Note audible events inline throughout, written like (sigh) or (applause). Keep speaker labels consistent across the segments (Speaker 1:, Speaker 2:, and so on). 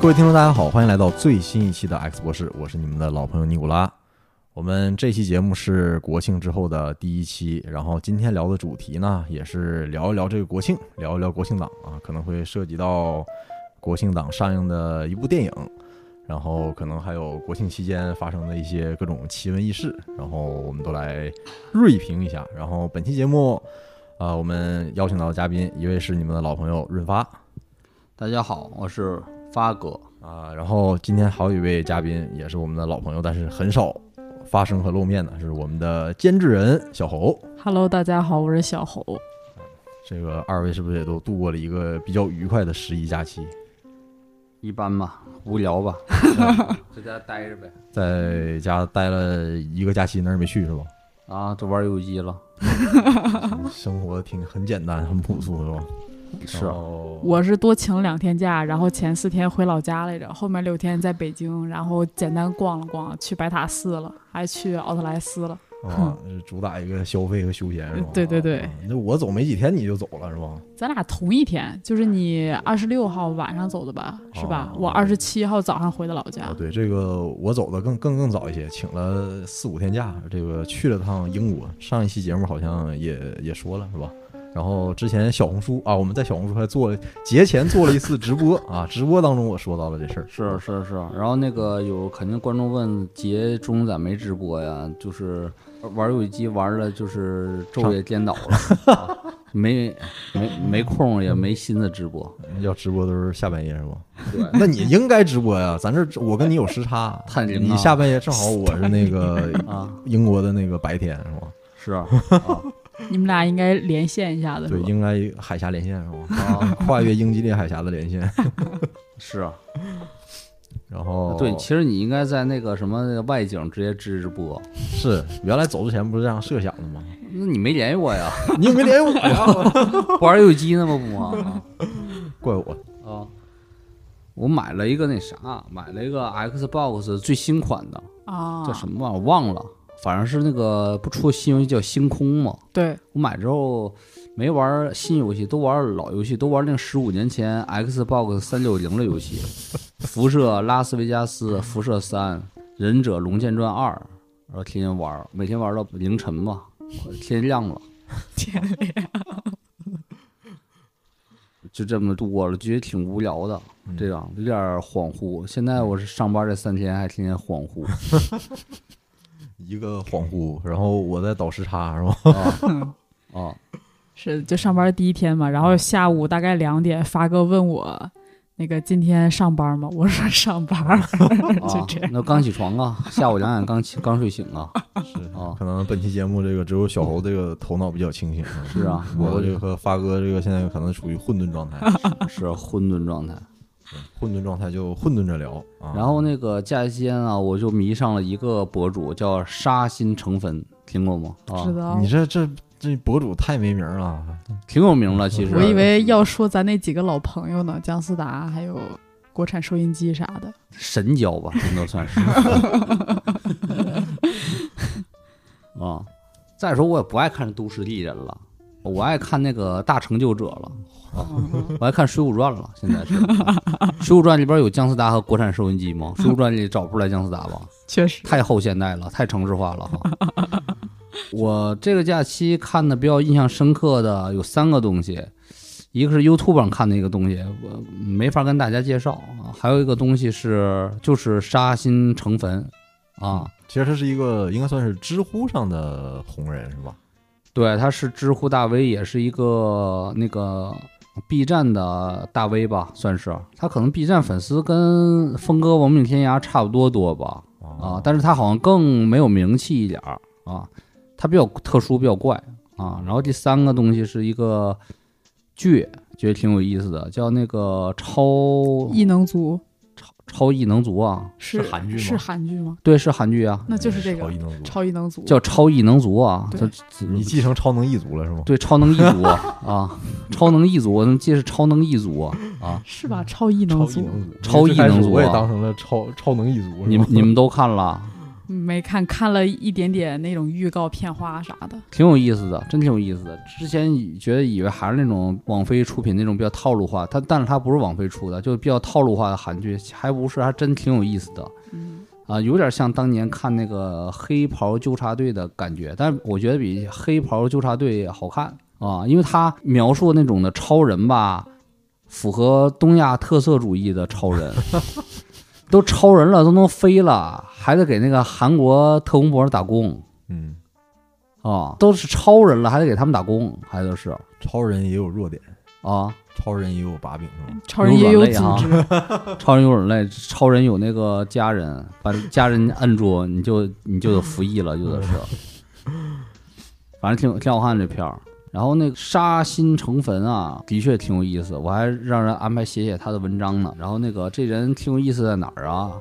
Speaker 1: 各位听众，大家好，欢迎来到最新一期的 X 博士，我是你们的老朋友尼古拉。我们这期节目是国庆之后的第一期，然后今天聊的主题呢，也是聊一聊这个国庆，聊一聊国庆档啊，可能会涉及到国庆档上映的一部电影，然后可能还有国庆期间发生的一些各种奇闻异事，然后我们都来锐评一下。然后本期节目，啊、我们邀请到的嘉宾，一位是你们的老朋友润发，
Speaker 2: 大家好，我是发哥。
Speaker 1: 啊，然后今天还有一位嘉宾，也是我们的老朋友，但是很少发声和露面的，是我们的监制人小侯。
Speaker 3: Hello，大家好，我是小侯。
Speaker 1: 这个二位是不是也都度过了一个比较愉快的十一假期？
Speaker 2: 一般吧，无聊吧， (laughs) 在家待着呗。
Speaker 1: 在家待了一个假期，哪儿也没去是吧？
Speaker 2: 啊，都玩游戏机了。
Speaker 1: 生活挺很简单，很朴素是吧？
Speaker 2: 是
Speaker 1: 然
Speaker 2: 啊，
Speaker 1: 后
Speaker 3: 我是多请两天假，然后前四天回老家来着，后面六天在北京，然后简单逛了逛，去白塔寺了，还去奥特莱斯了。
Speaker 1: 啊，是主打一个消费和休闲是吧？
Speaker 3: 对对对
Speaker 1: 啊那、我走没几天你就走了是吧？
Speaker 3: 咱俩同一天，就是你二十六号晚上走的吧，是吧？
Speaker 1: 哦
Speaker 3: 我二十七号早上回的老家
Speaker 1: 啊，。对，这个我走的更更更早一些，请了四五天假，这个去了趟英国。上一期节目好像也也说了是吧？然后之前小红书啊，我们在小红书还做了节前做了一次直播啊，直播当中我说到了这事儿，
Speaker 2: 是是是。然后那个有肯定观众问节中咋没直播呀？就是玩游戏机玩的，就是昼夜颠倒了，啊 (laughs) 没没没空也没心思直播。
Speaker 1: 要直播都是下半夜是吧？
Speaker 2: 对，，
Speaker 1: 那你应该直播呀，咱这我跟你有时差
Speaker 2: (laughs) 探灵啊
Speaker 1: 你下半夜正好我是那个
Speaker 2: 啊
Speaker 1: 英国的那个白天是吧？
Speaker 2: 是啊，啊
Speaker 3: 你们俩应该连线一下子，是
Speaker 1: 对，
Speaker 3: 吧？
Speaker 1: 应该海峡连线是吧？
Speaker 2: 啊
Speaker 1: 跨越英吉利海峡的连线，
Speaker 2: (laughs)
Speaker 1: (laughs)
Speaker 2: 是啊。
Speaker 1: 然后
Speaker 2: 对，其实你应该在那个什么外景直接直播，
Speaker 1: 是原来走之前不是这样设想的吗？
Speaker 2: 那你没联系我呀？
Speaker 1: 你也没连我呀，
Speaker 2: 玩游戏机呢吗？不 (laughs) 吗？
Speaker 1: (laughs) 怪我。
Speaker 2: 啊，我买了一个那啥，买了一个 Xbox 最新款的，
Speaker 3: 啊，
Speaker 2: 叫什么玩意儿忘了，反正是那个不出新游戏叫星空嘛。
Speaker 3: 对， (laughs)
Speaker 2: 我买之后没玩新游戏，都玩老游戏，都玩那个十五年前 Xbox 三六零的游戏，《辐射拉斯维加斯》《辐射三》《忍者龙剑传二》，然后天天玩，每天玩到凌晨吧，天亮了。
Speaker 3: 天亮，
Speaker 2: 就这么度过了，觉得挺无聊的，
Speaker 1: 嗯
Speaker 2: 这样有点恍惚。现在我是上班这三天，还天天恍惚
Speaker 1: 一个恍惚，然后我在倒时差是吧？
Speaker 2: 啊
Speaker 3: (laughs)
Speaker 2: 啊！
Speaker 3: 是就上班第一天嘛，然后下午大概两点，发哥问我那个今天上班吗？我说上班儿， (laughs) 就
Speaker 2: 啊
Speaker 3: 这样。
Speaker 2: 那刚起床啊，下午两点刚起，刚睡醒啊，
Speaker 1: (laughs) 是
Speaker 2: 哦
Speaker 1: 可能本期节目这个只有小侯这个头脑比较清醒，
Speaker 2: 是啊，
Speaker 1: 嗯我这个和发哥这个现在可能处于混沌状态，
Speaker 2: 是混沌状态。
Speaker 1: 混沌状态就混沌着聊啊。
Speaker 2: 然后那个假期间啊，我就迷上了一个博主，叫杀心成分，听过吗？
Speaker 1: 哦
Speaker 2: 啊
Speaker 3: 知，道
Speaker 1: 你，这这这博主太没名儿了，
Speaker 2: 挺有名了，其实。
Speaker 3: 我以为要说咱那几个老朋友呢，姜思达还有国产收音机啥的。
Speaker 2: 神交吧，这都算是。 (laughs) 啊，再说我也不爱看《都市丽人》了，我爱看那个《大成就者》了，啊我爱看《水浒传》了。现在是《水浒传》里边有姜思达和国产收音机吗？《水浒传》里找不出来姜思达吧？
Speaker 3: 确实，
Speaker 2: 太后现代了，太城市化了哈。我这个假期看的比较印象深刻的有三个东西，一个是 YouTube 上看的一个东西，我没法跟大家介绍啊，还有一个东西是就是杀心成坟啊，
Speaker 1: 其实他是一个应该算是知乎上的红人是吧？
Speaker 2: 对，他是知乎大 V，也是一个那个 B 站的大 V 吧，算是他可能 B 站粉丝跟峰哥亡命天涯差不多多吧，啊，但是他好像更没有名气一点儿啊，他比较特殊，比较怪啊。然后第三个东西是一个剧，觉得挺有意思的，叫那个超
Speaker 3: 异能族
Speaker 2: 超异能族啊，
Speaker 1: 是
Speaker 3: 是
Speaker 1: 韩剧吗哎
Speaker 3: 是韩剧吗？
Speaker 2: 对，是韩剧啊，
Speaker 3: 那就是这个
Speaker 1: 超异能族，
Speaker 3: 超异能族，
Speaker 2: 叫超异能族啊，
Speaker 3: 对
Speaker 2: 就
Speaker 1: 你继承超能一族了是吗？
Speaker 2: 对超能异族啊，超能异族，那这是超能异族啊，
Speaker 3: 是吧？超异能
Speaker 1: 超异
Speaker 3: 族
Speaker 1: 能族，
Speaker 2: 超异
Speaker 1: 最
Speaker 2: 能族啊
Speaker 1: 开始我也当成了超超能一族，是吧
Speaker 2: 你们你们都看了
Speaker 3: 没看，看了一点点那种预告片花啥的。
Speaker 2: 挺有意思的，真挺有意思的。之前以觉得以为还是那种网飞出品那种比较套路化，它但是它不是网飞出的，就是比较套路化的韩剧，还不是，还真挺有意思的。
Speaker 3: 嗯，
Speaker 2: 啊，有点像当年看那个《黑袍纠察队》的感觉，但是我觉得比《黑袍纠察队》好看啊，因为他描述那种的超人吧，符合东亚特色主义的超人，都超人了，都能飞了，还得给那个韩国特工部打工
Speaker 1: 嗯，
Speaker 2: 啊，都是超人了，还得给他们打工，还得是
Speaker 1: 超人也有弱点，
Speaker 2: 啊，
Speaker 1: 超人也有把柄是吧？
Speaker 3: 超人也
Speaker 2: 有
Speaker 3: 有
Speaker 2: 软
Speaker 3: 组
Speaker 2: 肋啊 (laughs)
Speaker 3: 织，
Speaker 2: 超人有人类，超人有那个家人，把家人摁住，你就你就有服役了，有的是。反正挺挺好看这片儿。然后那个《杀心成坟》啊，的确挺有意思，我还让人安排写写他的文章呢。然后那个这人挺有意思在哪儿啊？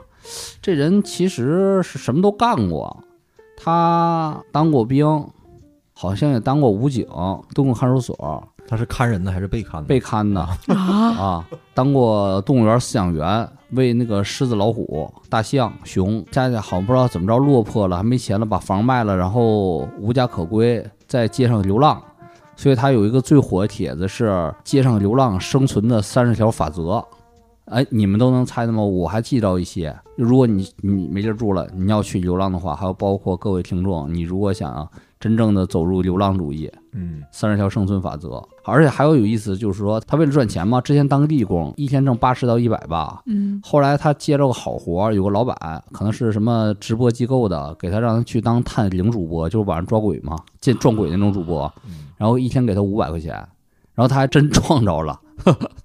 Speaker 2: 这人其实是什么都干过，他当过兵，好像也当过武警，动物看守所
Speaker 1: 他是看人的还是被看的？
Speaker 2: 被看的，
Speaker 3: (laughs) 啊，
Speaker 2: 啊，当过动物园饲养员，喂那个狮子、老虎、大象、熊，家里好像不知道怎么着落魄了，还没钱了，把房卖了，然后无家可归，在街上流浪。所以他有一个最火的帖子是街上流浪生存的三十条法则。哎，你们都能猜的吗？我还记到一些。如果你你没地儿住了，你要去流浪的话，还有包括各位听众，你如果想啊真正的走入流浪主义，
Speaker 1: 嗯
Speaker 2: 三十条生存法则，而且还有有意思，就是说他为了赚钱嘛，之前当个地工，一天挣八十到一百吧。
Speaker 3: 嗯
Speaker 2: 后来他接着个好活儿，有个老板可能是什么直播机构的，给他让他去当探灵主播，就是晚上抓鬼嘛，见撞鬼那种主播，
Speaker 1: 嗯，
Speaker 2: 然后一天给他五百块钱，然后他还真撞着了， (laughs)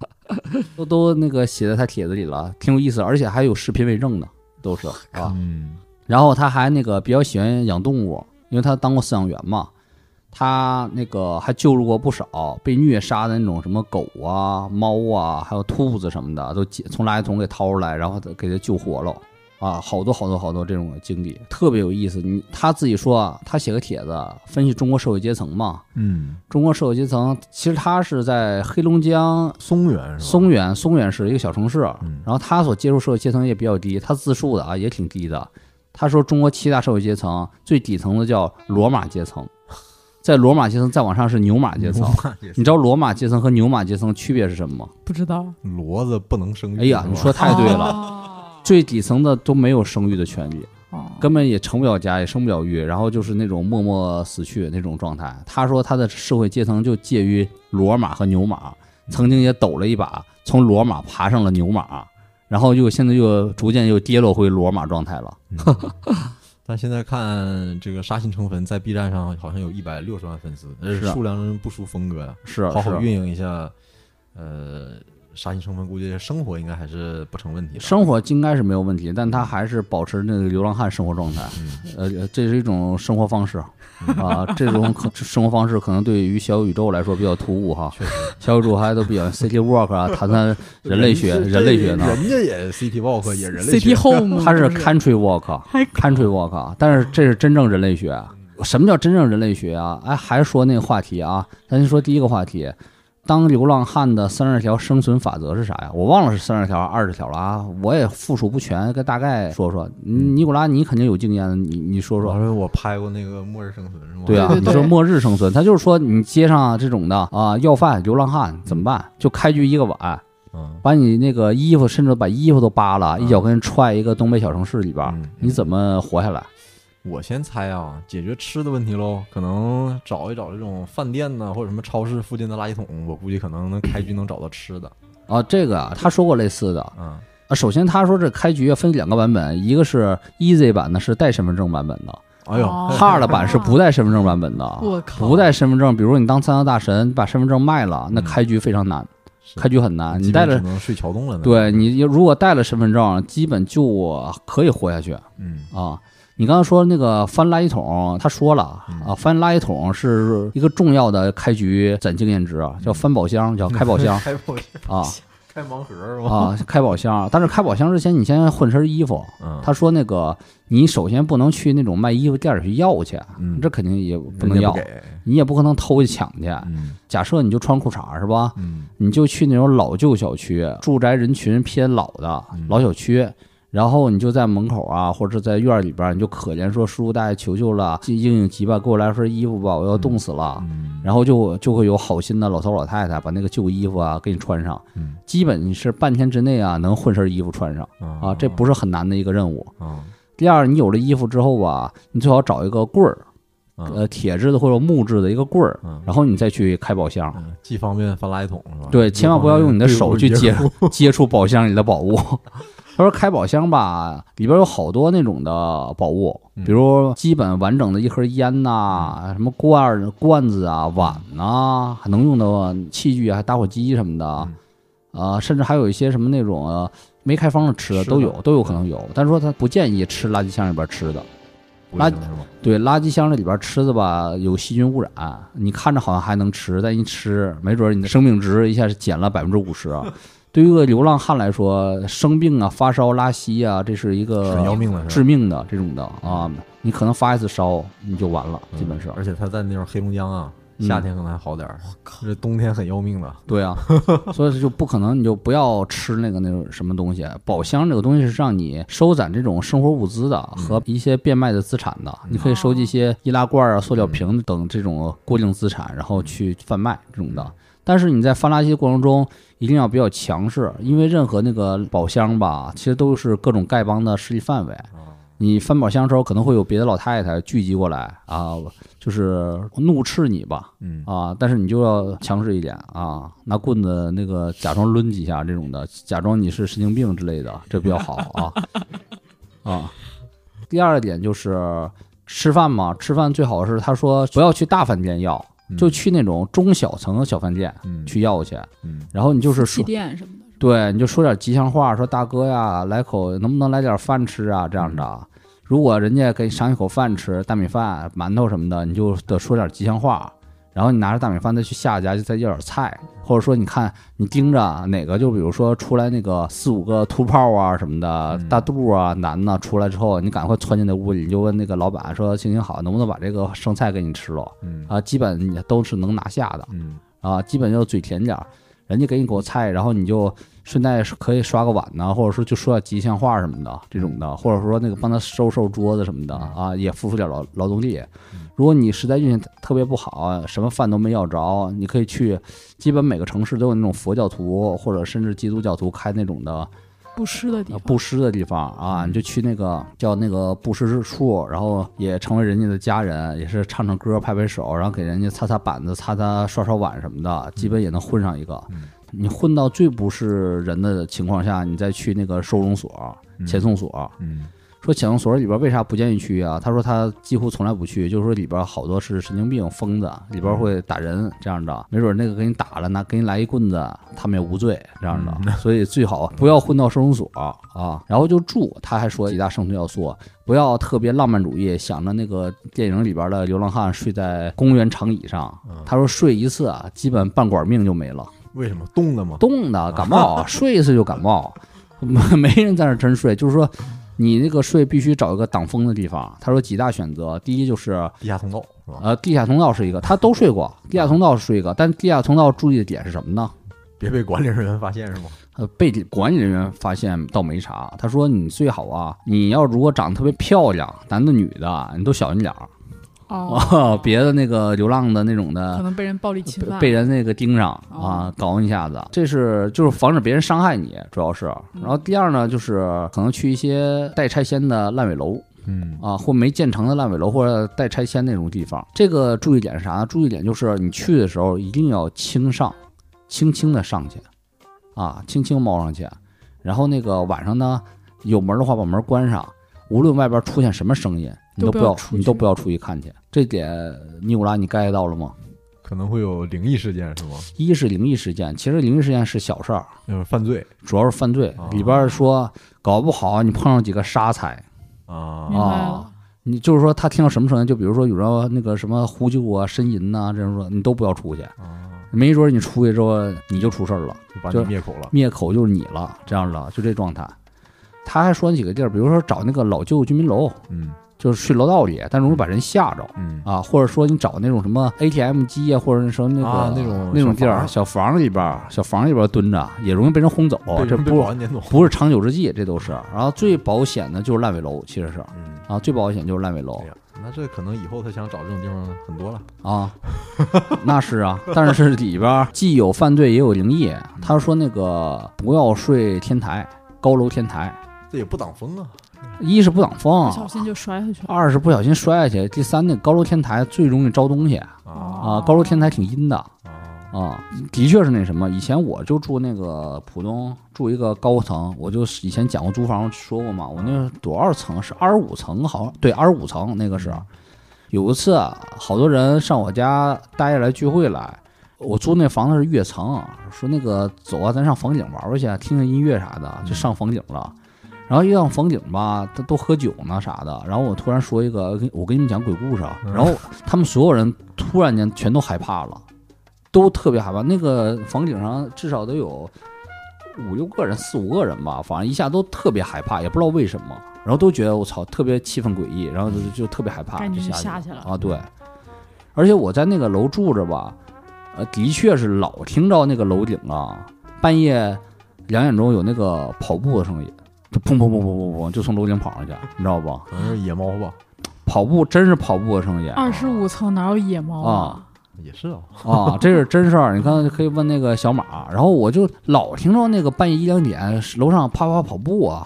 Speaker 2: 都都那个写在他帖子里了，挺有意思，而且还有视频为证的，都是啊。
Speaker 1: 嗯
Speaker 2: 然后他还那个比较喜欢养动物，因为他当过饲养员嘛，他那个还救助过不少被虐杀的那种什么狗啊、猫啊，还有兔子什么的，都解从垃圾桶给掏出来，然后给它救活了。啊，好多好多好多这种经历，特别有意思。你他自己说啊，他写个帖子分析中国社会阶层嘛，
Speaker 1: 嗯，
Speaker 2: 中国社会阶层其实他是在黑龙江
Speaker 1: 松原是吧？ (laughs)
Speaker 2: 松原，松原市一个小城市，啊
Speaker 1: 嗯
Speaker 2: 然后他所接触社会阶层也比较低，他自述的啊也挺低的。他说中国七大社会阶层最底层的叫罗马阶层，在罗马阶层再往上是牛马阶
Speaker 1: 嗯
Speaker 2: 层。你知道罗马阶层和牛马阶层区别是什么吗？
Speaker 3: 不知道。
Speaker 1: 骡子不能生育。
Speaker 2: 哎呀，
Speaker 1: 是吧
Speaker 2: 你说太对
Speaker 1: 嗯
Speaker 2: 了，
Speaker 3: 了，
Speaker 2: 最底层的都没有生育的权利，
Speaker 3: 哦
Speaker 2: 根本也成不了家，也生不了育，然后就是那种默默死去那种状态。他说他的社会阶层就介于骡马和牛马，曾经也抖了一把，从骡马爬上了牛马，然后又现在又逐渐又跌落回骡马状态了。
Speaker 1: 但现在看这个《杀心成坟》在 B 站上好像有一百六十万粉丝，呃
Speaker 2: 是啊
Speaker 1: 数量不输峰哥呀。
Speaker 2: 是啊
Speaker 1: 好好
Speaker 2: 是
Speaker 1: 运营一下，呃，杀心成分，估计生活应该还是不成问题的。
Speaker 2: 生活应该是没有问题，但他还是保持那个流浪汉生活状态。呃，这是一种生活方式 (laughs) 啊，这种可生活方式可能对于小宇宙来说比较突兀哈。
Speaker 1: (laughs) 确实， (laughs)
Speaker 2: 小宇宙还都比较 city walk 啊，谈谈人类学，人类学呢。
Speaker 1: 人家也 CT walk 也人类学
Speaker 3: ，CT。Home，
Speaker 2: 它是
Speaker 3: 不
Speaker 2: country walk，
Speaker 3: 嗯 (laughs) 还
Speaker 2: country walk，啊但是这是真正人类学啊。什么叫真正人类学啊？哎，还是说那个话题啊，咱先说第一个话题，当流浪汉的三十条生存法则是啥呀？我忘了是三十条二十条了啊，我也复述不全，跟大概说说。嗯尼古拉，你肯定有经验，你你说
Speaker 1: (laughs) 我
Speaker 2: 说。
Speaker 1: (laughs) 说我拍过那个《末日生存》是吗？
Speaker 2: 对啊，
Speaker 3: 哦对
Speaker 2: 你
Speaker 3: 对
Speaker 2: 说
Speaker 3: 对
Speaker 2: 末日生存，他就是说你街上啊这种的啊，要饭流浪汉怎么办？就开具一个碗，
Speaker 1: 嗯，
Speaker 2: 把你那个衣服，甚至把衣服都扒了，
Speaker 1: 嗯
Speaker 2: 一脚跟踹一个东北小城市里边儿，
Speaker 1: 嗯嗯
Speaker 2: 你怎么活下来？
Speaker 1: 我先猜啊，解决吃的问题喽，可能找一找这种饭店呐，或者什么超市附近的垃圾桶，我估计可能能开局能找到吃的。
Speaker 2: 啊，这个啊，他说过类似的
Speaker 1: 嗯
Speaker 2: 啊。首先，他说这开局分两个版本，一个是 easy 版的，是带身份证版本的
Speaker 1: 哎呦，
Speaker 3: 哦
Speaker 2: ；hard 版是不带身份证版本的。
Speaker 1: (laughs)
Speaker 3: 我靠，
Speaker 2: 不带身份证，比如说你当三大大神，你把身份证卖了，那开局非常难，
Speaker 1: 嗯是
Speaker 2: 开局很难。 (laughs) 你
Speaker 1: 基
Speaker 2: 带
Speaker 1: 本只
Speaker 2: 了，
Speaker 1: 能睡桥洞了呢。
Speaker 2: 对，你如果带了身份证，基本就我可以活下去。
Speaker 1: 嗯
Speaker 2: 啊。你刚才说那个翻垃圾桶，他说了
Speaker 1: 嗯
Speaker 2: 啊，翻垃圾桶是一个重要的开局攒经验值啊，叫翻宝箱，叫开宝箱
Speaker 1: 开宝 (laughs)
Speaker 2: 啊
Speaker 1: 开盲盒是吧？
Speaker 2: 啊，开宝箱。但是开宝箱之前，你先换身衣服。
Speaker 1: 嗯，
Speaker 2: 他说那个，你首先不能去那种卖衣服店里去要去，啊
Speaker 1: 嗯
Speaker 2: 这肯定也不
Speaker 1: 人
Speaker 2: 能
Speaker 1: 家
Speaker 2: 要
Speaker 1: 不，给。
Speaker 2: 你也不可能偷去抢去。
Speaker 1: 嗯
Speaker 2: 假设你就穿裤衩是吧？
Speaker 1: 嗯
Speaker 2: 你就去那种老旧小区，住宅人群偏老的
Speaker 1: 嗯
Speaker 2: 老小区，然后你就在门口啊，或者在院儿里边儿，你就可怜说：“叔叔大爷，求求了，应应急吧，给我来身衣服吧，我要冻死了。
Speaker 1: 嗯
Speaker 2: 然后就就会有好心的老头老太太把那个旧衣服啊给你穿上，
Speaker 1: 嗯
Speaker 2: 基本你是半天之内啊能混身衣服穿上
Speaker 1: 哦
Speaker 2: 啊，这不是很难的一个任务。
Speaker 1: 啊
Speaker 2: 第二，你有了衣服之后吧，你最好找一个棍儿，
Speaker 1: 嗯
Speaker 2: 呃，铁制的或者木质的一个棍儿，
Speaker 1: 嗯
Speaker 2: 然后你再去开宝箱。
Speaker 1: 嗯，既方便翻垃圾桶是吧？
Speaker 2: 对，千万不要用你的手去接
Speaker 1: 接触。 (laughs)
Speaker 2: 接触宝箱里的宝物。 (laughs) 他说开宝箱吧，里边有好多那种的宝物，
Speaker 1: 嗯
Speaker 2: 比如基本完整的一盒烟呐、什么罐儿罐子啊、碗呐、还能用的器具啊、打火机什么的，啊、甚至还有一些什么那种、呃没开封的吃的
Speaker 1: 嗯吃
Speaker 2: 都
Speaker 1: 的嗯
Speaker 2: 有，都有可能有。但是说他不建议吃垃圾箱里边吃的，
Speaker 1: 不行是吧？
Speaker 2: 对，垃圾箱里边吃的吧，有细菌污染。你看着好像还能吃，但一吃，没准你的生命值一下是减了百分之五十。啊对于一个流浪汉来说，生病啊、发烧、拉稀啊，这是一
Speaker 1: 很要
Speaker 2: 个
Speaker 1: 命了是
Speaker 2: 致
Speaker 1: 吧？
Speaker 2: 命的这种的啊。你可能发一次烧你就完了，基本是
Speaker 1: 嗯。而且他在那种黑龙江啊，
Speaker 2: 嗯
Speaker 1: 夏天可能还好点儿，这冬天很要命的。
Speaker 2: 对啊， (laughs) 所以就不可能，你就不要吃那个那种什么东西。宝箱这个东西是让你收攒这种生活物资的和一些变卖的资产的，你可以收集一些易拉罐啊、塑料瓶等这种固定资产，然后去贩卖这种的。但是你在翻垃圾过程中一定要比较强势，因为任何那个宝箱吧，其实都是各种丐帮的势力范围。你翻宝箱的时候，可能会有别的老太太聚集过来啊，就是怒斥你吧，
Speaker 1: 嗯
Speaker 2: 啊，但是你就要强势一点啊，拿棍子那个假装抡几下这种的，假装你是神经病之类的，这比较好啊
Speaker 1: (laughs)
Speaker 2: 啊。第二点就是吃饭嘛，吃饭最好是他说不要去大饭店要，就去那种中小层的小饭店
Speaker 1: 嗯
Speaker 2: 去要去，
Speaker 1: 嗯
Speaker 2: 然后你就是
Speaker 3: 气
Speaker 2: 说，
Speaker 3: 垫什么的。
Speaker 2: 对，你就说点吉祥话，说大哥呀，来口能不能来点饭吃啊？这样
Speaker 1: 嗯
Speaker 2: 的啊，如果人家给你赏一口饭吃，大米饭、馒头什么的，你就得说点吉祥话。然后你拿着大米饭再去下一家，就再要点菜，或者说你看你盯着哪个，就比如说出来那个四五个秃炮啊什么的，
Speaker 1: 嗯
Speaker 2: 大肚啊男的出来之后，你赶快窜进那屋里，你就问那个老板说：“行行好，能不能把这个剩菜给你吃了？”
Speaker 1: 嗯
Speaker 2: 啊，基本你都是能拿下的。
Speaker 1: 嗯
Speaker 2: 啊，基本就嘴甜点儿，人家给你口菜，然后你就顺带可以刷个碗呐、或者说就说点吉祥话什么的这种的，或者说那个帮他收收桌子什么的啊，也付出点劳劳动力。如果你实在运气特别不好，什么饭都没要着，你可以去，基本每个城市都有那种佛教徒或者甚至基督教徒开那种的
Speaker 3: 布施的地
Speaker 2: 呃
Speaker 3: 方，嗯
Speaker 2: 布施的地方啊，你就去那个叫那个布施之处，然后也成为人家的家人，也是唱唱歌、拍拍手，然后给人家擦擦板子、擦擦刷刷碗什么的，基本也能混上一个。
Speaker 3: 嗯
Speaker 2: 你混到最不是人的情况下，你再去那个收容所、遣送所。
Speaker 1: 嗯
Speaker 2: 说遣送所里边为啥不建议去啊？他说他几乎从来不去，就是说里边好多是神经病、疯子，里边会打人这样的，没准那个给你打了，拿给你来一棍子，他们也无罪这样的，所以最好不要混到收容所啊。然后就住，他还说几大生存要素，不要特别浪漫主义，想着那个电影里边的流浪汉睡在公园长椅上，他说睡一次啊，基本半管命就没了。
Speaker 1: 为什么冻的吗？
Speaker 2: 冻的感冒，睡一次就感冒， (laughs) 没没人在那儿真睡。就是说，你那个睡必须找一个挡风的地方。他说几大选择，第一就是
Speaker 1: 地下通道是吧？
Speaker 2: 呃地下通道是一个，他都睡过，地下通道是一个，但地下通道注意的点是什么呢？
Speaker 1: 别被管理人员发现是吗？
Speaker 2: 呃，被管理人员发现倒没啥。他说你最好啊，你要如果长得特别漂亮，男的女的，你都小心点儿 (laughs)
Speaker 3: 哦，
Speaker 2: 啊，别的那个流浪的那种的
Speaker 3: 可能被人暴力侵犯，
Speaker 2: 被人那个盯上啊
Speaker 3: 哦，
Speaker 2: 搞一下子，这是就是防止别人伤害你，主要是。然
Speaker 3: 嗯
Speaker 2: 后第二呢，就是可能去一些待拆迁的烂尾楼
Speaker 1: 嗯
Speaker 2: 啊，或没建成的烂尾楼或者待拆迁那种地方。这个注意点是啥呢？注意点就是你去的时候一定要轻上，轻轻的上去，啊，轻轻猫上去。然后那个晚上呢，有门的话把门关上，无论外边出现什么声音，你都
Speaker 3: 都
Speaker 2: 不
Speaker 3: 不要
Speaker 2: 要
Speaker 3: 出
Speaker 2: 你都
Speaker 3: 去
Speaker 2: 不要出去看去。这点尼古拉你 get 到了吗？
Speaker 1: 可能会有灵异事件是吗？
Speaker 2: 一是灵异事件，其实灵异事件是小事儿，
Speaker 1: 就是犯罪
Speaker 2: 主要是犯罪
Speaker 1: 哦
Speaker 2: 里边儿说，搞不好你碰上几个杀财，
Speaker 1: 啊
Speaker 3: 明白
Speaker 2: 啊
Speaker 3: 了，
Speaker 2: 你就是说他听到什么声音，就比如说有人那个什么呼救啊、呻吟呐、这种说，你都不要出去，
Speaker 1: 啊，
Speaker 2: 没准儿你出去之后你就出事儿了，
Speaker 1: 就把
Speaker 2: 就
Speaker 1: 你灭口了。
Speaker 2: 灭口就是你了，这样的就这状态。他还说几个地儿，比如说找那个老旧居民楼，
Speaker 1: 嗯
Speaker 2: 就是去楼道里，但容易把人吓着。
Speaker 1: 嗯
Speaker 2: 啊，或者说你找那种什么 ATM 机啊，或者说那个、
Speaker 1: 啊那种
Speaker 2: 那
Speaker 1: 小
Speaker 2: 种地
Speaker 1: 房
Speaker 2: 儿，
Speaker 1: 儿
Speaker 2: 嗯小房里边儿，小房里边儿蹲着，也容易被人轰走。
Speaker 1: 被
Speaker 2: 这
Speaker 1: 人被
Speaker 2: 不
Speaker 1: 保安撵走。
Speaker 2: 不是长久之计，这都是。然后最保险的就是烂尾楼，其实是
Speaker 1: 嗯，
Speaker 2: 啊，最保险就是烂尾楼
Speaker 1: 哎呀，那这可能以后他想找这种地方很多了。
Speaker 2: 啊，那是啊。但是里边儿既有犯罪也有灵异。他说那个不要睡天台，高楼天台，
Speaker 1: 这也不挡风啊。
Speaker 2: 一是不挡风
Speaker 3: 不，小心就摔下去了。
Speaker 2: 二是不小心摔下去，第三那高楼天台最容易招东西啊。
Speaker 1: 啊
Speaker 3: 哦
Speaker 2: 高楼天台挺阴的，
Speaker 1: 啊
Speaker 2: 啊、的确是那什么。以前我就住那个浦东，住一个高层，我就以前讲过租房说过嘛，我那多少层是二十五层，好像对二十五层那个是。
Speaker 1: 嗯
Speaker 2: 有一次啊好多人上我家待下来聚会来，我租那房子是跃层，啊说那个走啊，咱上房顶玩玩去，听听音乐啥的，
Speaker 1: 嗯
Speaker 2: 就上房顶了。然后一上房顶吧，他都喝酒呢啥的。然后我突然说一个，跟我跟你们讲鬼故事啊。
Speaker 1: 嗯
Speaker 2: 然后他们所有人突然间全都害怕了，都特别害怕。那个房顶上至少得有五六个人、四五个人吧，反正一下都特别害怕，也不知道为什么。然后都觉得我操，特别气氛诡异，然后就就特别害怕，
Speaker 3: 赶
Speaker 2: 就
Speaker 3: 紧就
Speaker 2: 下
Speaker 3: 下
Speaker 2: 去
Speaker 3: 去了
Speaker 2: 啊。对，而且我在那个楼住着吧，呃，的确是老听着那个楼顶啊，半夜两点钟有那个跑步的声音，就砰砰砰砰砰砰，就从楼顶跑上去，你知道吧？
Speaker 1: 可能是野猫吧，
Speaker 2: 跑步真是跑步的声音
Speaker 3: 二十五层哪有野猫
Speaker 2: 啊？
Speaker 1: 也是啊。
Speaker 2: 啊，这是真事儿。你看，可以问那个小马。然后我就老听着那个半夜一两点楼上啪啪跑步啊，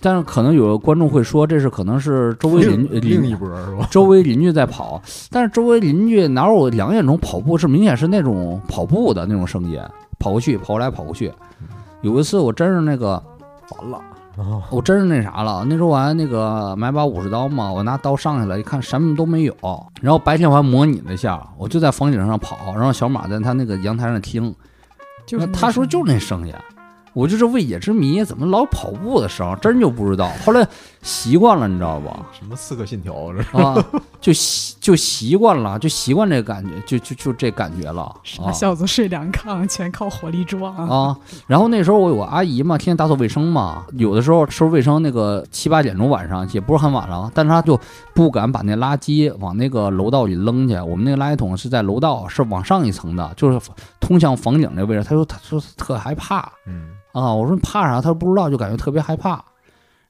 Speaker 2: 但是可能有观众会说，这是可能是周围邻
Speaker 1: 另
Speaker 2: 邻
Speaker 1: 另一波是吧？
Speaker 2: 周围邻居在跑，但是周围邻居哪有两点钟跑步？是明显是那种跑步的那种声音，跑过去，跑过来，跑过去。有一次我真是那个，
Speaker 1: 完了啊！
Speaker 2: 我真是那啥了。那时候我还那个买把武士刀嘛，我拿刀上去了，一看什么都没有。然后白天我还模拟了一下，我就在房顶上跑，然后小马在他那个阳台上听，
Speaker 3: 就是
Speaker 2: 那他说就是那声音，我就是为野之迷，怎么老跑步的声，真就不知道。后来习惯了，你知道吧？
Speaker 1: 什么刺客信条这是？
Speaker 2: (laughs) 啊，就习就习惯了，就习惯这感觉，就就就这感觉了
Speaker 3: 傻
Speaker 2: 啊
Speaker 3: 小子睡两炕，全靠火力壮。
Speaker 2: 啊！然后那时候我有个阿姨嘛，天天打扫卫生嘛，有的时候收拾卫生那个七八点钟晚上也不是很晚了，但是她就不敢把那垃圾往那个楼道里扔去。我们那个垃圾桶是在楼道是往上一层的，就是通向房顶那位置。她说她说特害怕，
Speaker 1: 嗯
Speaker 2: 啊，我说你怕啥？他说不知道，就感觉特别害怕。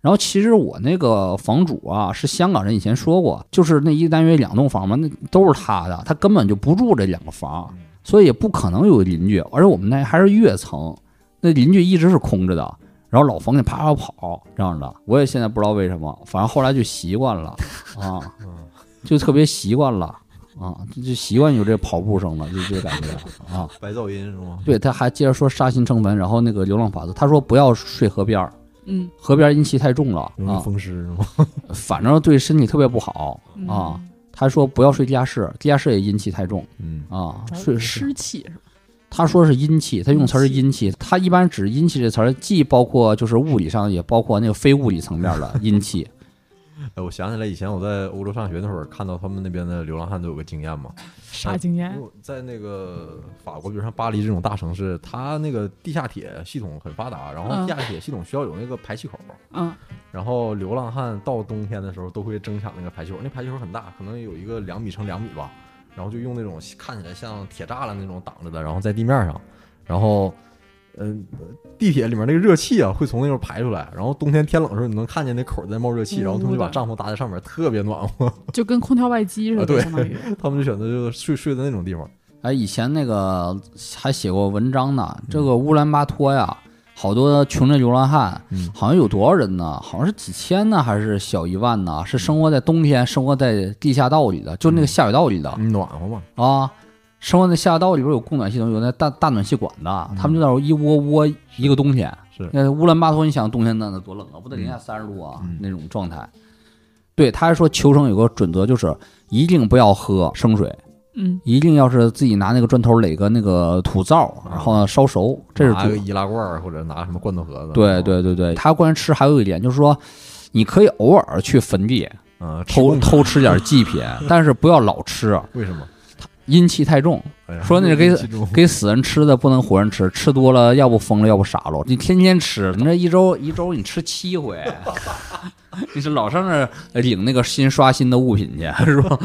Speaker 2: 然后其实我那个房主啊是香港人，以前说过，就是那一个单元两栋房嘛，那都是他的，他根本就不住这两个房，所以也不可能有邻居。而且我们那还是跃层，那邻居一直是空着的，然后老房里啪啪跑这样的。我也现在不知道为什么，反正后来就习惯了啊，
Speaker 1: 嗯，
Speaker 2: 就特别习惯了啊，就就习惯有这跑步声了，就这感觉啊。
Speaker 1: 白噪音是吗？
Speaker 2: 对，他还接着说杀心成坟，然后那个流浪法则，他说不要睡河边儿，
Speaker 3: 嗯
Speaker 2: 河边儿阴气太重了
Speaker 1: 容易
Speaker 2: 啊，
Speaker 1: 风湿是吗？
Speaker 2: 反正对身体特别不好。
Speaker 3: 嗯
Speaker 2: 啊他说不要睡地下室，地下室也阴气太重
Speaker 1: 嗯
Speaker 2: 啊，
Speaker 3: 咱
Speaker 2: 睡
Speaker 3: 湿气哦是吧？
Speaker 2: 他说是阴气，他用词儿是阴气，他一般指阴气这词儿，既包括就是物理上，也包括那个非物理层面的阴气
Speaker 1: 哎，我想起来以前我在欧洲上学那会儿，看到他们那边的流浪汉都有个经验嘛。
Speaker 3: 啥经
Speaker 1: 因
Speaker 3: 验？
Speaker 1: 为在那个法国，比如像巴黎这种大城市，它那个地下铁系统很发达，然后
Speaker 3: 嗯
Speaker 1: 地下铁系统需要有那个排气口，
Speaker 3: 嗯，
Speaker 1: 然后流浪汉到冬天的时候都会争抢那个排气口，那排气口很大，可能有一个两米乘两米吧，然后就用那种看起来像铁栅栏那种挡着的，然后在地面上，然后。嗯，地铁里面那个热气啊，会从那边排出来。然后冬天天冷的时候，你能看见那口在冒热气，然后他们就把
Speaker 3: 呜呜的
Speaker 1: 帐篷搭在上面，特别暖和。
Speaker 3: 就跟空调外机似
Speaker 1: 啊对
Speaker 3: 的，相当于。
Speaker 1: 他们就选择就是睡睡在那种地方。
Speaker 2: 哎，以前那个还写过文章呢，
Speaker 1: 嗯
Speaker 2: 这个乌兰巴托呀，好多穷人流浪汉，
Speaker 1: 嗯
Speaker 2: 好像有多少人呢？好像是几千呢，还是小一万
Speaker 1: 嗯
Speaker 2: 呢？是生活在冬天，生活在地下道里的，就那个下水道里的、
Speaker 1: 暖和嘛，
Speaker 2: 啊。生活在下水道里边有供暖系统，有那大大暖气管的，他们就在那儿一窝窝一个冬天。
Speaker 1: 嗯是
Speaker 2: 那乌兰巴托，你想冬天那得多冷啊，不得零下三十度啊、
Speaker 1: 嗯
Speaker 2: 那种状态。对，他还说求生有个准则，就是一定不要喝生水，
Speaker 3: 嗯，
Speaker 2: 一定要是自己拿那个砖头垒个那个土灶，然后呢烧熟，这是
Speaker 1: 拿
Speaker 2: 主
Speaker 1: 个易拉罐儿或者拿什么罐头盒子。
Speaker 2: 对，对对对，他关于吃还有一点就是说，你可以偶尔去坟地
Speaker 1: 嗯，吃
Speaker 2: 偷
Speaker 1: 贡
Speaker 2: 偷吃点祭品，但是不要老吃，
Speaker 1: 为什么？
Speaker 2: 阴气太重，
Speaker 1: 哎呀
Speaker 2: 说那是给
Speaker 1: 记住
Speaker 2: 给死人吃的不能活人吃，吃多了要不疯了，要不傻了。你天天吃，你这一周一周你吃七回，你是老上那儿领那个新刷新的物品去 (laughs) 是吧？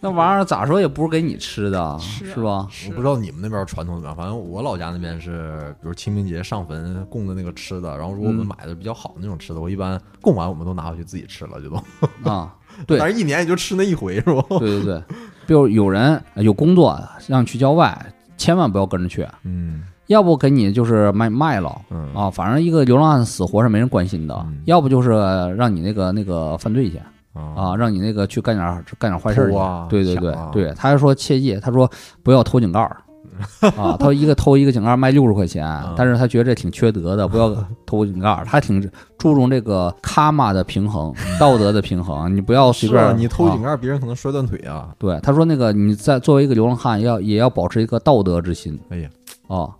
Speaker 2: 那玩意儿咋说也不是给你吃的，
Speaker 3: 是
Speaker 2: 是吧？
Speaker 1: 我不知道你们那边传统怎么样，反正我老家那边是，比如清明节上坟供的那个吃的，然后如果我们
Speaker 2: 嗯
Speaker 1: 买的比较好的那种吃的，我一般供完我们都拿回去自己吃了，就都。
Speaker 2: 啊，对
Speaker 1: 但是一年也就吃那一回，是吧？
Speaker 2: (laughs) 对对对，比如有人呃有工作让你去郊外，千万不要跟着去，
Speaker 1: (laughs) 嗯
Speaker 2: 要不给你就是卖卖了。
Speaker 1: (laughs) 嗯
Speaker 2: 啊，反正一个流浪汉死活是没人关心的，
Speaker 1: 嗯
Speaker 2: 要不就是让你那个那个犯罪去
Speaker 1: 啊
Speaker 2: 啊，让你那个去干点儿干点儿坏事儿去
Speaker 1: 偷啊
Speaker 2: 对对对
Speaker 1: 抢啊
Speaker 2: 对，他还说切记，他说不要偷井
Speaker 1: (laughs)
Speaker 2: 盖儿啊，他说一个偷一个井盖儿卖六十块钱，
Speaker 1: 嗯
Speaker 2: 但是他觉得这挺缺德的，不要偷井盖儿，他挺注重这个卡玛的
Speaker 1: (laughs)
Speaker 2: 平衡，道德的平衡，你不要随
Speaker 1: 是
Speaker 2: 便
Speaker 1: 啊，你偷井
Speaker 2: 啊
Speaker 1: 盖，别人可能摔断腿啊。
Speaker 2: 对，他说那个你在作为一个流浪汉，要也要保持一个道德之心
Speaker 1: 哎呀，
Speaker 2: 啊。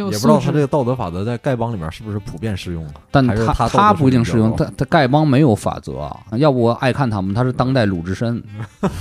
Speaker 1: 也
Speaker 3: 有
Speaker 1: 不知
Speaker 3: 素
Speaker 1: 道他这
Speaker 3: 质。
Speaker 1: 个道德法则在丐帮里面是不是普遍适用啊？
Speaker 2: 但
Speaker 1: 还是他
Speaker 2: 他
Speaker 1: 道德
Speaker 2: 不一定
Speaker 1: 水
Speaker 2: 适
Speaker 1: 平
Speaker 2: 用，
Speaker 1: 比较
Speaker 2: 他他丐帮没有法则啊。要不我爱看他们，他是当代鲁智
Speaker 1: (laughs)
Speaker 2: 深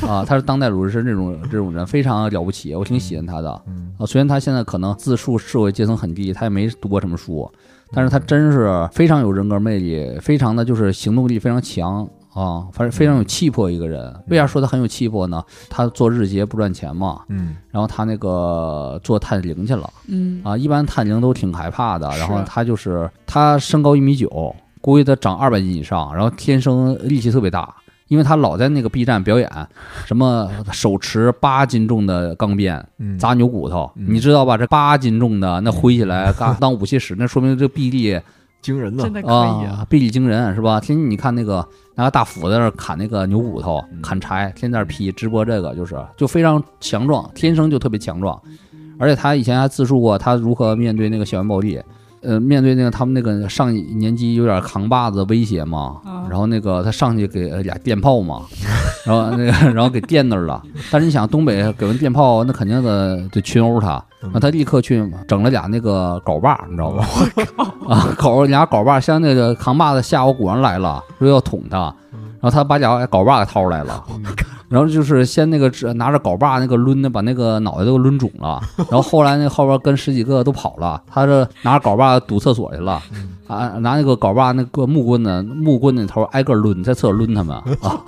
Speaker 2: 啊，他是当代鲁智深这种这种人，非常了不起，我挺喜欢他的。
Speaker 1: 嗯
Speaker 2: 啊，虽然他现在可能自述社会阶层很低，他也没读过什么书，
Speaker 1: 嗯
Speaker 2: 但是他真是非常有人格魅力，非常的就是行动力非常强啊，反正非
Speaker 1: 嗯
Speaker 2: 常有气魄一个人。为啥说他很有气魄呢？他做日结不赚钱嘛，
Speaker 1: 嗯，
Speaker 2: 然后他那个做探灵去了
Speaker 3: 嗯，
Speaker 2: 啊。一般探灵都挺害怕的，然后
Speaker 3: 是
Speaker 2: 他就是他身高一米九，估计他长二百斤以上，然后天生力气特别大。因为他老在那个 B 站表演，什么手持八斤重的钢鞭，
Speaker 1: 嗯
Speaker 2: 砸牛骨头，
Speaker 1: 嗯
Speaker 2: 你知道吧？这八斤重的那挥起来，嘎当武器使，那说明这臂力
Speaker 1: 惊人呢
Speaker 3: 真？的可以啊。
Speaker 2: 啊，臂力惊人是吧？天天你看那个拿个大斧子在那儿砍那个牛骨头、
Speaker 1: 嗯
Speaker 2: 砍柴，天天在那儿劈直播这个，就是就非常强壮，天生就特别强壮。而且他以前还啊自述过他如何面对那个校园暴力，呃，面对那个他们那个上一年级有点扛把子威胁嘛，
Speaker 3: 啊
Speaker 2: 然后那个他上去给呃俩电炮
Speaker 3: (laughs)
Speaker 2: 嘛，然后那个然后给电那儿了。但是你想东北给完电炮，那肯定得得群殴他，
Speaker 3: 嗯
Speaker 2: 那他立刻去整了俩那个镐把，你知道吧？啊， (laughs) 镐俩镐把像那个扛把子下我骨上来了，说要捅他，然后他把俩镐把给掏出来了。然后就是先那个只拿着镐把那个抡的，把那个脑袋都抡肿了。然后后来那后边跟十几个都跑了，他这拿着镐把堵厕所去了，啊，拿那个镐把那个木棍子木棍子那头挨个抡，在厕所抡他们啊。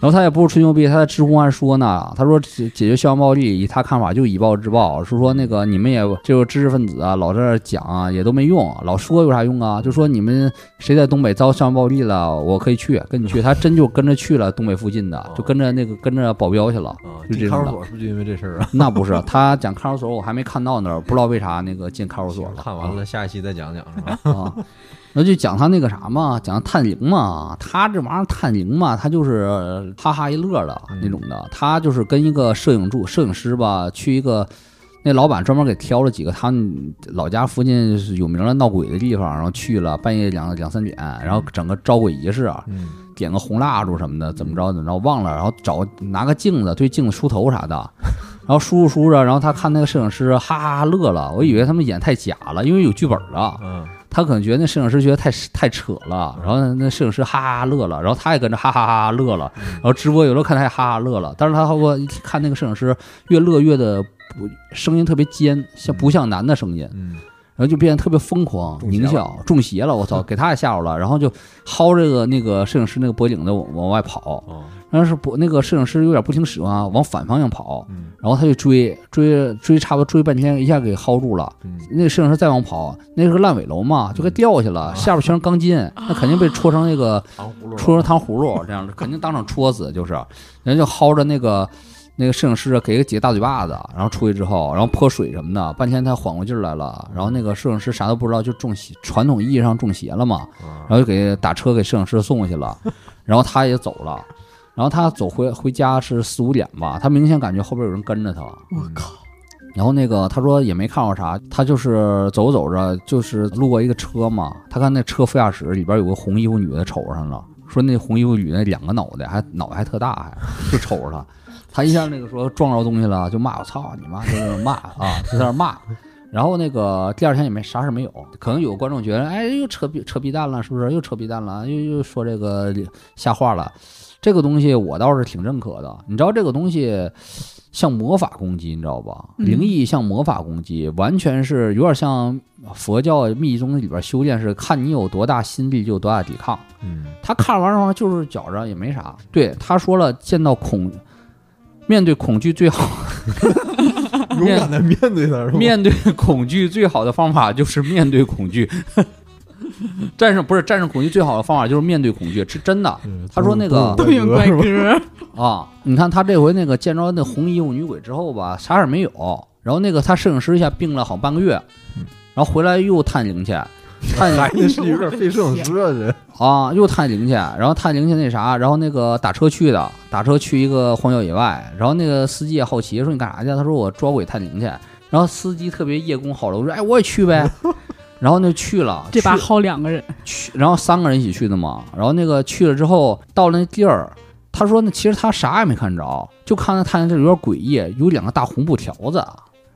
Speaker 2: 然后他也不是吹牛逼，他在知乎上说呢，他说解解决校园暴力，以他看法就以暴制暴，是说那个你们也就是知识分子啊，老在这儿讲啊也都没用，老说有啥用啊？就说你们谁在东北遭校园暴力了，我可以去跟你去，他真就跟着去了东北附近的，就跟着那个跟着保镖去了。
Speaker 1: 啊，
Speaker 2: 就这
Speaker 1: 进
Speaker 2: 种
Speaker 1: 看守
Speaker 2: 的
Speaker 1: 所是不是就因为这事儿 (laughs) 啊？
Speaker 2: 那不是，他讲看守所，我还没看到那儿，不知道为啥那个进看守所
Speaker 1: (laughs)
Speaker 2: 了。
Speaker 1: 看完了，下一期再讲讲是吧？
Speaker 2: 啊，那就讲他那个啥嘛，讲探灵嘛，他这玩意儿探灵嘛，他就是哈哈一乐的那种的，他就是跟一个摄影助摄影师吧，去一个。那老板专门给挑了几个他们老家附近是有名的闹鬼的地方，然后去了半夜两两三点，然后整个招鬼仪式，
Speaker 1: 嗯，
Speaker 2: 点个红蜡烛什么的，怎么着怎么着忘了，然后找拿个镜子对镜子梳头啥的，然后梳着梳着，然后他看那个摄影师哈哈哈乐了，我以为他们演太假了，因为有剧本了，
Speaker 1: 嗯，
Speaker 2: 他可能觉得那摄影师觉得太太扯了，然后那摄影师哈哈哈乐了，然后他也跟着哈哈哈哈乐了，然后直播有时候看他也哈哈乐了，但是他后来看那个摄影师越乐越的不声音特别尖，像不像男的声音，
Speaker 1: 嗯，
Speaker 2: 然后就变得特别疯狂，
Speaker 1: 中邪
Speaker 2: 狞笑，中邪了，
Speaker 1: (laughs)
Speaker 2: 我操，给他也吓着了，然后就薅这个那个摄影师那个脖领子往往外跑，
Speaker 1: 哦，
Speaker 2: 但是不那个摄影师有点不听使唤啊，往反方向跑，
Speaker 1: 嗯
Speaker 2: 然后他就追追追，差不多追半天，一下给薅住了。
Speaker 1: 嗯，
Speaker 2: 那个摄影师再往跑，那是个烂尾楼嘛，就给掉下去
Speaker 1: 啊
Speaker 2: 了，下边全是钢筋，那肯定被戳成那个
Speaker 1: 糖葫芦
Speaker 2: 戳成糖葫芦，这样肯定当场戳死，就是啊人家就薅着那个那个摄影师给几个大嘴巴子，然后出去之后，然后泼水什么的，半天他缓过劲儿来了，然后那个摄影师啥都不知道，就中邪，传统意义上中邪了嘛，
Speaker 1: 嗯
Speaker 2: 然后就给打车给摄影师送过去了，
Speaker 1: (laughs)
Speaker 2: 然后他也走了。然后他走回回家是四五点吧，他明显感觉后边有人跟着他，
Speaker 3: 我靠，
Speaker 2: 然后那个他说也没看着啥，他就是走着走着，就是路过一个车嘛，他看那车副驾驶里边有个红衣服女的瞅上了，说那红衣服女那两个脑袋还脑袋还特大还，就瞅着他，他一下那个说撞着东西了，就骂我操你妈，就是骂啊，就在那骂。然后那个第二天也没啥事没有，可能有观众觉得，哎，又扯逼扯逼蛋了，是不是？又扯逼蛋了，又又说这个瞎话了。这个东西我倒是挺认可的。你知道这个东西像魔法攻击，你知道吧？
Speaker 3: 嗯
Speaker 2: 灵异像魔法攻击，完全是有点像佛教密宗里边修炼，是看你有多大心力就有多大抵抗。
Speaker 1: 嗯
Speaker 2: 他看完的话就是觉着也没啥。对，他说了，见到恐，面对恐惧最好
Speaker 1: 勇敢啊的面对它是吧？
Speaker 2: 面对恐惧最好的方法就是面对恐惧。 (laughs) 战胜不是战胜恐惧最好的方法就是面对恐惧，是真的
Speaker 1: 嗯
Speaker 2: 他说那个
Speaker 1: 都
Speaker 3: 都
Speaker 1: 有
Speaker 3: 有
Speaker 1: 怪
Speaker 3: 怪
Speaker 1: 哥是吧
Speaker 3: 哥，
Speaker 2: 啊！你看他这回那个见着那红衣服女鬼之后吧，啥也没有。然后那个他摄影师一下病了好半个月
Speaker 1: 嗯，
Speaker 2: 然后回来又探灵去，探
Speaker 1: 孩子是有点费摄影师啊，这
Speaker 2: 啊，又探灵去，然后探灵去那啥，然后那个打车去的，打车去一个荒郊野外，然后那个司机也好奇说你干啥去？啊他说我抓鬼探灵去。然后司机特别叶公好龙说哎我也去呗， (laughs) 然后那就去了，
Speaker 3: 这把
Speaker 2: 去
Speaker 3: 薅两个人，
Speaker 2: 去，然后三个人一起去的嘛。然后那个去了之后，到了那地儿，他说那其实他啥也没看着，就看那探险队有点诡异，有两个大红布条子。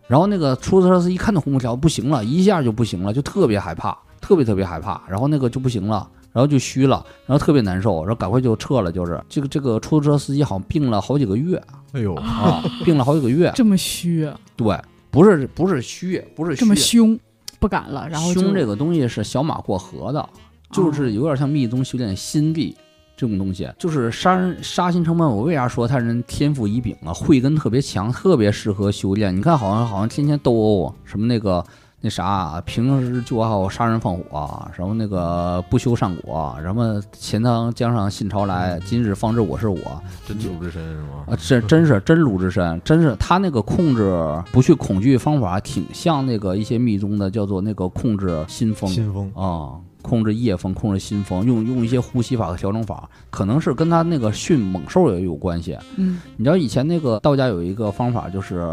Speaker 2: 然后那个出租车司机看那红布条不行了，一下就不行了，就特别害怕，特别特别害怕。然后那个就不行了。然后就虚了，然后特别难受，然后赶快就撤了。就是这个这个出租车司机好像病了好几个月
Speaker 1: 哎呦，
Speaker 3: (laughs)
Speaker 2: 啊，病了好几个月。
Speaker 3: 这么虚，
Speaker 2: 对，不是不是虚，不是虚
Speaker 3: 这么凶，不敢了，然后就啊
Speaker 2: 胸这个东西是小马过河的，
Speaker 3: 哦
Speaker 2: 就是有点像密宗修炼心力这种东西，就是杀人杀心成本。我为啥说他人天赋异禀啊？慧根特别强，特别适合修炼。你看，好像好像天天斗殴，什么那个那啥啊，平时就爱好杀人放火啊，什么那个不修善果啊，什么钱塘江上信潮来，今日方知我是我。
Speaker 1: 真酒之身是吗？
Speaker 2: 啊，这真是真鲁智深，真是他那个控制不去恐惧方法，挺像那个一些密宗的，叫做那个控制心风
Speaker 1: 新风
Speaker 2: 啊、控制夜风，控制心风，用用一些呼吸法和调整法，可能是跟他那个训猛兽也有关系。
Speaker 3: 嗯
Speaker 2: 你知道以前那个道家有一个方法，就是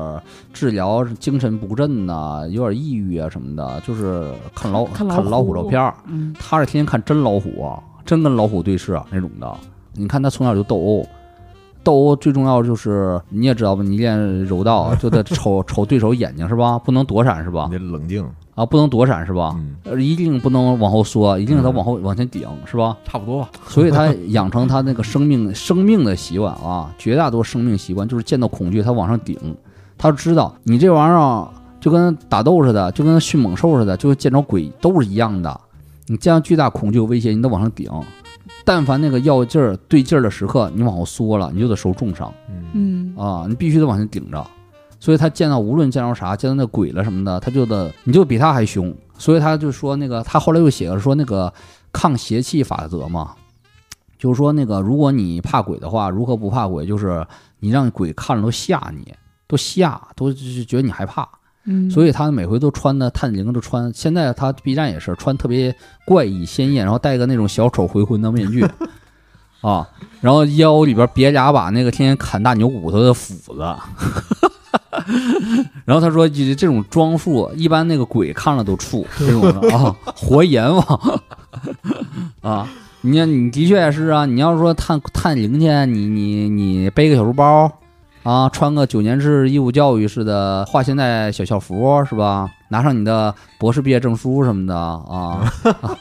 Speaker 2: 治疗精神不振呐、有点抑郁啊什么的，就是看老
Speaker 3: 看老
Speaker 2: 看老虎
Speaker 3: 虎
Speaker 2: 照片儿，
Speaker 3: 嗯，
Speaker 2: 他是天天看真老虎啊，真跟老虎对视啊那种的。你看他从小就斗殴，斗殴最重要就是你也知道吧，你练柔道啊就得 (laughs) 瞅瞅对手眼睛是吧？不能躲闪是吧
Speaker 1: 你？得冷静
Speaker 2: 啊，不能躲闪是吧？
Speaker 1: 嗯，
Speaker 2: 呃一定不能往后缩，啊一定得往后往前顶是吧？
Speaker 1: 差不多吧。
Speaker 2: 所以他养成他那个生命生命的习惯啊，绝大多数生命习惯就是见到恐惧他往上顶，他知道你这玩意儿啊就跟打斗似的，就跟驯猛兽似的，就见着鬼都是一样的。你见到巨大恐惧威胁，你得往上顶。但凡那个要劲儿对劲儿的时刻，你往后缩了，你就得受重伤
Speaker 1: 嗯
Speaker 3: 嗯，
Speaker 2: 啊！你必须得往前顶着。所以他见到无论见到啥，见到那鬼了什么的，他就得你就比他还凶。所以他就说那个，他后来又写了说那个抗邪气法则嘛，就是说那个如果你怕鬼的话，如何不怕鬼？就是你让鬼看了都吓你，都吓，都就是觉得你害怕。
Speaker 3: 嗯，
Speaker 2: 所
Speaker 3: 以
Speaker 2: 以他每回都穿的探灵都穿，现在他 B 站也是穿特别怪异鲜艳，然后戴个那种小丑回魂的面具啊，然后腰里边别俩把那个天天砍大牛骨头的斧子。 (laughs) 然后他说，这这种装束一般那个鬼看了都怵，这种的啊，活阎王 (laughs) 啊。你看，你的确也是啊。你要说探探灵去，你你你背个小书包，啊，穿个九年制义务教育似的划现代小校服是吧？拿上你的博士毕业证书什么的啊， (laughs) 啊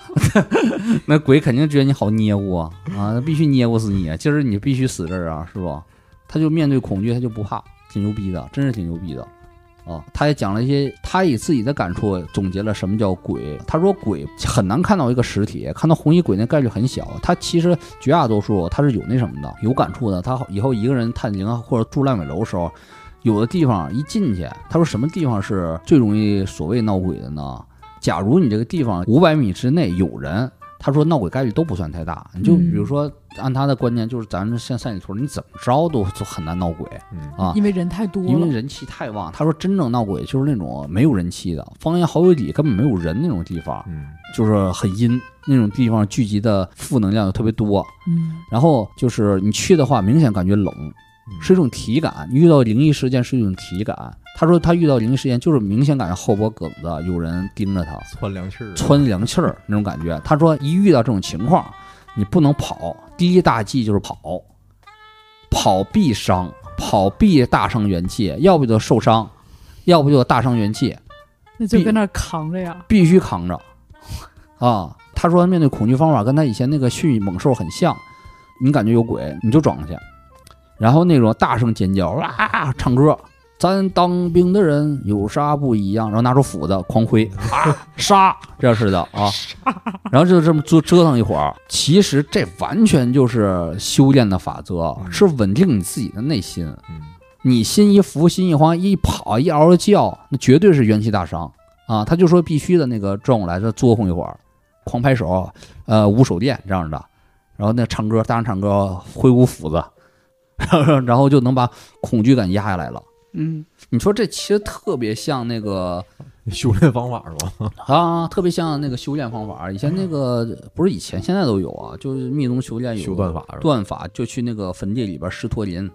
Speaker 2: 那鬼肯定觉得你好捏乎啊啊，那必须捏乎死你，今儿你必须死这儿啊，是不？他就面对恐惧，他就不怕，挺牛逼的，真是挺牛逼的。啊，他也讲了一些，他以自己的感触总结了什么叫鬼。他说鬼很难看到一个实体，看到红衣鬼那概率很小。他其实绝大多数他是有那什么的，有感触的。他以后一个人探灵啊或者住烂尾楼的时候，有的地方一进去，他说什么地方是最容易所谓闹鬼的呢？假如你这个地方五百米之内有人，他说闹鬼概率都不算太大。你就比如说，按他的观念，就是咱们像三里屯，你怎么着都都很难闹鬼。
Speaker 1: 嗯
Speaker 2: 啊
Speaker 3: 因为人太多
Speaker 2: 因为
Speaker 3: 了，
Speaker 2: 人气太旺。他说真正闹鬼就是那种没有人气的，方圆好几里根本没有人那种地方，
Speaker 1: 嗯，
Speaker 2: 就是很阴那种地方聚集的负能量就特别多。
Speaker 3: 嗯
Speaker 2: 然后就是你去的话，明显感觉冷，
Speaker 1: 嗯
Speaker 2: 是一种体感。遇到灵异事件是一种体感。他说他遇到灵异事件就是明显感觉后脖梗子有人盯着他，
Speaker 1: 窜凉气儿，
Speaker 2: 窜凉气儿那种感觉。他说一遇到这种情况，你不能跑，第一大忌就是跑，跑必伤，跑必大伤元气，要不就受伤，要不就大伤元气，
Speaker 3: 那就
Speaker 2: 必
Speaker 3: 跟那儿扛着呀，
Speaker 2: 必须扛着啊。他说面对恐惧方法跟他以前那个驯猛兽很像，你感觉有鬼，你就装去，然后那种大声尖叫啊，唱歌。咱当兵的人有啥不一样？然后拿出斧子狂挥，啊，杀，这样似的
Speaker 1: (laughs)
Speaker 2: 啊，然后就这么折折腾一会儿。其实这完全就是修炼的法则，
Speaker 1: 嗯
Speaker 2: 是稳定你自己的内心。
Speaker 1: 嗯
Speaker 2: 你心一浮，心一慌，一跑一嗷叫，那绝对是元气大伤啊！他就说必须的那个转过来，这作哄一会儿，狂拍手，呃，舞手电这样的，然后那唱歌，大声唱歌，挥舞斧子， (laughs) 然后然后就能把恐惧感压下来了。
Speaker 3: 嗯，
Speaker 2: 你说这其实特别像那个
Speaker 1: 修炼方法是吧？
Speaker 2: 啊，特别像那个修炼方法。以前那个不是以前，现在都有啊，就是密宗修炼有
Speaker 1: 嗯修断法是吧？
Speaker 2: 断法，就去那个坟地里边狮驼林，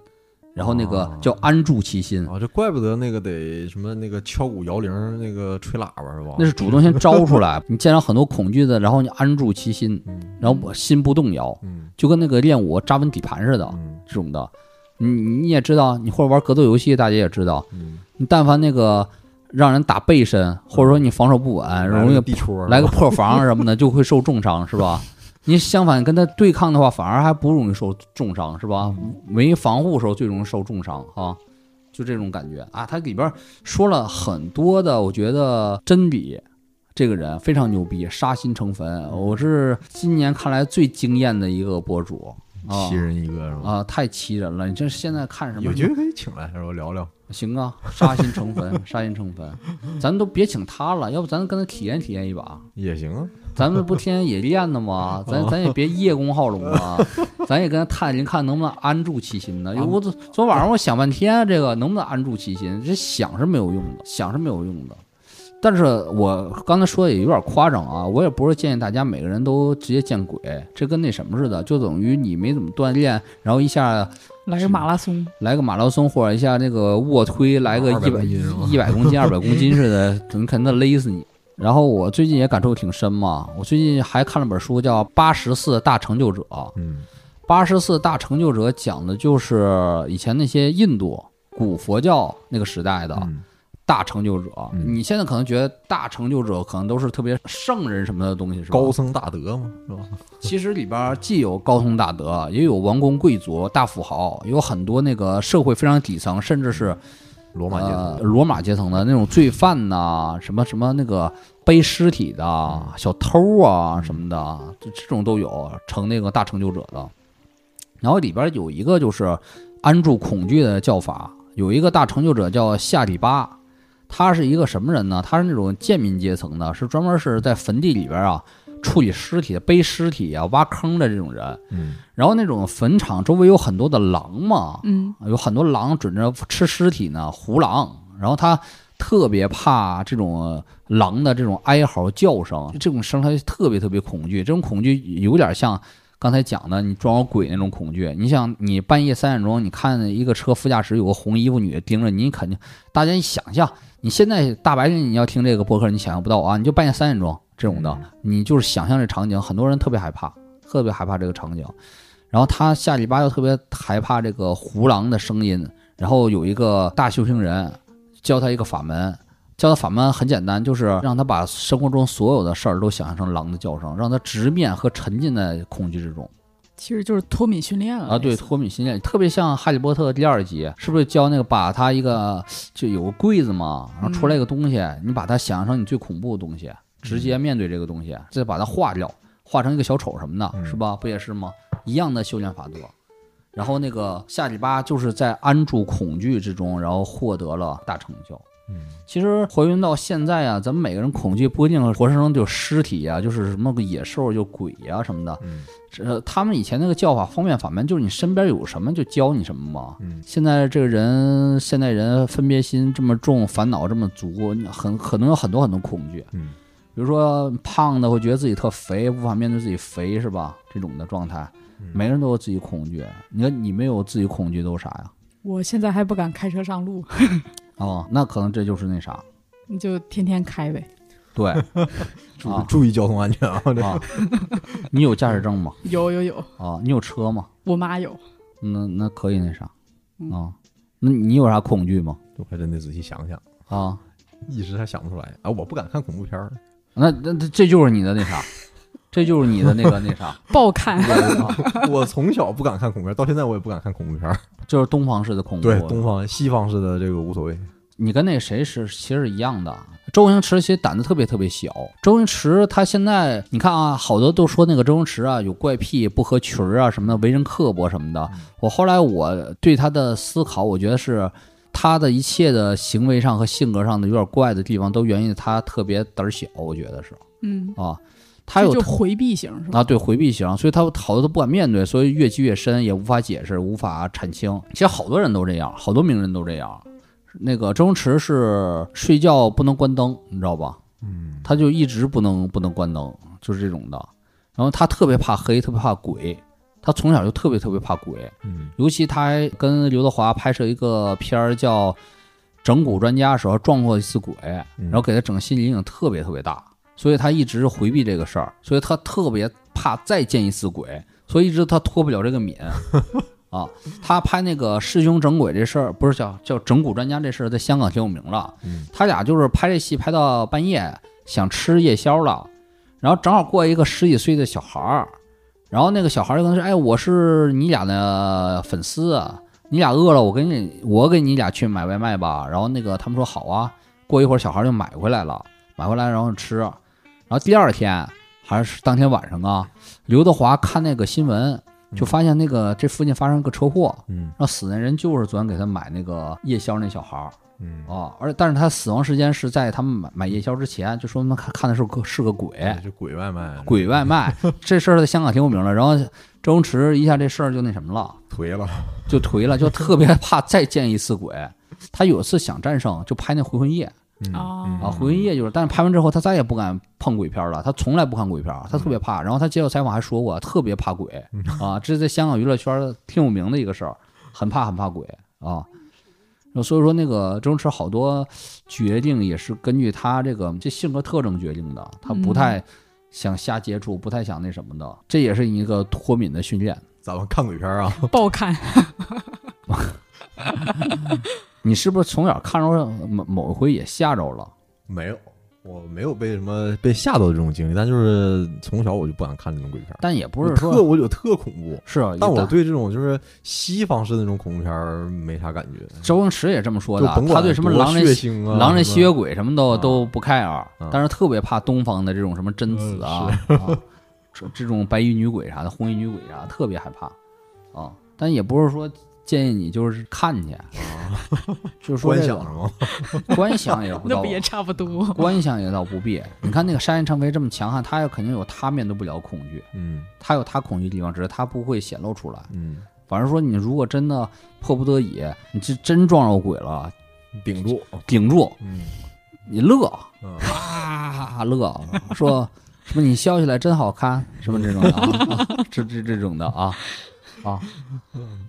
Speaker 2: 然后那个
Speaker 1: 啊
Speaker 2: 叫安住其心，
Speaker 1: 啊，这怪不得那个得什么那个敲鼓摇铃儿，那个吹喇叭是吧？
Speaker 2: 那是主动先招出来。你见到很多恐惧的，然后你安住其心，
Speaker 1: 嗯
Speaker 2: 然后我心不动摇，
Speaker 1: 嗯
Speaker 2: 就跟那个练武扎稳底盘似的
Speaker 1: 嗯
Speaker 2: 这种的。你你也知道，你或者玩格斗游戏，大家也知道，
Speaker 1: 嗯，
Speaker 2: 你但凡那个让人打背身，或者说你防守不稳，容
Speaker 1: 哎嗯来
Speaker 2: 易
Speaker 1: 个地戳儿
Speaker 2: 来个
Speaker 1: 是吧
Speaker 2: 破防什么的，就会受重伤，
Speaker 1: (laughs)
Speaker 2: 是吧？你相反跟他对抗的话，反而还不容易受重伤，是吧？
Speaker 1: 嗯
Speaker 2: 没防护的时候最容易受重伤啊，就这种感觉啊。他里边说了很多的，我觉得真理，这个人非常牛逼，杀心成坟，我是今年看来最惊艳的一个博主啊
Speaker 1: 七人一个是吧？
Speaker 2: 啊，太奇人了！你这现在看什么
Speaker 1: 有？机会可以请来是吧？聊聊。
Speaker 2: 行啊，杀心成 (laughs) 坟，杀心成坟，咱都别请他了，要不咱跟他体验体验一把。
Speaker 1: 也行啊，
Speaker 2: 咱们不天天也练呢吗？咱咱也别叶公好龙 (laughs) 啊，咱也跟他探听看能不能安住其心呢。因为我昨昨晚上我想半天，啊这个能不能安住其心？这想是没有用的，想是没有用的。但是我刚才说的也有点夸张啊，我也不是建议大家每个人都直接见鬼，这跟那什么似的，就等于你没怎么锻炼，然后一下
Speaker 3: 来个马拉松，
Speaker 2: 来个马拉松或者一下那个卧推来个一
Speaker 1: 200
Speaker 2: 百
Speaker 1: 公斤是吧
Speaker 2: 一
Speaker 1: (laughs)
Speaker 2: 百公斤、二百公斤似的，你肯定得勒死你。然后我最近也感触挺深嘛，我最近还看了本书叫《八十四大成就者》，
Speaker 1: 嗯
Speaker 2: 八十四大成就者讲的就是以前那些印度古佛教那个时代的
Speaker 1: 嗯
Speaker 2: 大成就者。
Speaker 1: 嗯
Speaker 2: 你现在可能觉得大成就者可能都是特别圣人什么的东西，是吧？
Speaker 1: 高僧大德嘛是吧？
Speaker 2: 其实里边儿既有高僧大德，也有王公贵族、大富豪，也有很多那个社会非常底层，甚至是
Speaker 1: 罗马阶
Speaker 2: 呃
Speaker 1: 层，
Speaker 2: 罗马阶层的那种罪犯呐、什么什么那个背尸体的小偷啊什么的，这这种都有成那个大成就者的。然后里边有一个就是安住恐惧的教法，有一个大成就者叫夏里巴，他是一个什么人呢？他是那种贱民阶层的，是专门是在坟地里边啊处理尸体、背尸体啊、挖坑的这种人。
Speaker 1: 嗯
Speaker 2: 然后那种坟场周围有很多的狼嘛，
Speaker 3: 嗯
Speaker 2: 有很多狼准着吃尸体呢，胡狼。然后他特别怕这种狼的这种哀嚎叫声，这种声他特别特别恐惧。这种恐惧有点像刚才讲的你装鬼那种恐惧。你想，你半夜三点钟，你看一个车副驾驶有个红衣服女的盯着你，你肯定大家一想象，你现在大白天你要听这个播客，你想象不到啊，你就半夜三点钟这种的
Speaker 1: 嗯，
Speaker 2: 你就是想象这场景，很多人特别害怕，特别害怕这个场景。然后他下里巴又特别害怕这个胡狼的声音，然后有一个大修行人教他一个法门，教他法门很简单，就是让他把生活中所有的事儿都想象成狼的叫声，让他直面和沉浸在恐惧之中
Speaker 3: 其实就是脱敏训练了
Speaker 2: 啊！对，，脱敏心念，特别像《哈利波特》第二集，是不是教那个把他一个就有个柜子嘛，然后出来一个东西，你把它想象成你最恐怖的东西，直接面对这个东西，再把它化掉，化成一个小丑什么的，
Speaker 1: 嗯
Speaker 2: 是吧？不也是吗？一样的修炼法则。然后那个夏里巴就是在安住恐惧之中，然后获得了大成就。
Speaker 1: 嗯
Speaker 2: 其实回归到现在啊，咱们每个人恐惧不一定活生生就有尸体啊，就是什么个野兽、就鬼啊什么的。
Speaker 1: 嗯
Speaker 2: 这他们以前那个教法方便法门，就是你身边有什么就教你什么嘛。
Speaker 1: 嗯
Speaker 2: 现在这个人，现代人分别心这么重，烦恼这么足，你很可能有很多很多恐惧。
Speaker 1: 嗯
Speaker 2: 比如说胖的会觉得自己特肥，无法面对自己肥是吧？这种的状态，
Speaker 1: 嗯
Speaker 2: 每个人都有自己恐惧。你看你没有自己恐惧都有啥呀？
Speaker 3: 我现在还不敢开车上路， (laughs)
Speaker 2: 哦，那可能这就是那啥，
Speaker 3: 你就天天开呗。
Speaker 2: 对
Speaker 1: (laughs) 注
Speaker 2: 啊
Speaker 1: 注意交通安全啊！这
Speaker 2: 啊，你有驾驶证吗？
Speaker 3: 有有有，
Speaker 2: 啊，你有车吗？
Speaker 3: 我
Speaker 2: (laughs)
Speaker 3: 妈有，
Speaker 2: 那那可以那啥
Speaker 3: 嗯
Speaker 2: 啊，那你有啥恐惧吗？
Speaker 1: 我还真得仔细想想，
Speaker 2: 啊，
Speaker 1: 一时还想不出来啊！我不敢看恐怖片儿，
Speaker 2: 那那这这就是你的那啥这就是你的那个那
Speaker 3: (laughs)
Speaker 2: 啥，
Speaker 3: 爆看。
Speaker 1: 我从小不敢看恐怖片，到现在我也不敢看恐怖片儿。
Speaker 2: 就是东方式的恐怖。
Speaker 1: 对，东方、西方式的这个无所谓。
Speaker 2: 你跟那谁是其实是一样的。周星驰其实胆子特别特别小。周星驰他现在你看啊，好多都说那个周星驰啊有怪癖、不合群儿啊什么的，为人刻薄什么的。
Speaker 3: 嗯
Speaker 2: 我后来我对他的思考，我觉得是他的一切的行为上和性格上的有点怪的地方，都源于他特别胆儿小。我觉得是
Speaker 3: 嗯，
Speaker 2: 啊，他有
Speaker 3: 这就回避型是吧？
Speaker 2: 啊，对回避型，所以他好多都不敢面对，所以越积越深，也无法解释，无法阐清。其实好多人都这样，好多名人都这样。那个周星驰是睡觉不能关灯，你知道吧？
Speaker 1: 嗯，
Speaker 2: 他就一直不能不能关灯，就是这种的。然后他特别怕黑，特别怕鬼，他从小就特别特别怕鬼。
Speaker 1: 嗯
Speaker 2: 尤其他还跟刘德华拍摄一个片儿叫《整蛊专家》的时候撞过一次鬼，
Speaker 1: 嗯
Speaker 2: 然后给他整个心理阴影特别特别大，所以他一直回避这个事儿，所以他特别怕再见一次鬼，所以一直他脱不了这
Speaker 1: (laughs)
Speaker 2: 个敏。啊，他拍那个师兄整鬼这事儿，不是叫叫整蛊专家这事儿，在香港挺有名了。
Speaker 1: 嗯
Speaker 2: 他俩就是拍这戏拍到半夜，想吃夜宵了，然后正好过一个十几岁的小孩儿，然后那个小孩儿就跟他说：“哎，我是你俩的粉丝，啊你俩饿了，我给你我给你俩去买外卖吧。”然后那个他们说好啊，过一会儿小孩儿就买回来了，买回来然后吃，然后第二天还是当天晚上啊，刘德华看那个新闻，就发现那个这附近发生个车祸。
Speaker 1: 嗯
Speaker 2: 然后死那人就是昨天给他买那个夜宵那小孩儿，
Speaker 1: 嗯，
Speaker 2: 哦，而但是他死亡时间是在他们买买夜宵之前，就说他们看看的是个是个鬼
Speaker 1: 就哎鬼外卖，
Speaker 2: 鬼外卖，这事儿在香港挺有名的。然后周星驰一下这事儿就那什么了，
Speaker 1: 颓了。
Speaker 2: 就颓了，就特别怕再见一次鬼。他有一次想战胜，就拍那《回魂夜》
Speaker 1: 嗯
Speaker 3: 哦
Speaker 1: 嗯
Speaker 2: 啊，《回魂夜》就是，但是拍完之后他再也不敢碰鬼片了，他从来不看鬼片，他
Speaker 1: 嗯
Speaker 2: 特别怕。然后他接受采访还说过，特别怕鬼啊，这是在香港娱乐圈儿挺有名的一个事儿，很怕很怕鬼啊。然后所以说，那个周星驰好多决定也是根据他这个这性格特征决定的，他不太想瞎接触，不太想那什么的，这也是一个脱敏的训练。
Speaker 1: 咱们看鬼片啊，
Speaker 2: 嗯
Speaker 3: 爆看。
Speaker 2: 你是不是从小看着某某一回也吓着了？
Speaker 1: 没有，我没有被什么被吓到的这种经历，但就是从小我就不敢看这种鬼片儿，
Speaker 2: 但也不是
Speaker 1: 我特
Speaker 2: 说
Speaker 1: 我有特恐怖。
Speaker 2: 是啊，
Speaker 1: 但我
Speaker 2: 也
Speaker 1: 对这种就是西方式的那种恐怖片儿没啥感觉，
Speaker 2: 周星驰也这么说
Speaker 1: 就
Speaker 2: 的，
Speaker 1: 甭管
Speaker 2: 他对什么狼人
Speaker 1: 多血腥啊、
Speaker 2: 狼人吸血
Speaker 1: 什么
Speaker 2: 鬼什么都
Speaker 1: 啊
Speaker 2: 都不 care，
Speaker 1: 啊
Speaker 2: 但是特别怕东方的这种什么贞子啊，啊这这种白衣女鬼啥的，红衣女鬼啥的，特别害怕啊。但也不是说建议你就是看去，啊就是说
Speaker 1: 观
Speaker 2: 这
Speaker 1: 想
Speaker 2: 个
Speaker 1: 是 (laughs) 吗？
Speaker 2: (laughs) 观想也不
Speaker 3: 那
Speaker 2: 到
Speaker 3: 不，也差不多？
Speaker 2: 观想也倒不必。你看那个沙县昌飞这么强悍，他也肯定有他面对不了的恐惧，
Speaker 1: 嗯
Speaker 2: 他有他恐惧的地方，只是他不会显露出来。
Speaker 1: 嗯，
Speaker 2: 反正说你如果真的迫不得已，你这真撞着鬼了，
Speaker 1: 顶住，
Speaker 2: 顶住，
Speaker 1: 嗯
Speaker 2: 你乐，
Speaker 1: 嗯
Speaker 2: 啊乐，说什么你笑起来真好看，什么这种的啊，啊这这这种的啊啊，
Speaker 1: 嗯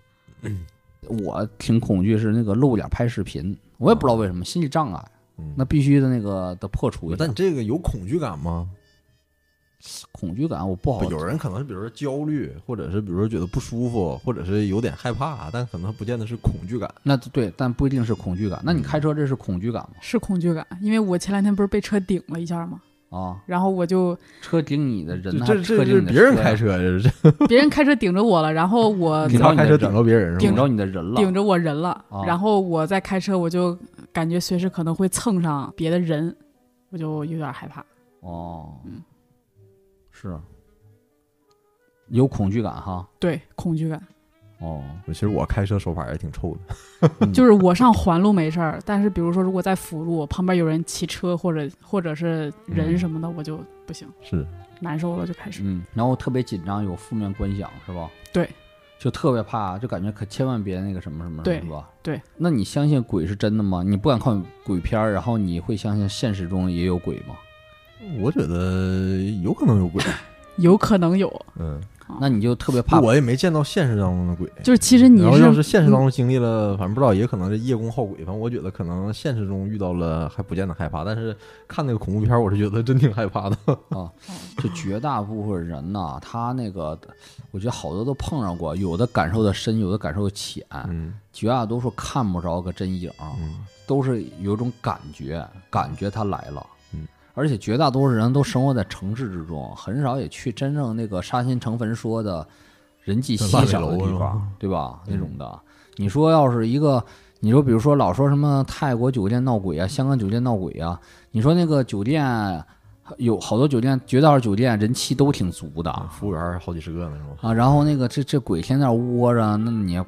Speaker 2: 我挺恐惧是那个露脸拍视频，我也不知道为什么心理障碍，
Speaker 1: 嗯。
Speaker 2: 那必须的那个得破除一下
Speaker 1: 但你这个有恐惧感吗？
Speaker 2: 恐惧感，我不好
Speaker 1: 不，有人可能是比如说焦虑，或者是比如说觉得不舒服，或者是有点害怕，但可能不见得是恐惧感。
Speaker 2: 那对，但不一定是恐惧感，那你
Speaker 1: 嗯
Speaker 2: 开车这是恐惧感
Speaker 3: 是恐惧感，因为我前两天不是被车顶了一下吗？
Speaker 2: 吗？啊，
Speaker 3: 然后我就
Speaker 2: 车顶你的人，还
Speaker 1: 这这
Speaker 2: 车顶
Speaker 1: 是
Speaker 2: 你的
Speaker 1: 别人
Speaker 2: 车呀
Speaker 1: 开，车，这是
Speaker 3: 别人开车顶着我了，然后我
Speaker 2: (laughs) 你
Speaker 1: 你
Speaker 2: 知道
Speaker 1: 他开车
Speaker 2: 这
Speaker 1: 顶着别人是
Speaker 2: 顶
Speaker 1: 吗？
Speaker 2: 着你的人了，
Speaker 3: 顶着我人了
Speaker 2: 啊，
Speaker 3: 然后我在开车，我就感觉随时可能会蹭上别的人，我就有点害怕。
Speaker 2: 哦
Speaker 3: 嗯，
Speaker 2: 是有恐惧感哈。
Speaker 3: 对，恐惧感
Speaker 2: (laughs) 哦，
Speaker 1: 其实我开车手法也挺臭的，
Speaker 2: 嗯
Speaker 3: 就是我上环路没事儿，但是比如说如果在辅路旁边有人骑车或者或者是人什么的，我就不行，
Speaker 1: 是
Speaker 3: 难受了就开始。
Speaker 2: 嗯，然后特别紧张，有负面观想是吧？
Speaker 3: 对，
Speaker 2: 就特别怕，就感觉可千万别那个什么什么，
Speaker 3: 对
Speaker 2: 是吧？
Speaker 3: 对。
Speaker 2: 那你相信鬼是真的吗？你不敢看鬼片儿，然后你会相信现实中也有鬼吗？
Speaker 1: 我觉得有可能有鬼，
Speaker 3: 有可能有，
Speaker 2: 哎
Speaker 1: (clears throat) 嗯，
Speaker 2: 那你就特别怕，
Speaker 1: 我也没见到现实当中的鬼。
Speaker 3: 就是其实你
Speaker 1: 然后要是
Speaker 3: 是
Speaker 1: 现实当中经历了，反正不知道，也可能是叶公好鬼。反正我觉得可能现实中遇到了还不见得害怕，但是看那个恐怖片儿，我是觉得真挺害怕的。
Speaker 2: 就绝大部分人呐、他那个，我觉得好多都碰上过，有的感受的深，有的感受的浅，
Speaker 1: 嗯
Speaker 2: 绝大多数看不着个真影儿。
Speaker 1: 嗯
Speaker 2: 都是有一种感觉，感觉他来了。
Speaker 1: 嗯，
Speaker 2: 而且绝大多数人都生活在城市之中，很少也去真正那个杀心成坟说的人迹稀少的
Speaker 1: 烂尾
Speaker 2: 地
Speaker 1: 楼是吧嗯
Speaker 2: 方，对吧？那种的，你说要是一个，你说比如说老说什么泰国酒店闹鬼啊，香港酒店闹鬼啊，你说那个酒店有好多酒店，绝大多数酒店人气都挺足的，
Speaker 1: 啊服务员儿好几十个呢，是吗？
Speaker 2: 啊，然后那个这这鬼天天窝着，那你也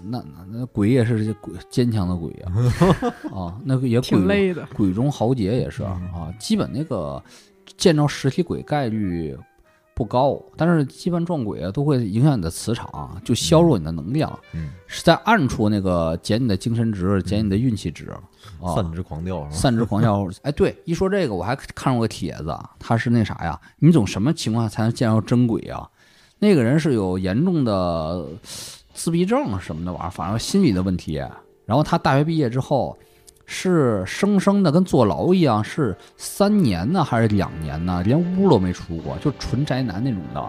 Speaker 2: 那那那鬼也是这鬼坚强的鬼呀、
Speaker 1: (laughs)
Speaker 2: 啊，那个也鬼
Speaker 3: 挺
Speaker 2: 中
Speaker 3: 累的。
Speaker 2: 鬼中豪杰也是
Speaker 1: 嗯
Speaker 2: 啊，基本那个见着实体鬼概率不高，但是基本撞鬼啊都会影响你的磁场，啊就削弱你的能量，
Speaker 1: 嗯，
Speaker 2: 是在暗处那个减你的精神值，减你的运气值啊，
Speaker 1: 散之狂掉是吧？
Speaker 2: 散之
Speaker 1: (laughs)
Speaker 2: 狂笑。哎，对，一说这个，我还看过个帖子，啊他是那啥呀？你总什么情况下才能见到真鬼啊？那个人是有严重的呃自闭症什么的玩意儿，反正心理的问题。然后他大学毕业之后，是生生的跟坐牢一样，是三年呢还是两年呢？连屋都没出过，就纯宅男那种的。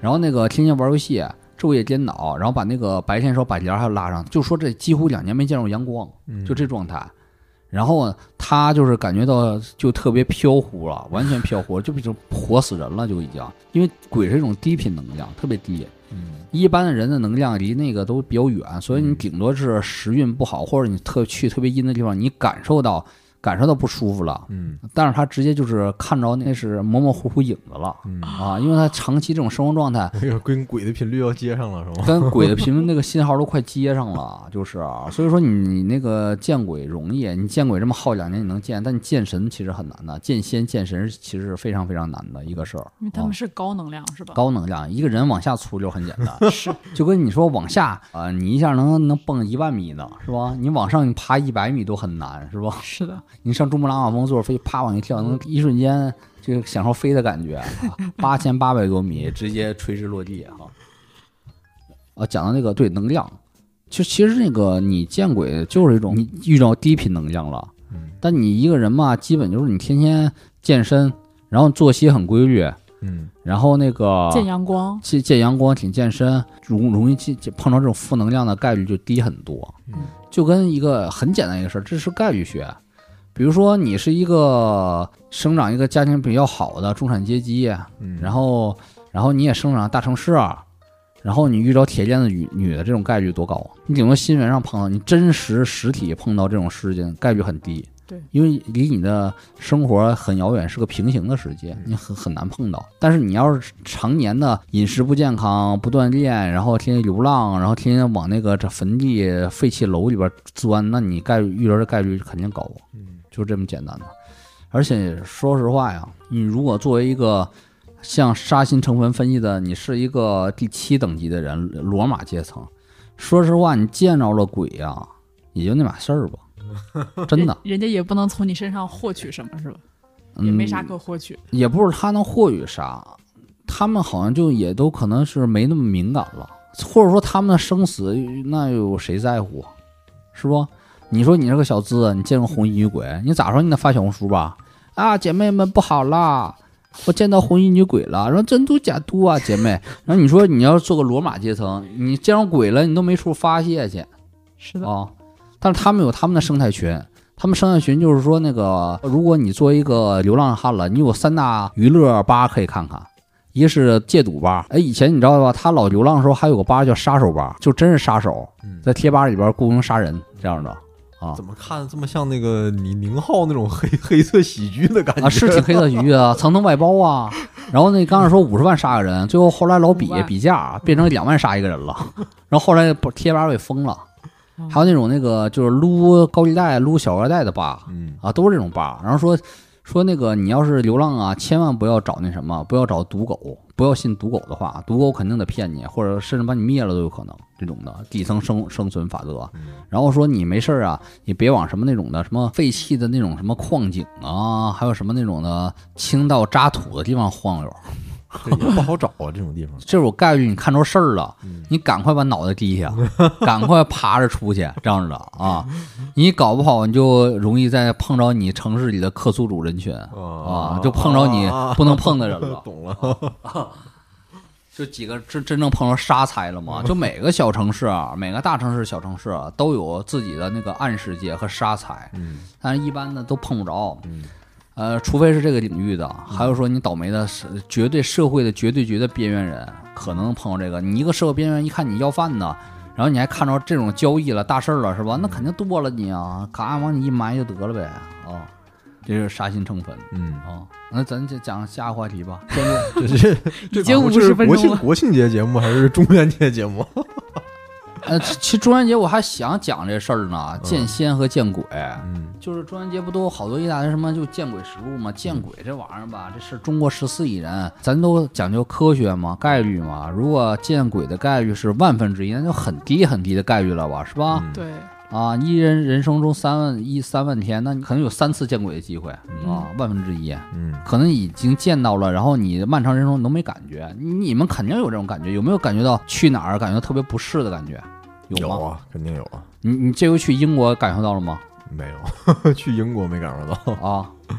Speaker 2: 然后那个天天玩游戏，昼夜颠倒，然后把那个白天的时候把帘儿还拉上，就说这几乎两年没见着阳光，
Speaker 1: 嗯
Speaker 2: 就这状态。然后呢他就是感觉到就特别飘忽了，完全飘忽了，就比如活死人了，就已经。因为鬼是一种低频能量，特别低，
Speaker 1: 嗯，
Speaker 2: 一般的人的能量离那个都比较远，所以你
Speaker 1: 嗯
Speaker 2: 顶多是时运不好，或者你特去特别阴的地方，你感受到感受到不舒服了，
Speaker 1: 嗯
Speaker 2: 但是他直接就是看着那是模模糊糊影子了
Speaker 1: 嗯，
Speaker 2: 啊，因为他长期这种生活状态，
Speaker 1: 哎呦，跟鬼的频率要接上了是
Speaker 2: (laughs)
Speaker 1: 吗？
Speaker 2: 跟鬼的频率那个信号都快接上了，就是啊、所以说你你那个见鬼容易，你见鬼这么耗两年你能见，但你见神其实很难的，见仙见神其实是非常非常难的一个事儿。啊
Speaker 3: 因为他们是高能量，是吧？
Speaker 2: 哦高能量，一个人往下粗溜很简
Speaker 3: (laughs)
Speaker 2: 单，是就跟你说往下啊、呃你一下能能蹦一万米呢，是吧？你往上你爬一百米都很难，是吧？
Speaker 3: 是的，
Speaker 2: 你上珠穆朗玛峰坐着飞，啪往一跳，能一瞬间就享受飞的感觉，啊八千八百多米直接垂直落地哈。啊，讲到那个对能量，其实其实那个你见鬼就是一种你遇到低频能量了，
Speaker 1: 嗯
Speaker 2: 但你一个人嘛，基本就是你天天健身，然后作息很规律，
Speaker 1: 嗯
Speaker 2: 然后那个
Speaker 3: 见阳光，
Speaker 2: 见见阳光、挺健身，容容易见见碰到这种负能量的概率就低很多。
Speaker 1: 嗯，
Speaker 2: 就跟一个很简单一个事儿，这是概率学。比如说你是一个生长一个家庭比较好的中产阶级，
Speaker 1: 嗯，
Speaker 2: 然后然后你也生长大城市，啊然后你遇着铁链子女女的这种概率多高？啊你顶多新闻上碰到，你真实实体碰到这种事情概率很低。
Speaker 3: 对，
Speaker 2: 因为离你的生活很遥远，是个平行的世界，你很很难碰到。但是你要是常年的饮食不健康、不锻炼，然后天天流浪，然后天天往那个这坟地、废弃楼里边钻，那你概率遇着的概率肯定高。啊
Speaker 1: 嗯
Speaker 2: 就这么简单的。而且说实话呀，你如果作为一个像杀心成分分析的，你是一个第七等级的人，罗马阶层，说实话，你见着了鬼呀、也就那码事儿吧，真的，
Speaker 3: 人人家也不能从你身上获取什么，是吧？
Speaker 2: 嗯、
Speaker 3: 也没啥可获取。
Speaker 2: 也不是他能获取啥，他们好像就也都可能是没那么敏感了，或者说他们的生死那有谁在乎，啊是不？你说你是个小资，你见个红衣女鬼，你咋说你得发小红书吧？啊，姐妹们不好啦，我见到红衣女鬼了，然后真嘟假嘟啊，姐妹。然后你说你要是做个罗马阶层，你见着鬼了，你都没处发泄去，
Speaker 3: 是的，
Speaker 2: 啊、但是他们有他们的生态群，他们生态群就是说，那个如果你作为一个流浪汉了，你有三大娱乐吧可以看看。一个是戒赌吧，哎，以前你知道吧？他老流浪的时候还有个吧叫杀手吧，就真是杀手，
Speaker 1: 嗯，
Speaker 2: 在贴吧里边雇佣杀人这样的啊
Speaker 1: 怎么看这么像那个李宁浩那种黑 (laughs) 黑色喜剧的感觉？
Speaker 2: 啊，是挺黑色喜剧啊，层层外包啊。然后那刚才说五十万杀个人，最后后来老比
Speaker 3: 五万
Speaker 2: 比价变成两万杀一个人了，然后后来不贴吧被封了。
Speaker 3: 嗯
Speaker 2: 还有那种那个就是撸高利贷、撸小额贷的吧，
Speaker 1: (laughs)
Speaker 3: 哦
Speaker 1: 嗯
Speaker 2: 啊，都是这种吧。然后说说那个你要是流浪啊，千万不要找那什么，不要找赌狗，不要信赌狗的话，赌狗肯定得骗你，或者甚至把你灭了都有可能。这种的底层生生存法则。然后说你没事儿啊，你别往什么那种的什么废弃的那种什么矿井啊，还有什么那种的倾倒渣土的地方晃悠。
Speaker 1: 这也不好找啊，这种地方。
Speaker 2: 这种概率你看着事儿了
Speaker 1: 嗯，
Speaker 2: 你赶快把脑袋低下， (laughs) 赶快爬着出去，这样的啊，你搞不好你就容易再碰着你城市里的克苏鲁人群啊，就碰着你
Speaker 1: 啊
Speaker 2: 不能碰的
Speaker 1: (laughs)
Speaker 2: 人了。
Speaker 1: 懂了，
Speaker 2: 就几个真真正碰着杀财了嘛？就每个小城市啊，每个大城市、小城市啊，都有自己的那个暗世界和杀财，
Speaker 1: 嗯
Speaker 2: 但是一般的都碰不着。
Speaker 1: 嗯
Speaker 2: 呃，除非是这个领域的，还有说你倒霉的是绝对社会的绝对绝对边缘人，可能碰到这个。你一个社会边缘人，一看你要饭的，然后你还看着这种交易了大事儿了，是
Speaker 1: 嗯
Speaker 2: 吧？那肯定剁了你啊，嘎往你一埋就得了呗。哦，这是杀心成坟
Speaker 1: (laughs) 嗯，
Speaker 2: 哦。那咱就讲下个话题吧。
Speaker 1: 这是
Speaker 3: 已经
Speaker 1: 这
Speaker 3: 五
Speaker 1: 这是
Speaker 3: 十分
Speaker 1: 国
Speaker 3: 钟
Speaker 1: 庆
Speaker 3: 了。
Speaker 1: 国庆节节目还是中元节节目？
Speaker 2: 呃，其其实中元节我还想讲这事儿呢，见
Speaker 1: 嗯
Speaker 2: 仙和见鬼。
Speaker 1: 嗯
Speaker 2: 就是中元节不都有好多一大堆什么就见鬼实录嘛？见鬼这玩意儿吧，这是中国十四亿人，咱都讲究科学嘛，概率嘛。如果见鬼的概率是万分之一，那就很低很低的概率了吧，是吧？
Speaker 1: 嗯
Speaker 3: 对，
Speaker 2: 啊，一人人生中三万一三万天，那你可能有三次见鬼的机会啊，万分之一。
Speaker 1: 嗯，
Speaker 2: 可能已经见到了，然后你漫长人生都没感觉，你你们肯定有这种感觉，有没有感觉到去哪儿感觉到特别不适的感觉？有吗？
Speaker 1: 啊，肯定有啊。
Speaker 2: 你你这回去英国感受到
Speaker 1: (laughs)
Speaker 2: 了吗？
Speaker 1: 没 (laughs) 有，去英国没赶上 (laughs) 到。
Speaker 2: 啊，
Speaker 3: 嗯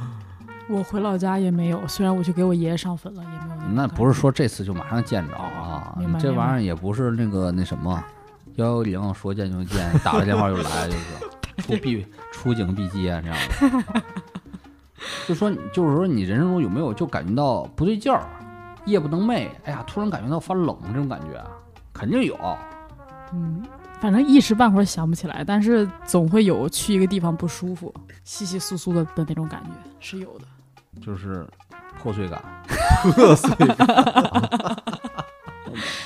Speaker 3: 我回老家也没有，虽然我去给我爷爷上坟了，也没有种
Speaker 2: 那
Speaker 3: 感
Speaker 2: 不是
Speaker 3: 觉
Speaker 2: 说这次就马上见着啊，
Speaker 3: 哦明白
Speaker 2: 这
Speaker 3: 明白
Speaker 2: 玩意儿也不是那个那什么，幺幺零说见就见，打个电话就来，
Speaker 3: (laughs)
Speaker 2: 就是出必出警必接啊这样的。就说你就是说你人生中有没有就感觉到不对劲儿，夜不能寐，哎呀，突然感觉到发冷这种感觉，啊肯定有。
Speaker 3: 嗯，反正一时半会儿想不起来，但是总会有去一个地方不舒服、稀稀疏疏的的那种感觉是有的。
Speaker 2: 就是破碎感， (laughs) 破碎感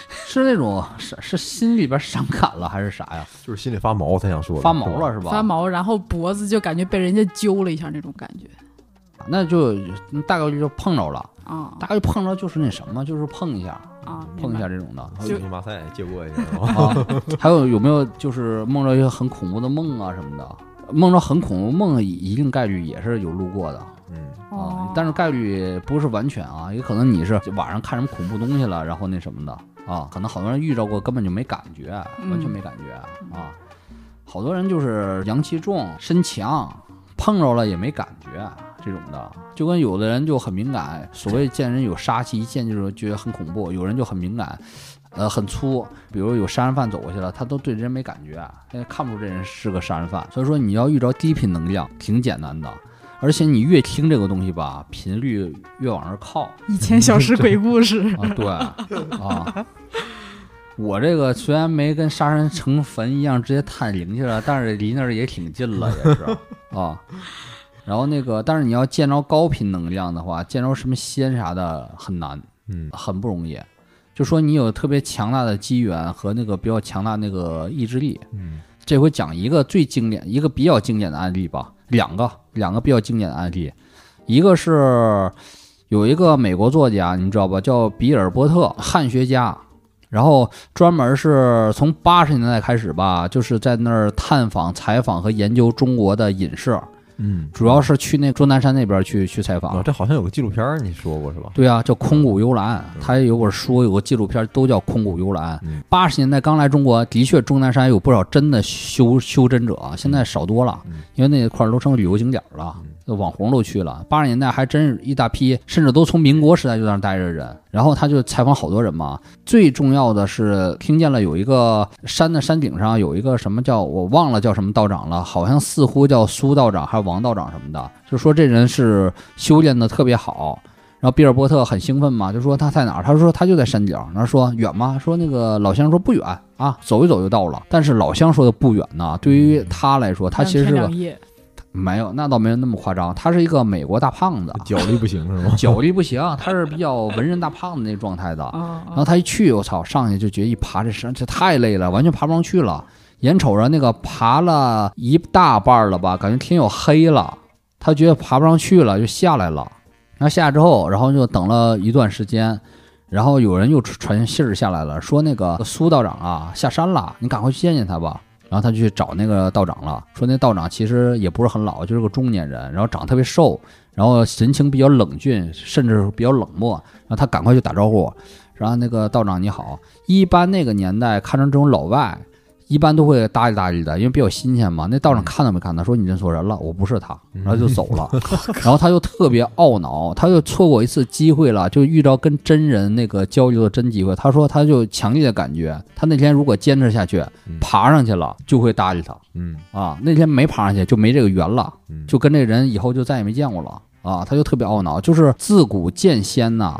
Speaker 2: 是那种是是心里边伤感了还是啥呀？
Speaker 1: 就是心里发毛，他想说的
Speaker 2: 发毛了，是吧？
Speaker 3: 发毛，然后脖子就感觉被人家揪了一下那种感觉
Speaker 2: 那就大概率就碰着了，
Speaker 3: 啊
Speaker 2: 大概率碰着就是那什么，就是碰一下，
Speaker 3: 啊，明
Speaker 2: 碰一
Speaker 3: 白
Speaker 2: 下这种的。
Speaker 1: 是吧
Speaker 3: 就
Speaker 1: 奥运马赛借过一下啊。
Speaker 2: 啊，还有有没有就是梦着一些很恐怖的梦啊什么的？梦着很恐怖梦，一定概率也是有路过的
Speaker 1: 嗯
Speaker 2: 啊
Speaker 3: 哦，，
Speaker 2: 但是概率不是完全啊，也可能你是晚上看什么恐怖东西了，然后那什么的啊，可能好多人遇着过根本就没感觉，
Speaker 3: 嗯
Speaker 2: 完全没感觉啊。好多人就是阳气重、身强，碰着了也没感觉这种的，就跟有的人就很敏感，所谓见人有杀气，一见就是觉得很恐怖；有人就很敏感，呃，很粗，比如有杀人犯走过去了，他都对人没感觉，哎看不出这人是个杀人犯。所以说你要遇着低频能量挺简单的，而且你越听这个东西吧，频率越往上靠。
Speaker 3: 以前小时鬼故 (laughs) 事
Speaker 2: 啊，对啊。我这个虽然没跟杀人成坟一样直接探灵去了，但是离那儿也挺近了，也是啊。然后那个，但是你要见着高频能量的话，见着什么仙啥的很难，
Speaker 1: 嗯
Speaker 2: 很不容易。就说你有特别强大的机缘和那个比较强大那个意志力。
Speaker 1: 嗯
Speaker 2: 这回讲一个最经典、一个比较经典的案例吧，两个两个比较经典的案例，一个是有一个美国作家，你们知道吧，叫比尔·伯特，汉学家，然后专门是从八十年代开始吧，就是在那儿探访、采访和研究中国的隐士，
Speaker 1: 嗯，
Speaker 2: 主要是去那终南山那边去去采访
Speaker 1: 啊，。这好像有个纪录片儿你说过是吧？
Speaker 2: 对啊，叫《空谷幽兰》，他也有本书，有个纪录片，都叫《空谷幽兰
Speaker 1: 嗯》。
Speaker 2: 八十年代刚来中国，的确终南山有不少真的修修真者，现在少多了
Speaker 1: 嗯，
Speaker 2: 因为那块儿都成旅游景点儿了
Speaker 1: 嗯，
Speaker 2: 那网红都去了。八十年代还真是一大批，甚至都从民国时代就在那儿待着的人。然后他就采访好多人嘛，最重要的是听见了有一个山的山顶上有一个什么叫我忘了叫什么道长了，好像似乎叫苏道长还是王道长什么的，就说这人是修炼的特别好。然后比尔波特很兴奋嘛，就说他在哪儿？他说他就在山顶。然后说远吗？说那个老乡说不远啊，走一走就到了。但是老乡说的不远呢，对于他来说， (laughs) 他其实是
Speaker 3: 两
Speaker 2: 个
Speaker 3: 天两夜
Speaker 2: 没有，那倒没有那么夸张。他是一个美国大胖子，
Speaker 1: 脚力不行是吗？
Speaker 2: 脚力不行，他是比较文人大胖子那状态的。
Speaker 3: 啊
Speaker 2: 然后
Speaker 3: 啊
Speaker 2: 他一去，我操，上去就觉得一爬这山这太累了，完全爬不上去了。眼瞅着那个爬了一大半儿了吧，感觉天又黑了，他觉得爬不上去了，就下来了。然后下来之后，然后就等了一段时间，然后有人又传信儿下来了，说那个苏道长啊下山了，你赶快去见见他吧。然后他就去找那个道长了，说那道长其实也不是很老，就是个中年人，然后长得特别瘦，然后神情比较冷峻，甚至比较冷漠。然后他赶快去打招呼，然后那个道长你好，一般那个年代看着这种老外，一般都会搭理搭理的，因为比较新鲜嘛。那道长看都没看他，说你认错人了，我不是他，然后就走了。然后他就特别懊恼，他就错过一次机会了，就遇到跟真人那个交流的真机会。他说他就强烈的感觉，他那天如果坚持下去
Speaker 1: 嗯，
Speaker 2: 爬上去了就会搭理他
Speaker 1: (laughs) 嗯
Speaker 2: 啊。那天没爬上去就没这个缘了，
Speaker 1: 嗯，
Speaker 2: 就跟这人以后就再也没见过了。啊，他就特别懊恼，就是自古见仙呐、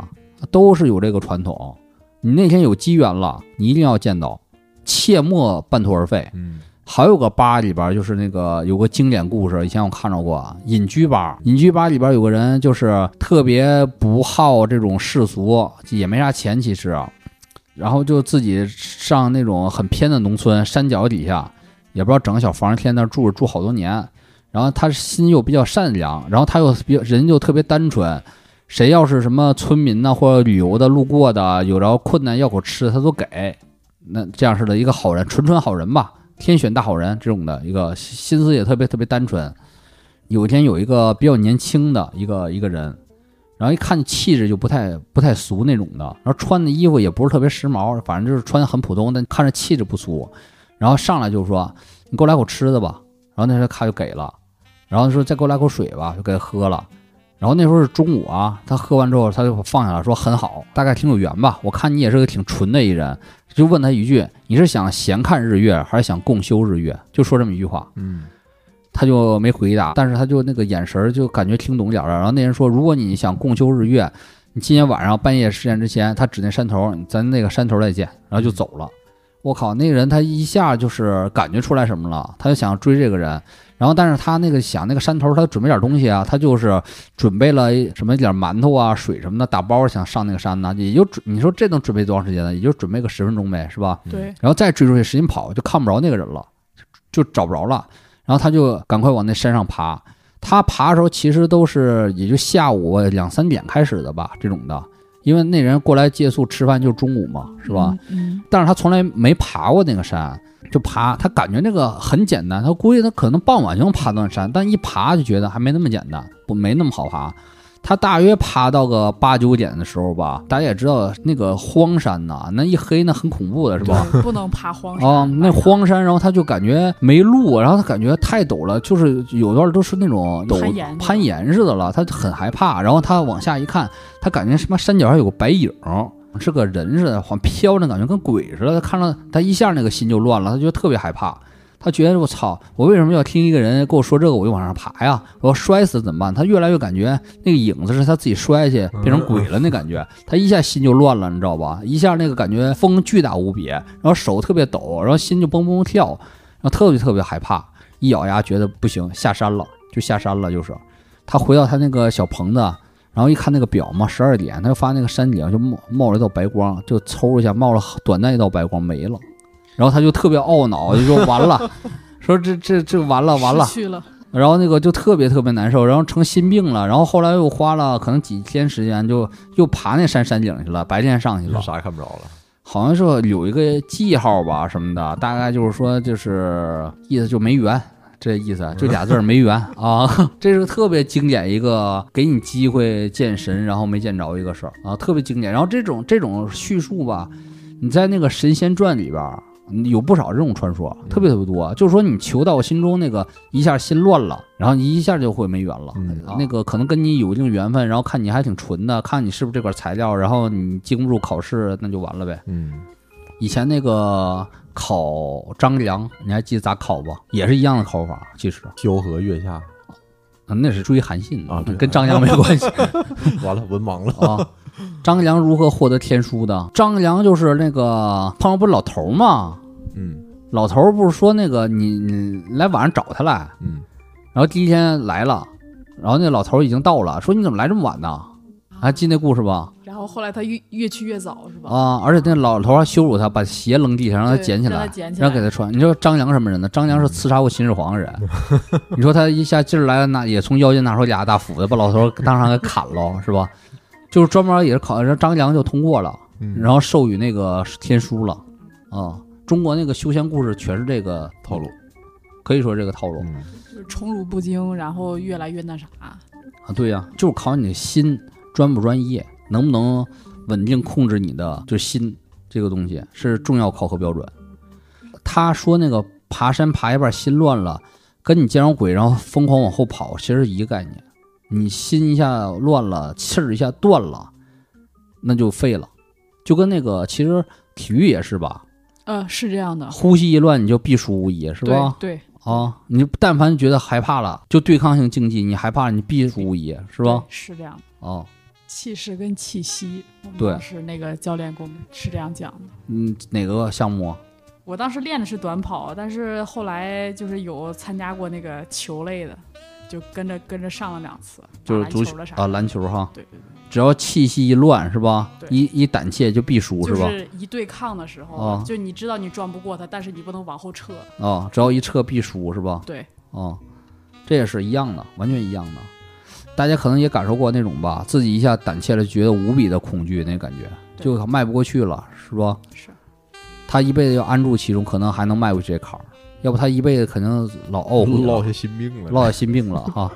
Speaker 2: 都是有这个传统。你那天有机缘了，你一定要见到，切莫半途而废。
Speaker 1: 嗯
Speaker 2: 还有个吧里边儿就是那个有个经典故事，以前我看到过啊，隐居吧。隐居吧里边儿有个人就是特别不好这种世俗，也没啥钱其实，啊然后就自己上那种很偏的农村山脚底下，也不知道整个小房，天天在那儿住着住好多年。然后他心又比较善良，然后他又比较人又特别单纯，谁要是什么村民呐或者旅游的路过的有着困难要口吃的他都给，那这样式的一个好人，纯纯好人吧。天选大好人这种的一个心思也特别特别单纯。有一天有一个比较年轻的一个一个人，然后一看气质就不太不太俗那种的，然后穿的衣服也不是特别时髦，反正就是穿得很普通，但看着气质不俗。然后上来就说：“你给我来口吃的吧。”然后那时候咔就给了，然后说：“再给我来口水吧。”就给他喝了。然后那时候是中午啊，他喝完之后他就放下了，说：“很好，大概挺有缘吧。我看你也是个挺纯的一人，就问他一句：“你是想闲看日月，还是想共修日月？”就说这么一句话，
Speaker 1: 嗯
Speaker 2: 他就没回答，但是他就那个眼神儿就感觉听懂点儿了。然后那人说：“如果你想共修日月，你今天晚上半夜十点之前，他指那山头，咱那个山头再见。”然后就走了。我靠，那个人他一下就是感觉出来什么了，他就想追这个人。然后，但是他那个想那个山头，他准备点东西啊，他就是准备了什么一点馒头啊、水什么的，打包想上那个山呢、也就准你说这能准备多长时间呢？也就准备个十分钟呗，是吧？
Speaker 3: 对，
Speaker 2: 然后再追出去，使劲跑就看不着那个人了，就找不着了。然后他就赶快往那山上爬。他爬的时候其实都是也就下午两三点开始的吧，这种的，因为那人过来借宿吃饭就是中午嘛，是吧？
Speaker 3: 嗯？
Speaker 2: 但是他从来没爬过那个山，就爬，他感觉那个很简单，他估计他可能傍晚就能爬断山，但一爬就觉得还没那么简单，不没那么好爬。他大约爬到个八九点的时候吧，大家也知道那个荒山呐、那一黑那很恐怖的是
Speaker 3: 嗯，
Speaker 2: 吧？
Speaker 3: 对，不能爬荒
Speaker 2: (laughs)
Speaker 3: 山哎
Speaker 2: 啊，那荒山，然后他就感觉没路，啊然后他感觉太陡了，就是有段都是那种陡
Speaker 3: 攀岩
Speaker 2: 攀岩似的了，他就很害怕。然后他往下一看，他感觉什么山脚下有个白影儿，是个人似的，好像飘着，感觉跟鬼似的。他看到他一下那个心就乱了，他觉得特别害怕。他觉得我操，我为什么要听一个人跟我说这个，我就往上爬呀？我要摔死怎么办？他越来越感觉那个影子是他自己摔下去变成鬼了那感觉，他一下心就乱了，你知道吧？一下那个感觉风巨大无比，然后手特别抖，然后心就蹦蹦跳，然后特别特别害怕，一咬牙觉得不行，下山了就下山了，就是他回到他那个小棚子，然后一看那个表嘛，十二点，他就发现那个山顶就冒冒了一道白光，就嗖一下冒了短暂一道白光没了，然后他就特别懊恼，就说完
Speaker 3: (laughs)
Speaker 2: 了，说这这这完了完了
Speaker 3: 哎失，去了，
Speaker 2: 然后那个就特别特别难受，然后成心病了，然后后来又花了可能几天时间就又爬那山山顶去了，白天上去了，
Speaker 1: 嗯啥也看不着了。
Speaker 2: 好像是有一个记号吧什么的，大概就是说就是意思就没缘，这意思就俩字儿没缘啊。 (laughs) 这是特别经典一个给你机会见神，然后没见着一个事儿啊，特别经典。然后这种这种叙述吧，你在那个《神仙传》里边儿嗯有不少这种传说，特别特别多。就是说你求到心中那个一下心乱了，然后你一下就会没缘了。
Speaker 1: 嗯
Speaker 2: 那个可能跟你有一定缘分，然后看你还挺纯的，看你是不是这块材料，然后你经不住考试，那就完了呗。
Speaker 1: 嗯
Speaker 2: 以前那个烤张良，你还记得咋烤吧？也是一样的烤法，其实嗯
Speaker 1: 萧何月下，
Speaker 2: 那是追韩信的嗯
Speaker 1: 啊对
Speaker 2: 跟张良没
Speaker 1: (laughs)
Speaker 2: 关系
Speaker 1: 完了文盲了。
Speaker 2: 啊。张良如何获得天书的？张良就是那个胖不是老头儿吗？
Speaker 1: 嗯
Speaker 2: 老头儿不是说那个你你来晚上找他来，
Speaker 1: 嗯
Speaker 2: 然后第一天来了，然后那老头儿已经到了，说你怎么来这么晚呢？还记得那故事吧？
Speaker 3: 然后后来他越越去越早是吧？
Speaker 2: 啊！而且那老头儿还羞辱他，把鞋扔地上，让他
Speaker 3: 对
Speaker 2: 捡起
Speaker 3: 让
Speaker 2: 来
Speaker 3: 他，捡起
Speaker 2: 然后给
Speaker 3: 来
Speaker 2: 他穿。你说张良什么人呢？张良是刺杀过秦始皇的人。你说他一下劲儿来了，拿也从腰间拿出俩大斧子，把老头儿当场给砍了，是吧？就是专门也是考，然后张良就通过了，
Speaker 1: 嗯，
Speaker 2: 然后授予那个天书了。啊、中国那个修仙故事全是这个
Speaker 1: 套路，
Speaker 2: 可以说这个套路。
Speaker 1: 嗯
Speaker 3: 就是宠辱不惊，然后越来越那啥，
Speaker 2: 啊，对呀、就是考你的心专不专业，能不能稳定控制你的就是心这个东西是重要考核标准。他说那个爬山爬一半心乱了，跟你见着鬼然后疯狂往后跑，其实是一个概念。你心一下乱了，气儿一下断了，那就废了。就跟那个其实体育也是吧，
Speaker 3: 呃，是这样的，
Speaker 2: 呼吸一乱你就必输无疑，是吧？
Speaker 3: 对对，
Speaker 2: 啊！你但凡觉得害怕了，就对抗性竞技，你害怕了你必输无疑，是吧
Speaker 3: 对？是这样的，
Speaker 2: 哦，
Speaker 3: 气势跟气息，我们
Speaker 2: 对
Speaker 3: 当时那个教练给我们是这样讲的。
Speaker 2: 嗯，哪个项目啊？
Speaker 3: 我当时练的是短跑，但是后来就是有参加过那个球类的，就跟着跟着上了两次，
Speaker 2: 就是
Speaker 3: 打篮
Speaker 2: 足
Speaker 3: 球了啥
Speaker 2: 啊，
Speaker 3: 的。
Speaker 2: 篮球哈，
Speaker 3: 对对对，
Speaker 2: 只要气息一乱，是吧？
Speaker 3: 对
Speaker 2: 一一胆怯就必输，
Speaker 3: 就是
Speaker 2: 吧？
Speaker 3: 是一对抗的时候，
Speaker 2: 哦
Speaker 3: 就你知道你撞不过他，但是你不能往后撤。
Speaker 2: 哦，只要一撤必输，是吧？
Speaker 3: 对，
Speaker 2: 哦，这也是一样的，完全一样的。大家可能也感受过那种吧，自己一下胆怯了，觉得无比的恐惧那感觉，
Speaker 3: 对
Speaker 2: 就迈不过去了，是吧？
Speaker 3: 是
Speaker 2: 他一辈子要安住其中，可能还能迈过去这坎儿，要不他一辈子肯定老
Speaker 1: 哦
Speaker 2: 懊悔
Speaker 4: 落
Speaker 2: 了，
Speaker 4: 下心病了，
Speaker 2: 落下心病了哈。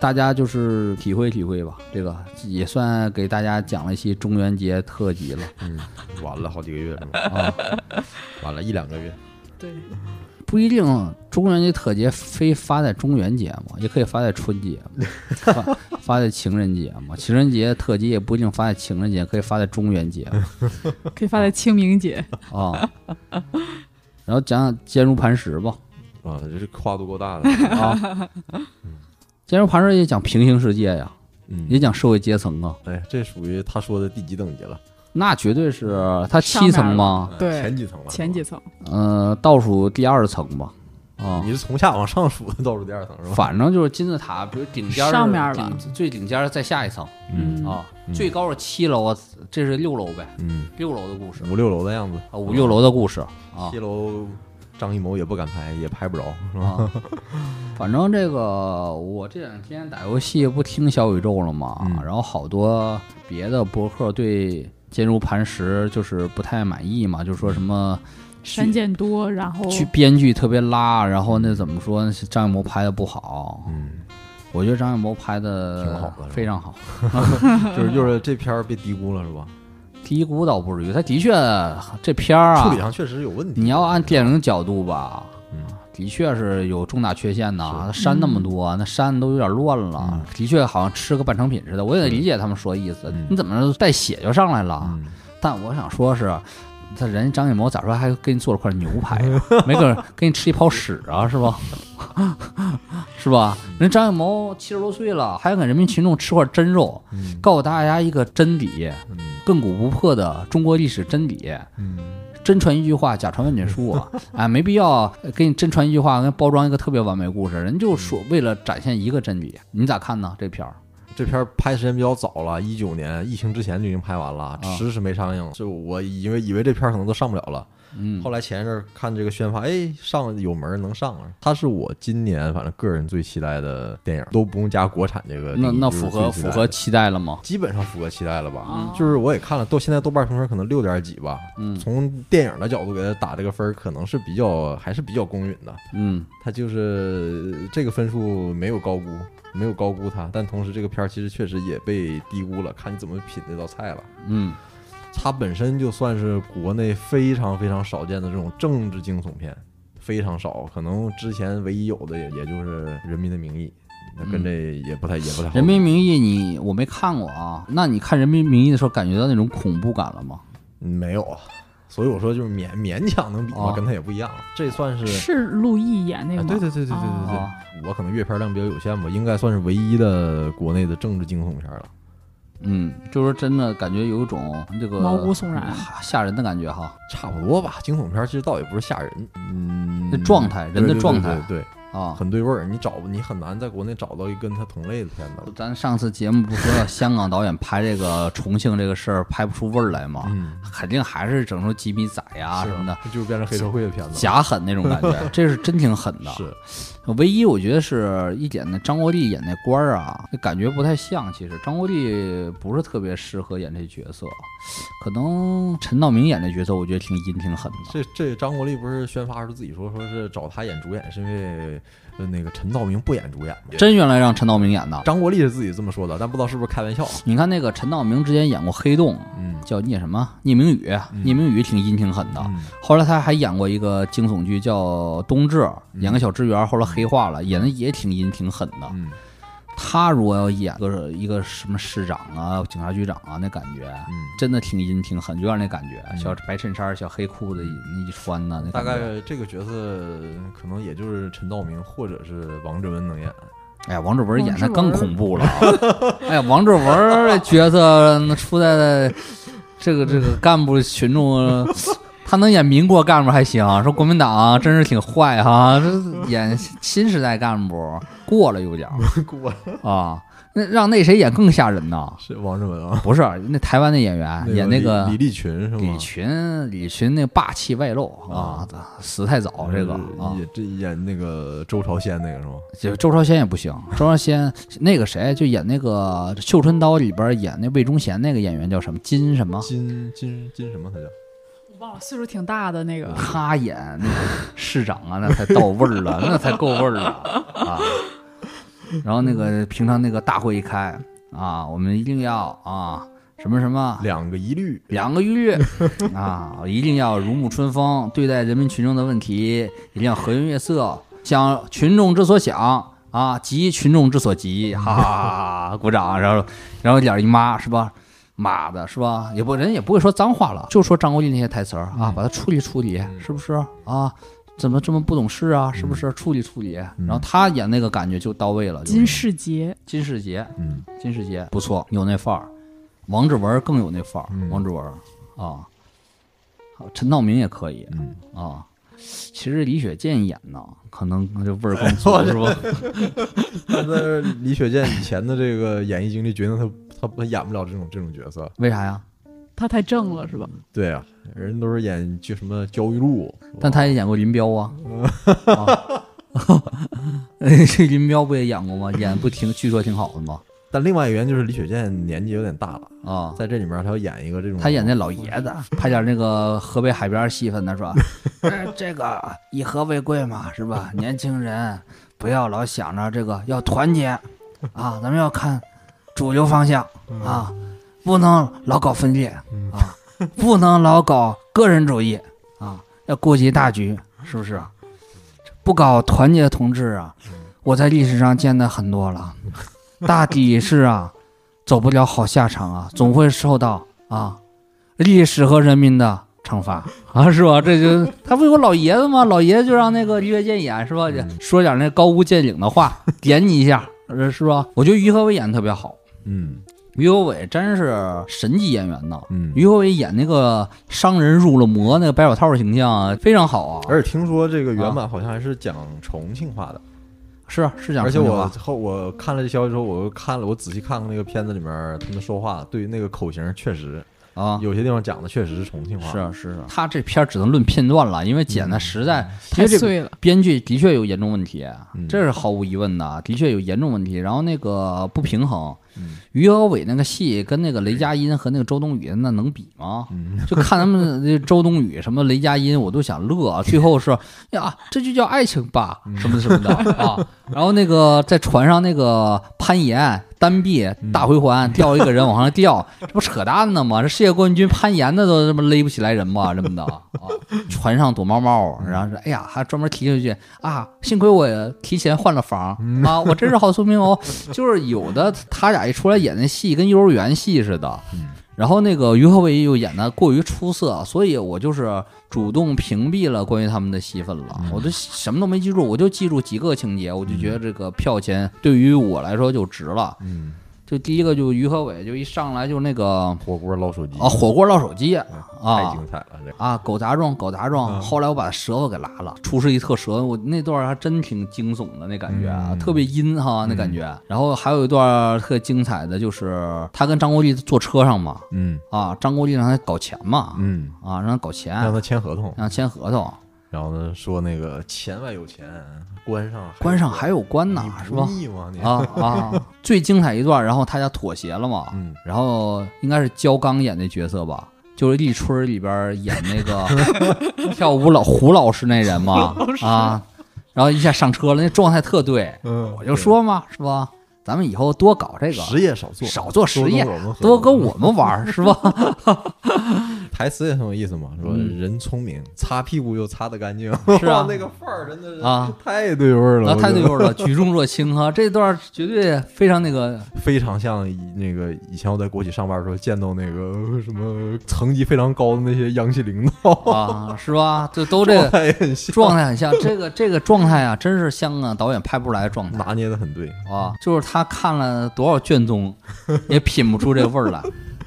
Speaker 2: 大家就是体会体会吧，这个也算给大家讲了一期中元节特辑了
Speaker 4: 嗯，晚了好几个月了，
Speaker 2: 啊。
Speaker 1: (laughs)
Speaker 4: 晚了一两个月，
Speaker 3: 对，
Speaker 2: 不一定中元节特节非发在中元节嘛，也可以发在春节嘛，发 (laughs) 发在情人节嘛。情人节特辑也不一定发在情人节，可以发在中元节嘛
Speaker 3: 可以发在清明节。
Speaker 2: 啊。然后讲讲坚如磐石吧，
Speaker 4: 啊，这是跨度够
Speaker 1: (laughs)
Speaker 4: 大的，
Speaker 2: 啊，坚如磐石也讲平行世界呀，
Speaker 4: 嗯
Speaker 2: 也，讲社会阶层啊，
Speaker 1: 哎，这属于他说的第几等级了？
Speaker 2: 那绝对是它七层嘛，
Speaker 3: 对
Speaker 1: 嗯前几层了，
Speaker 3: 前几层，
Speaker 2: 呃，倒数第二层吧，啊，
Speaker 1: 你是从下往上数的倒数第二层是吧？
Speaker 2: 反正就是金字塔，比如顶尖儿
Speaker 3: 上面儿
Speaker 2: 顶
Speaker 3: 了
Speaker 2: 最顶尖儿再下一层。
Speaker 4: 嗯
Speaker 2: 啊，
Speaker 4: 嗯
Speaker 2: 最高是七楼，啊，这是六楼呗，
Speaker 4: 嗯，
Speaker 2: 六楼的故事
Speaker 1: 五六楼的样子，
Speaker 2: 啊，五六楼的故事啊
Speaker 1: 七楼张艺谋也不敢拍，也拍不着，是吧？
Speaker 2: 啊。反正这个我这两天打游戏不听小宇宙了嘛，
Speaker 4: 嗯
Speaker 2: 然后好多别的博客对坚如磐石就是不太满意嘛，就说什么
Speaker 3: 山涧多，然后
Speaker 2: 去编剧特别拉，然后那怎么说呢？张艺谋拍的不好，
Speaker 4: 嗯，
Speaker 2: 我觉得张艺谋拍
Speaker 1: 挺好的是吧
Speaker 2: 非常好。 (laughs)
Speaker 1: 就是就是这片儿被低估了，是吧？
Speaker 2: 低估倒不至于，他的确这片儿啊，
Speaker 1: 处理上确实有问题。
Speaker 2: 你要啊按电影角度吧，
Speaker 1: 嗯
Speaker 2: 的确是有重大缺陷呐。删那么多，
Speaker 1: 嗯
Speaker 2: 那删都有点乱了，的确好像吃个半成品似的。我也理解他们说意思，
Speaker 4: 嗯
Speaker 2: 你怎么带血就上来了？
Speaker 4: 嗯
Speaker 2: 但我想说是。他人张艺谋咋说还给你做了块牛排呀、
Speaker 1: (laughs)
Speaker 2: 没准儿给你吃一泡屎啊，是吧？ (laughs) 是吧？人张艺谋七十多岁了，还给人民群众吃块真肉，
Speaker 4: 嗯
Speaker 2: 告诉大家一个真理，
Speaker 4: 嗯
Speaker 2: 亘古不破的中国历史真理。
Speaker 4: 嗯，
Speaker 2: 真传一句话，假传万卷书
Speaker 1: (laughs)
Speaker 2: 啊！哎，没必要呃给你真传一句话，跟包装一个特别完美故事。人就说为了展现一个真理，你咋看呢？这片儿
Speaker 1: 这片儿拍时间比较早了，一九年疫情之前就已经拍完了，
Speaker 2: 啊
Speaker 1: 迟迟没上映。就我以为以为这片儿可能都上不了了，
Speaker 2: 嗯
Speaker 1: 后来前一阵儿看这个宣发，哎，上有门儿能上了。它是我今年反正个人最期待的电影，都不用加国产这个定义，
Speaker 2: 那那
Speaker 1: 就是
Speaker 2: 符合
Speaker 1: 最期
Speaker 2: 符
Speaker 1: 待的
Speaker 2: 合，期待了吗？
Speaker 1: 基本上符合期待了吧？
Speaker 3: 嗯
Speaker 1: 就是我也看了，豆现在豆瓣评分可能六点几吧。
Speaker 2: 嗯
Speaker 1: 从电影的角度给它打这个分儿，可能是比较还是比较公允的。
Speaker 2: 嗯，
Speaker 1: 它就是这个分数没有高估，没有高估它，但同时这个片儿其实确实也被低估了，看你怎么品这道菜了。
Speaker 2: 嗯，
Speaker 1: 它本身就算是国内非常非常少见的这种政治惊悚片，非常少，可能之前唯一有的也也就是《人民的名义》，那跟这也不太、也不太好比。
Speaker 2: 《嗯人民名义》你我没看过啊，那你看《人民名义》的时候，感觉到那种恐怖感了吗？
Speaker 1: 嗯没有啊，所以我说就是勉勉强能比吧，
Speaker 2: 哦
Speaker 1: 跟它也不一样。这算是
Speaker 3: 是陆毅演那
Speaker 1: 啊
Speaker 3: 个吗？
Speaker 1: 对对对对对对对，
Speaker 2: 哦
Speaker 1: 我可能阅片量比较有限吧，应该算是唯一的国内的政治惊悚片了。
Speaker 2: 嗯，就是真的感觉有一种这个
Speaker 3: 毛骨悚然
Speaker 2: 吓吓人的感觉哈。
Speaker 1: 差不多吧，惊悚片其实倒也不是吓人，嗯
Speaker 2: 那，状态，人
Speaker 1: 对
Speaker 2: 的
Speaker 1: 对
Speaker 2: 状
Speaker 1: 对
Speaker 2: 态
Speaker 1: 对对
Speaker 2: 啊，
Speaker 1: 很对味儿。你找你很难在国内找到一跟它同类的片子了。
Speaker 2: 咱上次节目不说香港导演拍这个重庆这个事儿拍不出味儿来吗？
Speaker 1: 嗯，
Speaker 2: 肯定还是整出几米仔呀
Speaker 1: 是啊
Speaker 2: 啊什么的，，
Speaker 1: 就是变成黑社会的片子了。
Speaker 2: 假狠那种
Speaker 1: (laughs)
Speaker 2: 感觉，这是真挺狠的。
Speaker 1: 是，
Speaker 2: 唯一我觉得是一点那张国立演那官儿啊，那感觉不太像。其实张国立不是特别适合演这角色，可能陈道明演这角色，我觉得挺阴挺狠的。
Speaker 1: 这这张国立不是宣发时候自己说说是找他演主演，是因为呃那个陈道明不演主演嘛？
Speaker 2: 真原来让陈道明演的，
Speaker 1: 张国立是自己这么说的，但不知道是不是开玩笑。
Speaker 2: 你看那个陈道明之前演过《黑洞》，
Speaker 1: 嗯
Speaker 2: 叫聂什么？聂明宇，啊聂明宇挺阴挺狠的。
Speaker 1: 嗯
Speaker 2: 后来他还演过一个惊悚
Speaker 1: 嗯
Speaker 2: 啊剧叫《冬至》，演个小职员，后来黑化了，演的也挺阴挺狠的。
Speaker 1: 嗯，
Speaker 2: 他如果要演个一个什么市长啊、警察局长啊，那感觉
Speaker 1: 嗯，
Speaker 2: 真的挺阴挺狠，有点那感觉，
Speaker 1: 嗯
Speaker 2: 小白衬衫、小黑裤子一那一穿呢，那
Speaker 1: 大
Speaker 2: 感觉
Speaker 1: 概这个角色可能也就是陈道明或者是王志文能
Speaker 2: (laughs)
Speaker 1: 演。
Speaker 2: 哎呀，王志文演的
Speaker 3: 王
Speaker 2: 更
Speaker 3: 志文
Speaker 2: 恐怖了啊。 (laughs) 哎呀，王志文儿角色那出在这个这个干部群众，他能演民国干部还行，说国民党真是挺坏哈、这演新时代干部过了有点儿
Speaker 1: 过
Speaker 2: 啊。那让那谁演更吓人呢？
Speaker 1: 是王志文啊，
Speaker 2: 不是那台湾那演员啊演那
Speaker 1: 李
Speaker 2: 个
Speaker 1: 李立群是吗？
Speaker 2: 李群，李群那霸气外露啊，死太早这个啊。
Speaker 1: 也这嗯演那个周朝鲜那个是吗？
Speaker 2: 就周朝鲜也不行，周朝鲜那个谁就演那个《绣春刀》里边演那魏忠贤那个演员叫什么金什么，
Speaker 1: 金金金什么他叫？
Speaker 3: 我忘了，岁数挺大的那个，
Speaker 2: 他演那个市长啊，那才到味儿了，那才够味儿了啊。然后那个平常那个大会一开啊，我们一定要啊什么什么
Speaker 1: 两个一律，
Speaker 2: 两个月
Speaker 3: (laughs)
Speaker 2: 啊，一定要如沐春风，对待人民群众的问题一定要和颜悦色，想群众之所想啊，急群众之所
Speaker 3: (laughs)
Speaker 2: 急，哈哈哈哈！鼓掌，然后然后脸一抹是吧？妈的是吧？也不人也不会说脏话了，就说张国立那些台词儿
Speaker 3: 嗯
Speaker 2: 啊，把它处理处理，是不是啊？怎么这么不懂事啊？是不是处理处理？然后他演那个感觉就到位了，就是
Speaker 3: 嗯金世杰，
Speaker 2: 金世杰，
Speaker 1: 嗯，
Speaker 2: 金世杰不错，有那范儿。王志文更有那范儿，
Speaker 1: 嗯
Speaker 2: 王志文啊，陈道明也可以，
Speaker 1: 嗯
Speaker 2: 啊。其实李雪健演呢，可能这味儿更足，是吧？
Speaker 1: 但是李雪健以前的这个演艺经历决定他他他演不了这种这种角色。
Speaker 2: 为啥呀？
Speaker 3: 他太正了是吧？
Speaker 1: 对啊，人都是演就什么焦裕禄，是吧
Speaker 2: 但他也演过林彪 (laughs) 啊，啊 (laughs) 哎这林彪不也演过吗？演不挺，据说挺好的吗？
Speaker 1: 但另外一个原因就是李雪健年纪有点大了，
Speaker 2: 啊，
Speaker 1: 在这里面他要演一个这种
Speaker 2: 他演那老爷子，拍点那个河北海边戏份的是吧？哎这个以和为贵嘛，是吧？年轻人不要老想着这个要团结啊，咱们要看主流方向
Speaker 1: 嗯
Speaker 2: 啊，不能老搞分裂啊，不能老搞个人主义啊，要顾及大局，是不是？不搞团结的同志啊，
Speaker 1: 嗯
Speaker 2: 我在历史上见的很多
Speaker 1: (laughs)
Speaker 2: 了，大抵是啊，走不了好下场啊，总会受到啊历史和人民的
Speaker 1: (laughs)
Speaker 2: 惩罚啊，是吧？这就他不有个老爷子吗？老爷子就让那个岳剑演是吧？
Speaker 1: 嗯
Speaker 2: 说点那高屋建瓴的
Speaker 1: (laughs)
Speaker 2: 话，点你一下，呃是吧？我觉得于和伟演的特别好，
Speaker 1: 嗯
Speaker 2: 于和伟真是神级演员呐。
Speaker 1: 嗯，
Speaker 2: 于和伟演那个商人入了魔那个白手套的形象啊非常好啊，
Speaker 1: 而且听说这个原版好像还是讲重庆话的，
Speaker 2: 是啊是讲
Speaker 1: 而且
Speaker 2: 重庆
Speaker 1: 我
Speaker 2: 话
Speaker 1: 后我看了这消息之后，我又看了我仔细看看那个片子里面他们说话，对于那个口型确实
Speaker 2: 啊。
Speaker 1: 有些地方讲的确实是重庆话，
Speaker 2: 是啊是啊，他这片儿只能论片段了，因为剪的实在
Speaker 3: 太
Speaker 2: 这个
Speaker 3: 碎了，
Speaker 2: 编剧的确有严重问题，
Speaker 1: 嗯
Speaker 2: 这是毫无疑问的，的确有严重问题。然后那个不平衡
Speaker 1: 嗯，
Speaker 2: 于和伟那个戏跟那个雷佳音和那个周冬雨那能比吗？
Speaker 1: 嗯
Speaker 2: 就看他们那周冬雨什么雷佳音，我都想乐。啊最后是呀，这就叫爱情吧，什么什么的啊。然后那个在船上那个攀岩、单臂、大回环，吊一个人往上吊，这不扯淡呢吗？这世界冠军攀岩的都这么勒不起来人吗？这么的啊，船上躲猫猫，然后说哎呀，还专门提了一句啊，幸亏我提前换了房啊，我真是好聪明哦。就是有的他俩一出来演那戏跟幼儿园戏似的。然后那个于和伟又演的过于出色，所以我就是主动屏蔽了关于他们的戏份了，
Speaker 1: 嗯
Speaker 2: 我都什么都没记住，我就记住几个情节，我就觉得这个票钱对于我来说就值了。
Speaker 1: 嗯，
Speaker 2: 就第一个就于和伟就一上来就那个啊
Speaker 1: 火锅捞手机
Speaker 2: 火锅捞手机啊
Speaker 1: 太精彩了，这个
Speaker 2: 啊狗杂种狗杂种，
Speaker 1: 嗯
Speaker 2: 后来我把舌头给拉了，出示一特舌，我那段还真挺惊悚的那感觉啊，
Speaker 1: 嗯
Speaker 2: 特别阴哈那感觉。然后还有一段特精彩的就是他跟张国立坐车上嘛，
Speaker 1: 嗯
Speaker 2: 啊，张国立让他搞钱嘛，
Speaker 1: 嗯，
Speaker 2: 啊，让他搞钱，
Speaker 1: 让他签合同，
Speaker 2: 让他签合同，
Speaker 1: 然后呢说那个钱外有钱，关上
Speaker 2: 关上还有关呢，是吧？
Speaker 1: 腻吗你？
Speaker 2: 啊啊！最精彩一段，然后他家妥协了嘛，
Speaker 1: 嗯
Speaker 2: 然后应该是焦刚演那角色吧，就是立春里边演那
Speaker 1: (laughs)
Speaker 2: 个跳舞老胡老师那人嘛，啊，然后一下上车了，那状态特对，
Speaker 1: 嗯，
Speaker 2: 我就说嘛，是吧？咱们以后多搞这
Speaker 1: 对
Speaker 2: 个，
Speaker 1: 实业少做，
Speaker 2: 少做实业
Speaker 1: 多跟我们合作
Speaker 2: 多跟我们玩儿，是吧？
Speaker 1: 台词也很有意思嘛，说
Speaker 2: 嗯
Speaker 1: 人聪明，擦屁股又擦得干净，
Speaker 2: 是啊
Speaker 1: 那个范儿真的是
Speaker 2: 啊，
Speaker 1: 太对味儿了，
Speaker 2: 啊，
Speaker 1: 我
Speaker 2: 太
Speaker 1: 觉
Speaker 2: 对
Speaker 1: 得
Speaker 2: 味儿了，举重若轻哈，这段儿绝对非常那个，
Speaker 1: 非常像以那个以前我在国企上班的时候见到那个呃什么层级非常高的那些央企领导，
Speaker 2: (laughs) 啊， (laughs) 是吧？就都这
Speaker 1: 状
Speaker 2: 个
Speaker 1: 态也很像，
Speaker 2: 状态很像，这个这个状态啊，真是香港导演拍不出来的 (laughs) 状态
Speaker 1: 拿捏的很对。
Speaker 2: 啊！就是他看了多少卷宗，也品不出这味儿来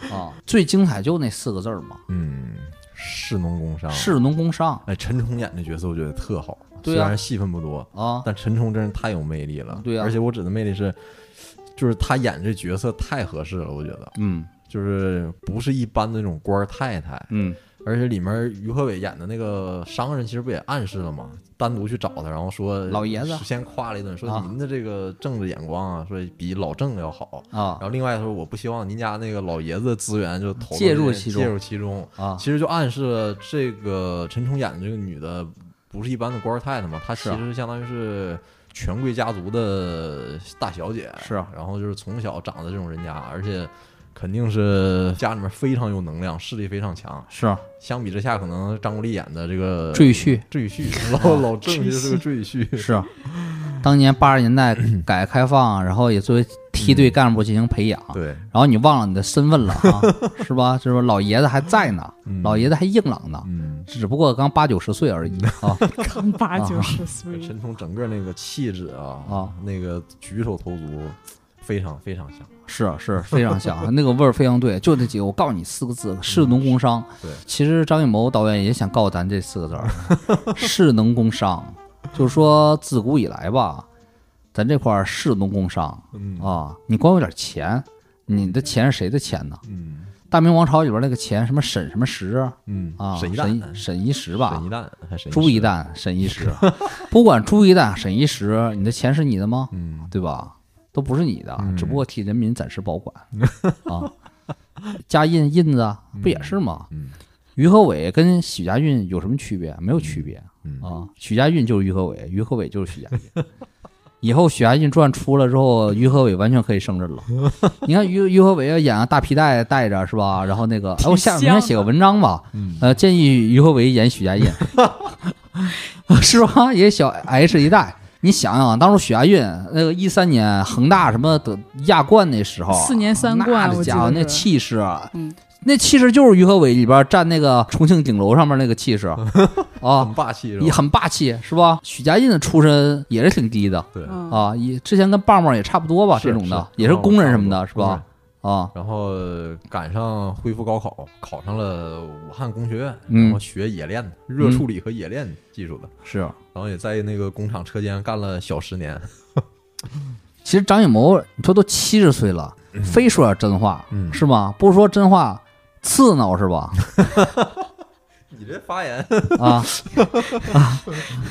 Speaker 2: 啊！最精彩就那四个字儿嘛，
Speaker 1: 嗯，士农工商。
Speaker 2: 士农工商
Speaker 1: 哎，陈冲演这角色我觉得特好，
Speaker 2: 对啊
Speaker 1: 虽然戏份不多，
Speaker 2: 啊，
Speaker 1: 但陈冲真是太有魅力了。
Speaker 2: 对啊
Speaker 1: 而且我指的魅力是，就是他演这角色太合适了，我觉得
Speaker 2: 嗯
Speaker 1: 就是不是一般的那种官儿太太，
Speaker 2: 嗯
Speaker 1: 而且里面于和伟演的那个商人其实不也暗示了吗？单独去找他，然后说
Speaker 2: 老爷子
Speaker 1: 先夸了一顿，说
Speaker 2: 啊
Speaker 1: 您的这个政治眼光啊，说比老郑要好。
Speaker 2: 啊
Speaker 1: 然后另外说，我不希望您家那个老爷子的资源就投到
Speaker 2: 介入
Speaker 1: 这
Speaker 2: 其中
Speaker 1: 介入其中。
Speaker 2: 啊
Speaker 1: 其实就暗示了这个陈冲演的这个女的不是一般的官儿太太嘛，她其
Speaker 2: 是啊
Speaker 1: 实相当于是权贵家族的大小姐，
Speaker 2: 是啊
Speaker 1: 然后就是从小长在这种人家，而且肯定是家里面非常有能量，势力非常强。
Speaker 2: 是啊
Speaker 1: 相比之下，可能张国立演的这个
Speaker 2: 赘婿啊
Speaker 1: 赘婿，老老郑其实是个赘
Speaker 2: (laughs)
Speaker 1: 婿，
Speaker 2: 是啊，当年八十年代改革开放，然后也作为梯队干部进行培养，
Speaker 1: 对，
Speaker 2: 然后你忘了你的身份了啊， (laughs) 是吧？是吧？老爷子还在呢，
Speaker 1: 嗯
Speaker 2: 老爷子还硬朗呢，
Speaker 1: 嗯，
Speaker 2: 只不过刚八九十岁而已啊。
Speaker 3: 刚
Speaker 2: 啊
Speaker 3: 八九十岁，
Speaker 1: 陈冲整个那个气质啊，
Speaker 2: 啊
Speaker 1: 那个举手投足非常非常像，
Speaker 2: 是是非常像，那个味儿非常对，就那几个。我告诉你四个字：士农工商。
Speaker 1: 嗯对
Speaker 2: 其实张艺谋导演也想告诉咱这四个字儿：士农工商。就是说，自古以来吧，咱这块儿士农工商
Speaker 1: 嗯
Speaker 2: 啊，你光有点钱，你的钱是谁的钱呢？
Speaker 1: 嗯
Speaker 2: 大明王朝里边那个钱，什么沈什么石啊，
Speaker 1: 嗯
Speaker 2: 啊
Speaker 1: 沈一
Speaker 2: 沈
Speaker 1: 蛋，
Speaker 2: 沈一石吧
Speaker 1: 啊沈，一蛋还是沈
Speaker 2: 朱
Speaker 1: 石
Speaker 2: 一，蛋，沈一石， (laughs) 不管朱一蛋、沈一石，你的钱是你的吗？
Speaker 1: 嗯，
Speaker 2: 对吧？都不是你的，
Speaker 1: 嗯
Speaker 2: 只不过替人民暂时保
Speaker 1: (laughs)
Speaker 2: 管啊。加印印子啊不也是吗？
Speaker 1: 嗯
Speaker 2: 于和伟跟许家印有什么区别？没有区别
Speaker 1: 嗯
Speaker 2: 啊。许家印就是于和伟，于和伟就是许家印。以后许家印传出了之后，于和伟完全可以胜任了。你看于于和伟要演大皮带带着是吧？然后那个，哎，我下
Speaker 3: 挺像的
Speaker 2: 明天写个文章吧，
Speaker 1: 嗯
Speaker 2: 呃，建议于和伟演许家印， (laughs) 是吧？也小 H 一代。你想想，当初许家印那个一三年恒大什么得亚冠那时候啊，
Speaker 3: 四年三冠
Speaker 2: 那
Speaker 3: 我记
Speaker 2: 家伙
Speaker 3: 得
Speaker 2: 那
Speaker 3: 是
Speaker 2: 气势啊，
Speaker 3: 嗯，
Speaker 2: 那气势就是于和伟里边站那个重庆顶楼上面那个气势
Speaker 3: (laughs)
Speaker 2: 啊
Speaker 1: 很，霸气是
Speaker 2: 也
Speaker 1: 吧？
Speaker 2: 很霸气，是吧？许家印的出身也是挺低的
Speaker 1: 对，
Speaker 3: 嗯
Speaker 2: 啊，也之前跟棒棒也差不多吧，这种的也是工人什么的，是吧？？啊，
Speaker 1: 然后赶上恢复高考，考上了武汉工学院，
Speaker 2: 嗯
Speaker 1: 然后学冶炼的热处理和冶炼技术的，
Speaker 2: 是。
Speaker 1: 然后也在那个工厂车间干了小十年。
Speaker 2: 其实张艺谋，你说都七十岁了，
Speaker 3: 嗯
Speaker 2: 非说点真话，
Speaker 1: 嗯
Speaker 2: 是吗？不说真话，刺挠是吧？
Speaker 1: (laughs) 你这发言
Speaker 2: (laughs) 啊，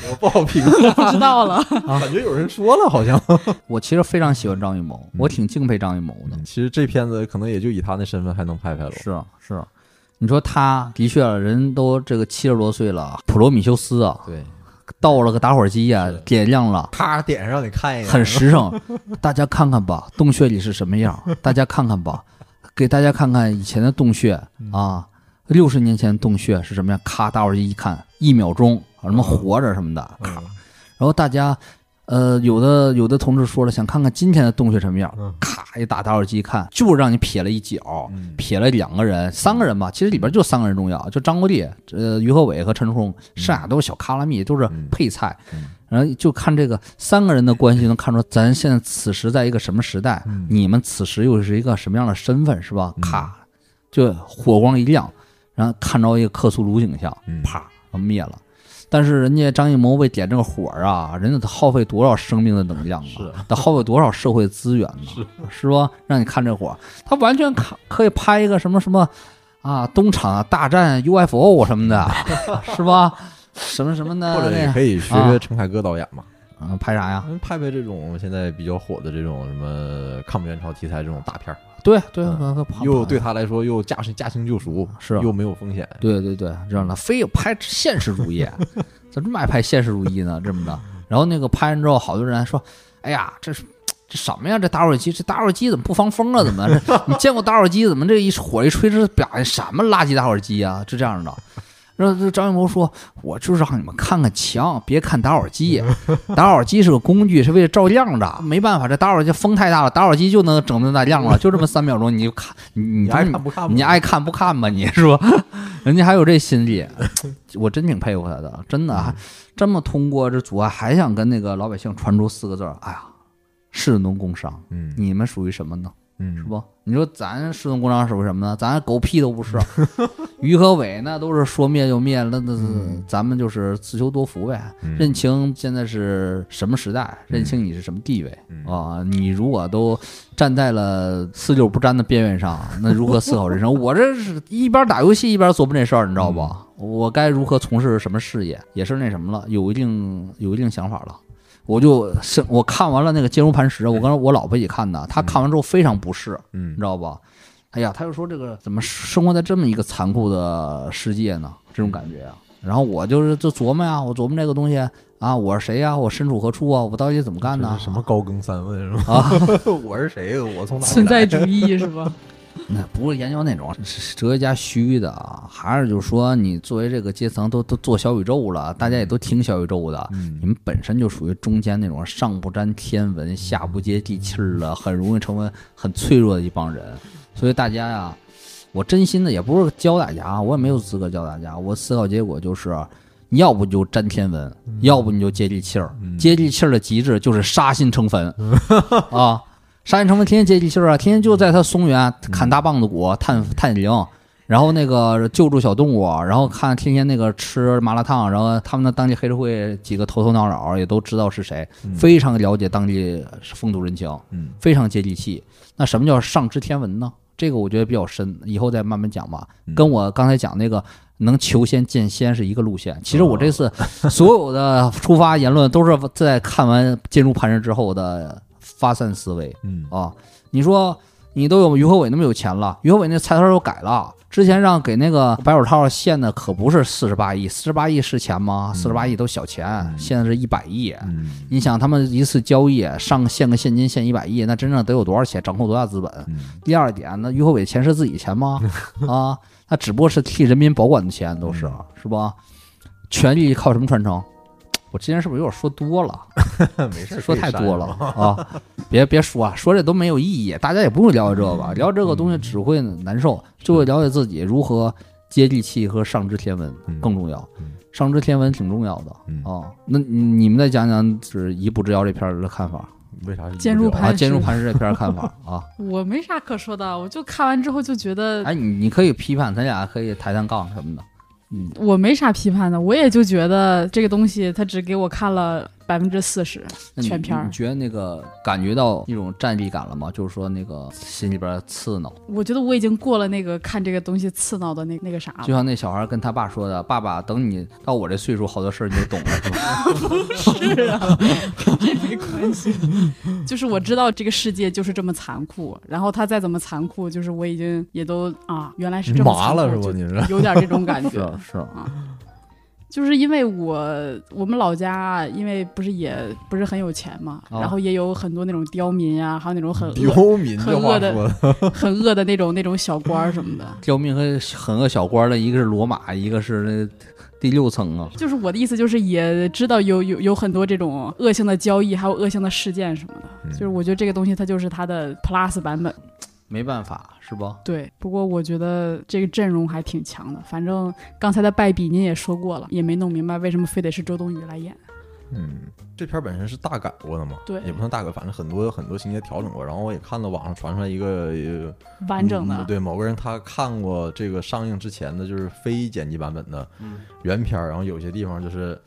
Speaker 1: 我不好评 (laughs) 价，
Speaker 3: 不知
Speaker 2: (laughs)
Speaker 3: 道了，
Speaker 1: 感觉有人说了好像。
Speaker 2: 我其实非常喜欢张艺谋，我挺敬佩张艺谋的。
Speaker 1: 其实这片子可能也就以他那身份还能拍拍了。
Speaker 2: 是啊是啊，你说他的确，人都这个七十多岁了，普罗米修斯啊，
Speaker 1: 对，
Speaker 2: 倒了个打火机呀、
Speaker 1: 是
Speaker 2: 点亮了。
Speaker 1: 啪点上让你看一眼，
Speaker 2: 很实诚，大家看看吧，洞穴里是什么样？大家看看吧，给大家看看以前的洞穴
Speaker 1: 嗯
Speaker 2: 啊，六十年前洞穴是什么样？咔，打火机一看，一秒钟，啊
Speaker 1: 嗯
Speaker 2: 什么活着什么的，咔。然后大家，呃，有的有的同志说了，想看看今天的洞穴什么样
Speaker 1: 嗯，
Speaker 2: 咔一打打火机一看，就是让你瞥了一角，
Speaker 1: 嗯
Speaker 2: 瞥了两个人，三个人吧，其实里边就三个人重要，就张国立、呃于和伟和陈冲，剩下都是小卡拉米，都是配菜。
Speaker 1: 嗯
Speaker 2: 然后就看这个三个人的关系，能看出咱现在此时在一个什么时代，
Speaker 1: 嗯
Speaker 2: 你们此时又是一个什么样的身份，是吧？咔，就火光一亮，然后看着一个克苏鲁景象，
Speaker 1: 嗯
Speaker 2: 啪灭了。但是人家张艺谋为点这个火儿啊，人家得耗费多少生命的能量
Speaker 1: 是啊
Speaker 2: 啊，得耗费多少社会资源呢？是吧？让你看这火儿，他完全可可以拍一个什么什么啊，东厂大战 UFO 什么的， (laughs) 是吧？什么什么的，
Speaker 1: 或者
Speaker 2: 那
Speaker 1: 也
Speaker 2: 个
Speaker 1: 可以学
Speaker 2: 啊
Speaker 1: 学陈凯歌导演嘛，
Speaker 2: 嗯，拍啥呀？
Speaker 1: 嗯拍拍这种现在比较火的这种什么抗美援朝题材这种大片儿。
Speaker 2: 对对，
Speaker 1: 嗯
Speaker 2: 呃跑
Speaker 1: 又
Speaker 2: 跑
Speaker 1: 对他来说又驾轻驾轻就熟，
Speaker 2: 是
Speaker 1: 又没有风险。
Speaker 2: 对对对，这样的，非要拍现实主义，怎么这么爱拍现实主义呢？这么的，然后那个拍完之后，好多人还说，哎呀，这是这什么呀？这打火机，这打火机怎么不防风啊？怎么？这你见过打火机怎么这一火一吹，这啪什么垃圾打火机啊？就这样的。然后这张艺谋说：“我就是让你们看看墙，别看打火机。打火机是个工具，是为了照亮的。没办法，这打火机风太大了，打火机就能整那大亮了，就这么三秒钟，你就看，你你
Speaker 4: 你爱看不看吧？
Speaker 2: 你爱看不看吧？你是吧？人家还有这
Speaker 4: (laughs)
Speaker 2: 心理，我真挺佩服他的，真的，啊
Speaker 4: 嗯
Speaker 2: 还这么通过这阻碍，还想跟那个老百姓传出四个字儿：哎呀，士农工商，
Speaker 4: 嗯
Speaker 2: 你们属于什么呢？是
Speaker 4: 嗯，
Speaker 2: 不？你说咱士农工商属于什么呢？咱狗屁都
Speaker 4: (laughs)
Speaker 2: 不是，于和伟那都是说灭就灭，那那那咱们就是自求多福呗。
Speaker 4: 嗯
Speaker 2: 认清现在是什么时代，认清你是什么地位
Speaker 4: 嗯
Speaker 2: 啊！你如果都站在了四六不沾的边缘上，
Speaker 4: (laughs)
Speaker 2: 那如何思考人生？我这是一边打游戏一边琢磨这事儿，你知道吧？
Speaker 4: 嗯
Speaker 2: 我该如何从事什么事业，也是那什么了，有一定有一定想法了。我就是我看完了那个《坚如磐石》，我跟我老婆一起看的，她看完之后非常不适，你
Speaker 4: 嗯
Speaker 2: 知道吧？哎呀，他又说这个怎么生活在这么一个残酷的世界呢？这种感觉啊。然后我就是就琢磨呀、我琢磨这个东西啊，我是谁呀、我身处何处啊？我到底怎么干
Speaker 1: 嗯
Speaker 4: 这
Speaker 2: 呢
Speaker 4: 是？什么高更三问是吧？ (laughs)
Speaker 2: 啊？
Speaker 4: 我是谁？我从哪里
Speaker 3: 存在
Speaker 4: 来？
Speaker 3: 主
Speaker 2: (laughs)
Speaker 3: 义是吧？
Speaker 2: 那 (laughs) 不是研究那种哲学家虚的啊，还是就是说你作为这个阶层都都做小宇宙了，大家也都听小宇宙的，你
Speaker 4: 嗯
Speaker 2: 们本身就属于中间那种上不沾天文、下不接地气儿的，很容易成为很脆弱的一帮人。所以大家呀、我真心的也不是教大家啊，我也没有资格教大家。我思考结果就是，要不你就沾天文，要不你就接地气儿。
Speaker 4: 嗯
Speaker 2: 接地气儿的极致就是杀心成坟啊！杀心成坟，天天接地气儿啊，天天就在他松原砍大棒子骨、探探灵。然后那个救助小动物，啊然后看天天那个吃麻辣烫，然后他们的当地黑社会几个头头脑脑也都知道是谁，
Speaker 4: 嗯
Speaker 2: 非常了解当地风土人情，
Speaker 4: 嗯
Speaker 2: 非常接地气。那什么叫上知天文呢？这个我觉得比较深，以后再慢慢讲吧。
Speaker 4: 嗯
Speaker 2: 跟我刚才讲那个能求仙见仙是一个路线。其实我这次
Speaker 4: 嗯 (laughs)
Speaker 2: 所有的出发言论都是在看完《坚如磐石》之后的发散思维。
Speaker 4: 嗯
Speaker 2: 啊，你说你都有于和伟那么有钱了，于和伟那财团又改了，之前让给那个白手套限的可不是四十八亿，四十八亿是钱吗？四十八亿都小钱，现在是一百亿。
Speaker 4: 嗯
Speaker 2: 你想他们一次交易上限个现金限一百亿，那真正得有多少钱，掌控多大资本？
Speaker 4: 嗯
Speaker 2: 第二点，那于和伟钱是自己钱吗？啊，那只不过是替人民保管的钱，都是是吧？权力靠什么传承？我之前是不是有点说多了？
Speaker 4: (laughs) 没事，
Speaker 2: 说太多了。啊！别别说啊，说这都没有意义，大家也不用了解这个，聊这个东西
Speaker 4: 嗯
Speaker 2: 只会难受，就会了解自己如何接地气和上知天文
Speaker 4: 嗯
Speaker 2: 更重要
Speaker 4: 嗯。
Speaker 2: 上知天文挺重要的
Speaker 4: 嗯
Speaker 2: 啊。那你你们再讲讲，就是《一步之遥》这片儿的看法
Speaker 4: 为啥是一
Speaker 3: 坚
Speaker 4: 不
Speaker 3: 如
Speaker 4: 了
Speaker 3: 磐
Speaker 2: 啊，
Speaker 3: 石
Speaker 2: 《坚如磐石》这片儿的看
Speaker 3: (laughs)
Speaker 2: 法啊。
Speaker 3: 我没啥可说的，我就看完之后就觉得
Speaker 2: 哎，你你可以批判，咱俩可以抬抬杠什么的。嗯，
Speaker 3: 我没啥批判的，我也就觉得这个东西它只给我看了百分之四十，
Speaker 2: 那你
Speaker 3: 全片儿
Speaker 2: 你觉得那个感觉到一种战力感了吗？就是说那个心里边儿刺挠。
Speaker 3: 我觉得我已经过了那个看这个东西刺挠的那那个啥
Speaker 2: 就
Speaker 3: 了。
Speaker 2: 像那小孩跟他爸说的：“爸爸，等你到我这岁数，好多事儿你就懂了，是吧
Speaker 3: 是啊， (laughs) 跟这没关系。就是我知道这个世界就是这么残酷，然后它再怎么残酷，就是我已经也都啊，原来是这么
Speaker 4: 麻了
Speaker 3: 残
Speaker 4: 是
Speaker 3: 酷
Speaker 4: 吧？
Speaker 3: 就
Speaker 4: 你是
Speaker 3: 有点这种 (laughs) 感
Speaker 2: 是
Speaker 3: 觉
Speaker 2: 啊，。是啊，
Speaker 3: 就是因为我我们老家，因为不是也不是很有钱嘛，
Speaker 2: 啊
Speaker 3: 然后也有很多那种刁民啊，还有那种很
Speaker 4: (laughs)
Speaker 3: 恶
Speaker 4: 刁民这话说
Speaker 1: (laughs)
Speaker 3: 很
Speaker 4: 的，
Speaker 3: 很恶的那种那种小官儿什么的。
Speaker 2: 刁民和很恶小官的，一个是罗马，一个是那第六层啊。
Speaker 3: 就是我的意思，就是也知道有有有很多这种恶性的交易，还有恶性的事件什么的。
Speaker 4: 嗯
Speaker 3: 就是我觉得这个东西它就是它的 Plus 版本。
Speaker 2: 没办法，是吧？
Speaker 3: 对，不过我觉得这个阵容还挺强的。反正刚才的败笔您也说过了，也没弄明白为什么非得是周冬雨来演。
Speaker 4: 嗯，这片儿本身是大改过的嘛，
Speaker 3: 对
Speaker 4: 也不算大改，反正很多很多情节调整过。然后我也看到网上传出来一个呃
Speaker 3: 完整
Speaker 4: 嗯
Speaker 3: 的，
Speaker 4: 对某个人他看过这个上映之前的，就是非剪辑版本的
Speaker 2: 嗯
Speaker 4: 原片儿，然后有些地方就是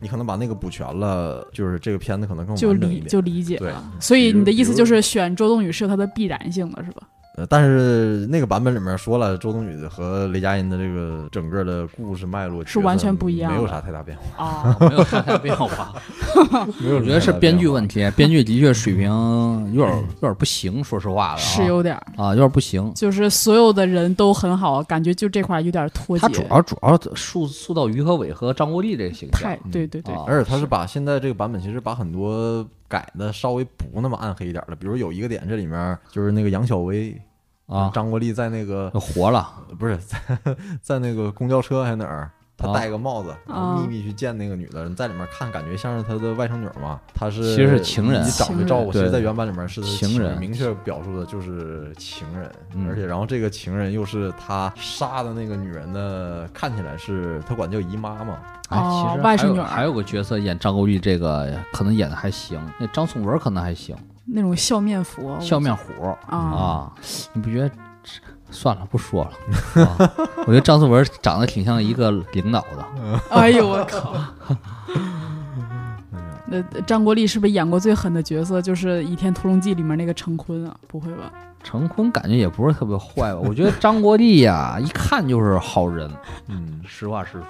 Speaker 4: 你可能把那个补全了，就是这个片子可能更
Speaker 3: 就
Speaker 4: 完整一
Speaker 3: 理
Speaker 4: 点。
Speaker 3: 就理解
Speaker 4: 对
Speaker 3: 了。所以
Speaker 4: 比如
Speaker 3: 你的意思
Speaker 4: 比如
Speaker 3: 就是选周冬雨是有它的必然性的，是吧？
Speaker 4: 呃，但是那个版本里面说了，周冬雨和雷佳音的这个整个的故事脉络
Speaker 3: 是
Speaker 4: 角色
Speaker 3: 完全不一样
Speaker 4: 没有
Speaker 3: 的
Speaker 4: 啥太大变化。 (laughs)
Speaker 3: 哦，
Speaker 2: 没有太大变化，
Speaker 4: 没有
Speaker 2: (laughs)
Speaker 4: 什么
Speaker 2: 我觉得
Speaker 4: 太
Speaker 2: 是
Speaker 4: 大
Speaker 2: 编剧
Speaker 4: 化
Speaker 2: 问题，编剧的确水平有点有点不行，说实话了啊，
Speaker 3: 是有点儿，
Speaker 2: 啊，有点不行。
Speaker 3: 就是所有的人都很好，感觉就这块儿有点脱节。
Speaker 2: 他主要主要塑塑造于和伟和张国立这个形
Speaker 4: 嗯
Speaker 2: 象
Speaker 3: 太，对对对，
Speaker 2: 啊
Speaker 4: 而且他是把现在这个版本，其实把很多
Speaker 1: 改的稍微不那么暗黑一点的，比如有一个点，这里面就是那个杨小薇
Speaker 2: 啊，
Speaker 1: 张国立在那个
Speaker 2: 活了
Speaker 1: 不是在在那个公交车还是哪儿，他
Speaker 2: 啊
Speaker 1: 戴个帽子，然后
Speaker 3: 啊
Speaker 1: 秘密去见那个女的，你在里面看，感觉像是他的外甥女儿嘛，他是
Speaker 2: 其实是情人
Speaker 1: 你找
Speaker 3: 情
Speaker 1: 这照
Speaker 3: 人
Speaker 1: 顾，其实，
Speaker 2: 对
Speaker 1: 在原版里面是
Speaker 2: 情人
Speaker 1: 明确表述的就是情人，
Speaker 2: 嗯
Speaker 1: 而且然后这个情人又是他杀的那个女人的，看起来是他管叫姨妈嘛，
Speaker 2: 哎，
Speaker 3: 哦
Speaker 2: 其实
Speaker 3: 外
Speaker 2: 还
Speaker 3: 甥
Speaker 2: 有
Speaker 3: 女儿
Speaker 2: 还有个角色演张国立，这个可能演的还行，那张颂文可能还行，
Speaker 3: 那种笑面佛，
Speaker 2: 笑面虎
Speaker 3: 啊，
Speaker 2: 啊，你不觉得？算了，不说了。 (laughs) 啊、我觉得张颂文长得挺像一个领导的，
Speaker 3: 哎呦我靠！
Speaker 4: (laughs)
Speaker 3: 那张国立是不是演过最狠的角色就是《倚天屠龙记》里面那个成坤啊？不会吧？，
Speaker 2: 陈坤感觉也不是特别坏吧？我觉得张国立呀、一看就是好人。
Speaker 1: 嗯，
Speaker 2: 实话实说，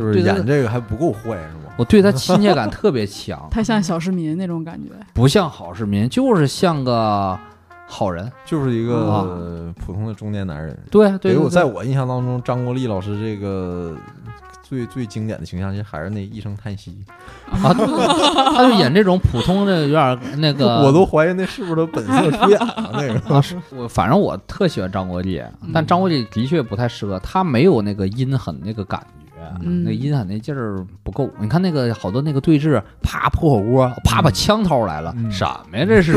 Speaker 1: 就是
Speaker 2: 对他
Speaker 1: 演这个还不够坏是吗？
Speaker 2: 我对他亲切感特别强
Speaker 3: 太像小市民那种感觉。
Speaker 2: 不像好市民，就是像个好人。
Speaker 1: 就是一个
Speaker 2: 啊
Speaker 1: 呃普通的中年男人。
Speaker 2: 对啊对对
Speaker 1: 给我
Speaker 2: 对
Speaker 1: 哎在我印象当中，张国立老师这个最最经典的形象，其实还是那一声叹息。
Speaker 2: 啊，对他就演这种普通的，有点儿那
Speaker 1: (laughs)
Speaker 2: 个。
Speaker 1: 我都怀疑那是不是他本色出演
Speaker 2: (laughs)
Speaker 1: 的那个。
Speaker 2: 啊，是我反正我特喜欢张国立，但张国立的确不太适合，他没有那个阴狠那个感觉，
Speaker 3: 嗯
Speaker 2: 那阴狠那劲儿不够。你看那个好多那个对峙，啪破火锅，啪把枪掏来了，
Speaker 4: 嗯
Speaker 2: 什么呀这是？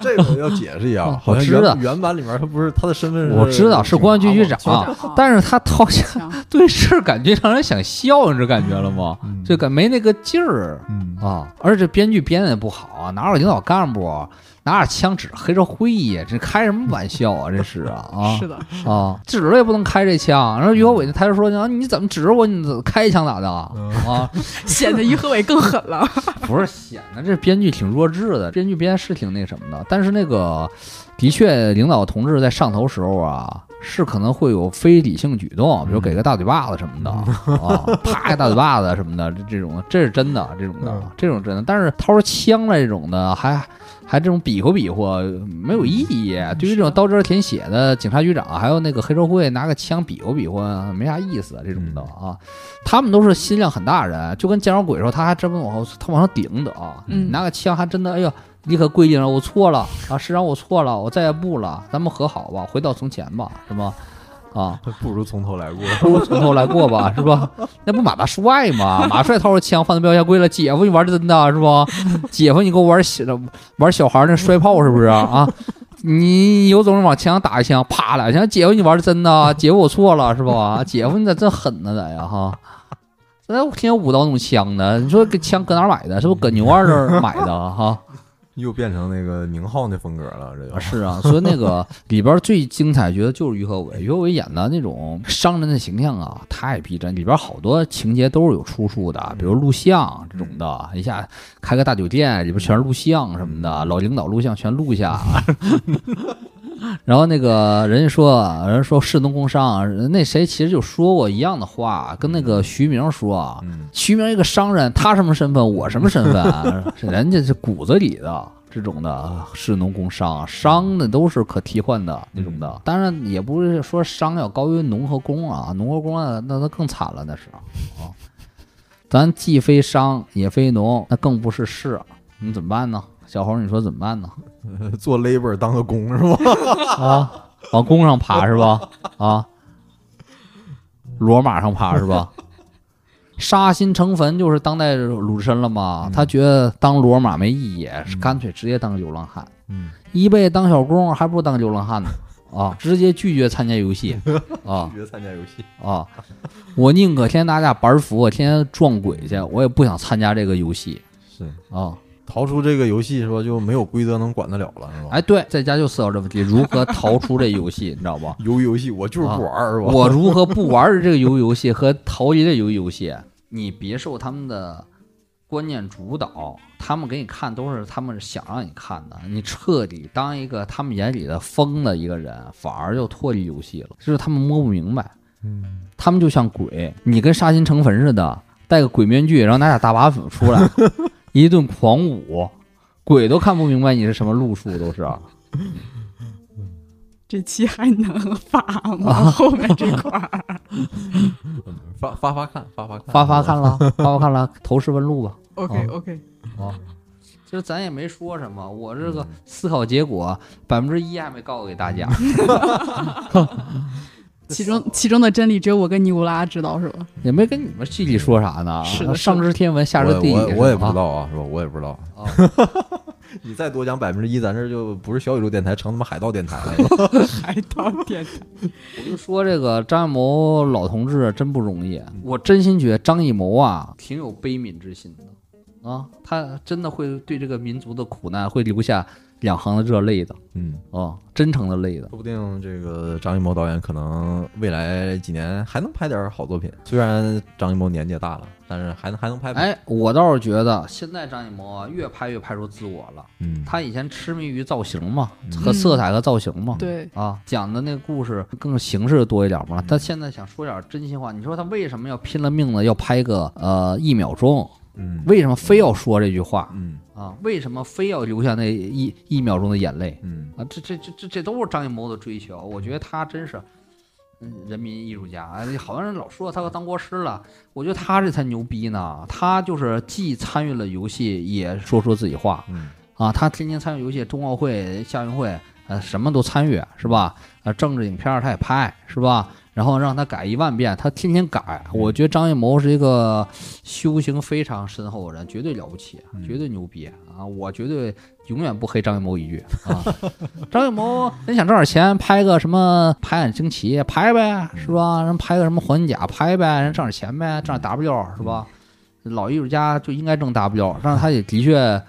Speaker 1: 这个我要解释一下，
Speaker 2: 啊
Speaker 1: 好像
Speaker 2: 我知道
Speaker 1: 原原版里面他不是他的身份是，啊
Speaker 2: 我知道是公安局局长，
Speaker 3: 长
Speaker 2: (laughs) 但是他掏枪
Speaker 3: 强
Speaker 2: 对峙，感觉让人想笑，你这感觉了吗？
Speaker 4: 嗯
Speaker 2: 就感没那个劲儿
Speaker 4: 嗯
Speaker 2: 啊！而且编剧编的也不好啊，哪有领导干部啊拿着枪指着黑社会呀？这开什么玩笑啊！这是啊啊
Speaker 3: (laughs) 是的，
Speaker 2: 啊！指着也不能开这枪。然后于和伟他就说：“啊，你怎么指着我？你怎么开一枪咋的啊？”啊，
Speaker 3: 显得于和伟更狠了。
Speaker 2: 不是显得这编剧挺弱智的，编剧编是挺那什么的，但是那个的确，领导同志在上头时候啊，是可能会有非理性举动，比如给个大嘴巴子什么的、啊，啪个大嘴巴子什么的，这这种这是真的，这种的，
Speaker 4: 嗯
Speaker 2: 这种真的。但是掏出枪来这种的，还还这种比划比划，没有意义。啊对于这种刀尖舔血的警察局长，还有那个黑社会拿个枪比划比划，没啥意思，这种的啊。他们都是心量很大人，就跟见着鬼的时候，他还真往后他往上顶的啊，
Speaker 3: 嗯
Speaker 2: 拿个枪还真的，哎呦，立刻跪地上，我错了啊，师长我错了，我再也不了，咱们和好吧，回到从前吧，是吧？啊，
Speaker 1: 不如从头来
Speaker 2: (laughs)
Speaker 1: 过。
Speaker 2: 不如从头来过吧，是吧？那不马大帅吗？马帅掏出枪放在标下跪了，姐夫你玩真的是吧？姐夫你给我玩小玩小孩那摔炮是不是啊？啊你有种往墙上打一枪，啪两枪，姐夫你玩的真的，姐夫我错了是吧？啊姐夫你咋这狠呢咋呀哈？那我天天舞刀弄枪的，你说这枪搁哪儿买的？是不是搁牛二这儿买的啊哈？
Speaker 1: 又变成那个宁浩那风格了，这就。
Speaker 2: 啊，是啊，所以那个里边最精彩角色就是于和伟，于和伟演的那种商人的形象啊，太逼真。里边好多情节都是有出处的，比如录像这种的，一下开个大酒店，里边全是录像什么的，老领导录像全录下。 (laughs) 然后那个人家说，啊人家说士农工商，人那谁其实就说过一样的话，跟那个徐明说啊，
Speaker 1: 嗯，
Speaker 2: 徐明一个商人，他什么身份，我什么身份啊？ (laughs) 是人家是骨子里的这种的啊士农工商，商的都是可替换的那种的。当然也不是说商要高于农和工啊，农和工啊，那那更惨了，那是啊。咱既非商也非农，那更不是士，你怎么办呢？小猴，你说怎么办呢？
Speaker 1: 做 labor 当个工是吧？
Speaker 2: 啊，往弓上爬是吧？啊，罗马上爬是吧？杀心成坟就是当代鲁智深了嘛？他觉得当罗马没意义，干脆直接当流浪汉。 (laughs)
Speaker 4: 嗯，
Speaker 2: 一辈子当小工，还不如当流浪汉呢。啊，直接拒绝参加游戏。啊
Speaker 1: 拒绝参加游戏，
Speaker 2: 啊，我宁可天天拿架板斧，我天天撞鬼去，我也不想参加这个游戏。
Speaker 1: 是
Speaker 2: 啊，
Speaker 1: 逃出这个游戏是吧？就没有规则能管得了了是吧？
Speaker 2: 哎，对，在家就思考这问题，如何逃出这游戏，你知道不？
Speaker 1: 游游戏我就是不玩儿是吧？
Speaker 2: 啊我如何不玩儿这个游游戏和逃离这游游戏？啊你别受他们的观念主导，他们给你看都是他们想让你看的。你彻底当一个他们眼里的疯的一个人，反而就脱离游戏了。这是他们摸不明白，
Speaker 4: 嗯
Speaker 2: 他们就像鬼，你跟杀心成坟似的，戴个鬼面具，然后拿俩大把斧出来， (laughs) 一顿狂舞，鬼都看不明白你是什么路数，都是啊。
Speaker 3: 这期还能发吗？后面这块儿， (laughs)
Speaker 1: 发发发看，发发看，
Speaker 2: 发发看了，发发看了，投石问路吧。
Speaker 3: OK OK，
Speaker 2: 啊，就是咱也没说什么，我这
Speaker 1: 嗯
Speaker 2: 个思考结果百分之一还没告诉给大家。 (laughs)
Speaker 3: 其中其中的真理只有我跟尼古拉知道，是吧？
Speaker 2: 也没跟你们具体说啥呢，
Speaker 3: 是的
Speaker 2: 上知天文下知
Speaker 1: 我
Speaker 2: 地理
Speaker 1: 我我也
Speaker 2: 是
Speaker 1: 不
Speaker 2: 吧
Speaker 1: 知道啊，是吧？我也不知道。
Speaker 2: 啊
Speaker 1: 哦 (laughs) 你再多讲百分之一，咱这就不是小宇宙电台，成他妈海盗电台了。 (laughs)
Speaker 3: 海盗电台，
Speaker 2: 我就说这个张艺谋老同志真不容易，
Speaker 1: 嗯
Speaker 2: 我真心觉得张艺谋啊挺有悲悯之心的啊，他真的会对这个民族的苦难会留下两行的热泪的
Speaker 1: (laughs) 嗯，
Speaker 2: 啊，真诚的泪的。
Speaker 1: 说不定这个张艺谋导演可能未来几年还能拍点好作品。虽然张艺谋年纪也大了，但是还能还能拍。，
Speaker 2: 哎，我倒是觉得现在张艺谋啊越拍越拍出自我了，
Speaker 1: 嗯，
Speaker 2: 他以前痴迷于造型嘛
Speaker 1: 嗯
Speaker 2: 和色彩和造型嘛，
Speaker 3: 对，
Speaker 2: 啊，讲的那个故事更形式多一点嘛。他现在想说点真心话，你说他为什么要拼了命的要拍个呃一秒钟？
Speaker 1: 嗯
Speaker 2: 为什么非要说这句话
Speaker 1: 嗯
Speaker 2: 啊？为什么非要留下那一一秒钟的眼泪
Speaker 1: 嗯
Speaker 2: 啊？这这这这这都是张艺谋的追求。我觉得他真是。嗯，人民艺术家，哎好多人老说他要当国师了，我觉得他这才牛逼呢。他就是既参与了游戏，也说说自己话，
Speaker 1: 嗯
Speaker 2: 啊，他天天参与游戏、冬奥会、夏运会，呃，什么都参与，是吧？呃，政治影片儿他也拍，是吧？然后让他改一万遍，他天天改。我觉得张艺谋是一个修行非常深厚的人，绝对了不起，绝对牛逼啊！我绝对永远不黑张艺谋一句啊！张艺谋，你想挣点钱，拍个什么《拍案惊奇》，拍呗，是吧？人拍个什么《黄金甲》，拍呗，人挣点钱呗，挣点 W 是吧？老艺术家就应该挣 W，但是他也的确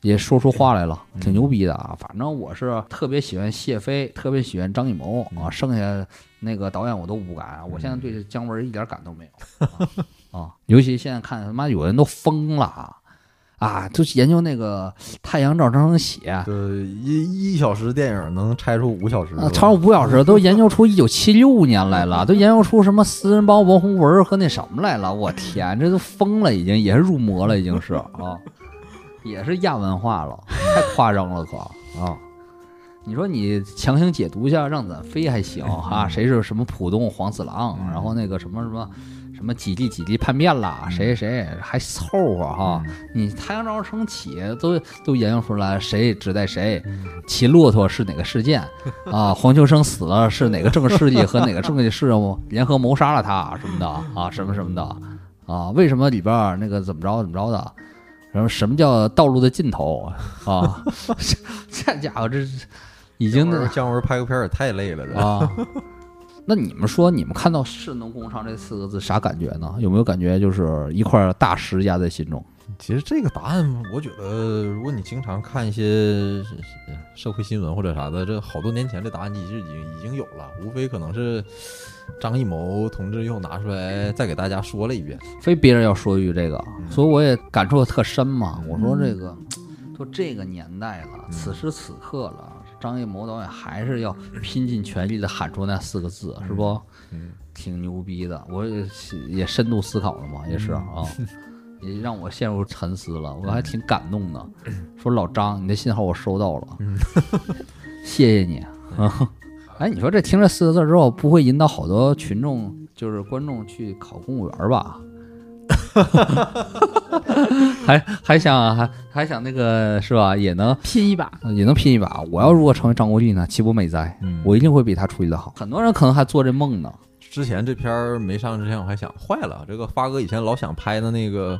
Speaker 2: 也说出话来了，挺牛逼的啊！反正我是特别喜欢谢飞，特别喜欢张艺谋啊，剩下那个导演我都不敢，我现在对姜文一点感都没有啊啊！尤其现在看他妈有人都疯了啊啊，就是研究那个太阳照常升起。
Speaker 1: 对，一一小时电影能拆出五小时，
Speaker 2: 啊，超过五小时都研究出一九七六年来了，都研究出什么私人包王洪文和那什么来了，我天，这都疯了，已经也是入魔了，已经是啊，也是亚文化了，太夸张了可啊！你说你强行解读一下，让咱飞还行啊？谁是什么浦东黄四郎，然后那个什么什么什么几地几地叛变啦，谁谁谁还凑合啊哈、你太阳照常升起都都研究出来谁指代谁，骑骆驼是哪个事件啊？黄秋生死了是哪个正势力和哪个正势力联合谋杀了他什么的啊？什么什么的啊？为什么里边儿那个怎么着怎么着的？然后什么叫道路的尽头啊？ (laughs) 这这家伙这是已经那
Speaker 1: 姜文拍个片儿也太累了，这
Speaker 2: 啊。那你们说，你们看到“士农工商”这四个字啥感觉呢？有没有感觉就是一块大石压在心中？
Speaker 1: 其实这个答案，我觉得，如果你经常看一些社会新闻或者啥的，这好多年前这答案其实已经已经有了，无非可能是张艺谋同志又拿出来再给大家说了一遍。
Speaker 2: 非憋着要说一句这个，
Speaker 1: 嗯
Speaker 2: 所以我也感触特深嘛。我说这
Speaker 3: 嗯
Speaker 2: 个，就这个年代了，
Speaker 1: 嗯
Speaker 2: 此时此刻了，张艺谋导演还是要拼尽全力的喊出那四个字，是不？
Speaker 1: 嗯，
Speaker 2: 挺牛逼的，我也也深度思考了嘛，
Speaker 1: 嗯 (laughs)
Speaker 2: 也是啊，也让我陷入沉思了，我还
Speaker 1: 嗯
Speaker 2: 挺感
Speaker 1: (clears throat)
Speaker 2: 动的。说老张，你的信号我收到了，
Speaker 1: 嗯 (laughs)
Speaker 2: 谢谢你 (laughs) 啊。哎，你说这听这四个字之后，不会引导好多群众，就是观众去考公务员吧？还还想还还想那个是吧？也能
Speaker 3: 拼一把，
Speaker 2: 也能拼一把。我要如果成为张国立呢，岂不美哉？
Speaker 1: 嗯
Speaker 2: 我一定会比他处理的好。很多人可能还做这梦呢。
Speaker 1: 之前这片儿没上之前，我还想坏了，这个发哥以前老想拍的那个。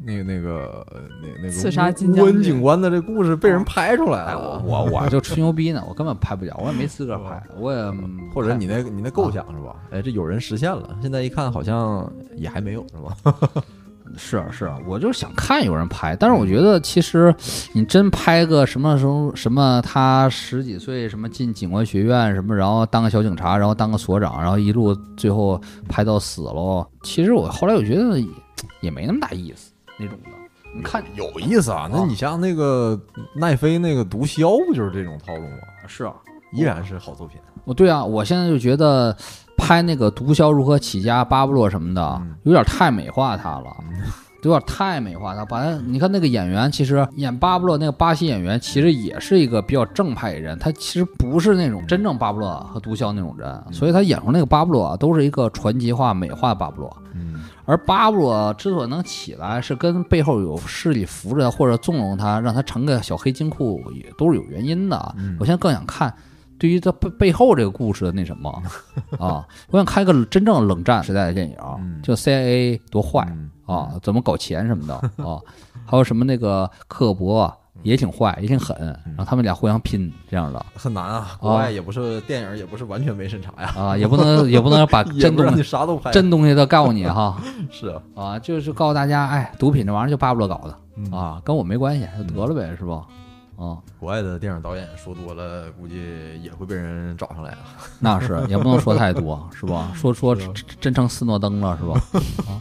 Speaker 1: 那个、那个、那那个
Speaker 3: 刺杀金
Speaker 1: 乌
Speaker 3: 将
Speaker 1: 恩
Speaker 3: 军哦
Speaker 1: 警官的这故事被人拍出来
Speaker 2: 哎，我
Speaker 1: (laughs) 了，
Speaker 2: 我我就吹牛逼呢，我根本拍不了，我也没资格拍，我也嗯
Speaker 1: 或者你那你那构想是吧？哎，这有人实现了，现在一看好像也还没有是吧？
Speaker 2: 是啊是，我就是想嗯看有人拍，但是我觉得其实你真拍个什么时候什么他十几岁什么进警官学院什么，然后当个小警察，然后当个所长，然后一路最后拍到死喽。其实我后来我觉得也也没那么大意思那种的，你看
Speaker 1: 有意思啊！那你像那个奈飞那个毒枭，不就是这种套路吗？
Speaker 2: 是啊，
Speaker 1: 依然是好作品。
Speaker 2: 我对啊，我现在就觉得拍那个毒枭如何起家、巴布洛什么的啊
Speaker 1: 嗯，
Speaker 2: 有点太美化他了
Speaker 1: 嗯，
Speaker 2: 有点太美化他。把他，你看那个演员，其实演巴布洛那个巴西演员，其实也是一个比较正派的人，他其实不是那种真正嗯巴布洛和毒枭那种人，所以他演出那个巴布洛啊，都是一个传奇化、美化巴布洛。
Speaker 1: 嗯
Speaker 2: 而巴布罗之所以能起来，是跟背后有势力扶着他或者纵容他，让他成个小黑金库，也都是有原因的。啊
Speaker 1: 嗯
Speaker 2: 我现在更想看。对于他背背后这个故事的那什么
Speaker 1: (laughs)
Speaker 2: 啊，我想看一个真正冷战时代的电影，
Speaker 1: 嗯
Speaker 2: 就 CIA 多坏
Speaker 1: 嗯
Speaker 2: 啊，怎么搞钱什么的
Speaker 1: (laughs)
Speaker 2: 啊，还有什么那个克伯
Speaker 1: 嗯
Speaker 2: 啊也挺坏，也挺狠，然后他们俩互相拼这样的
Speaker 1: 很难啊，
Speaker 2: 啊
Speaker 1: 国外也不是电影，也不是完全没审查呀， (laughs)
Speaker 2: 啊，也不能也不能把
Speaker 1: 也
Speaker 2: 真
Speaker 1: 不让
Speaker 2: 东
Speaker 1: 你
Speaker 2: 西
Speaker 1: 啥都拍，
Speaker 2: 真东西都告你哈
Speaker 1: 是啊
Speaker 2: 啊，就是告诉大家，哎，毒品这玩意儿就巴不得搞
Speaker 1: 嗯
Speaker 2: 的啊，跟我没关系，就得了呗，是吧？
Speaker 1: (laughs)
Speaker 2: 啊，
Speaker 1: 国外的电影导演说多了，估计也会被人找上来啊。
Speaker 2: 那是也不能说太多，是吧？说说真真成斯诺登了，是吧？啊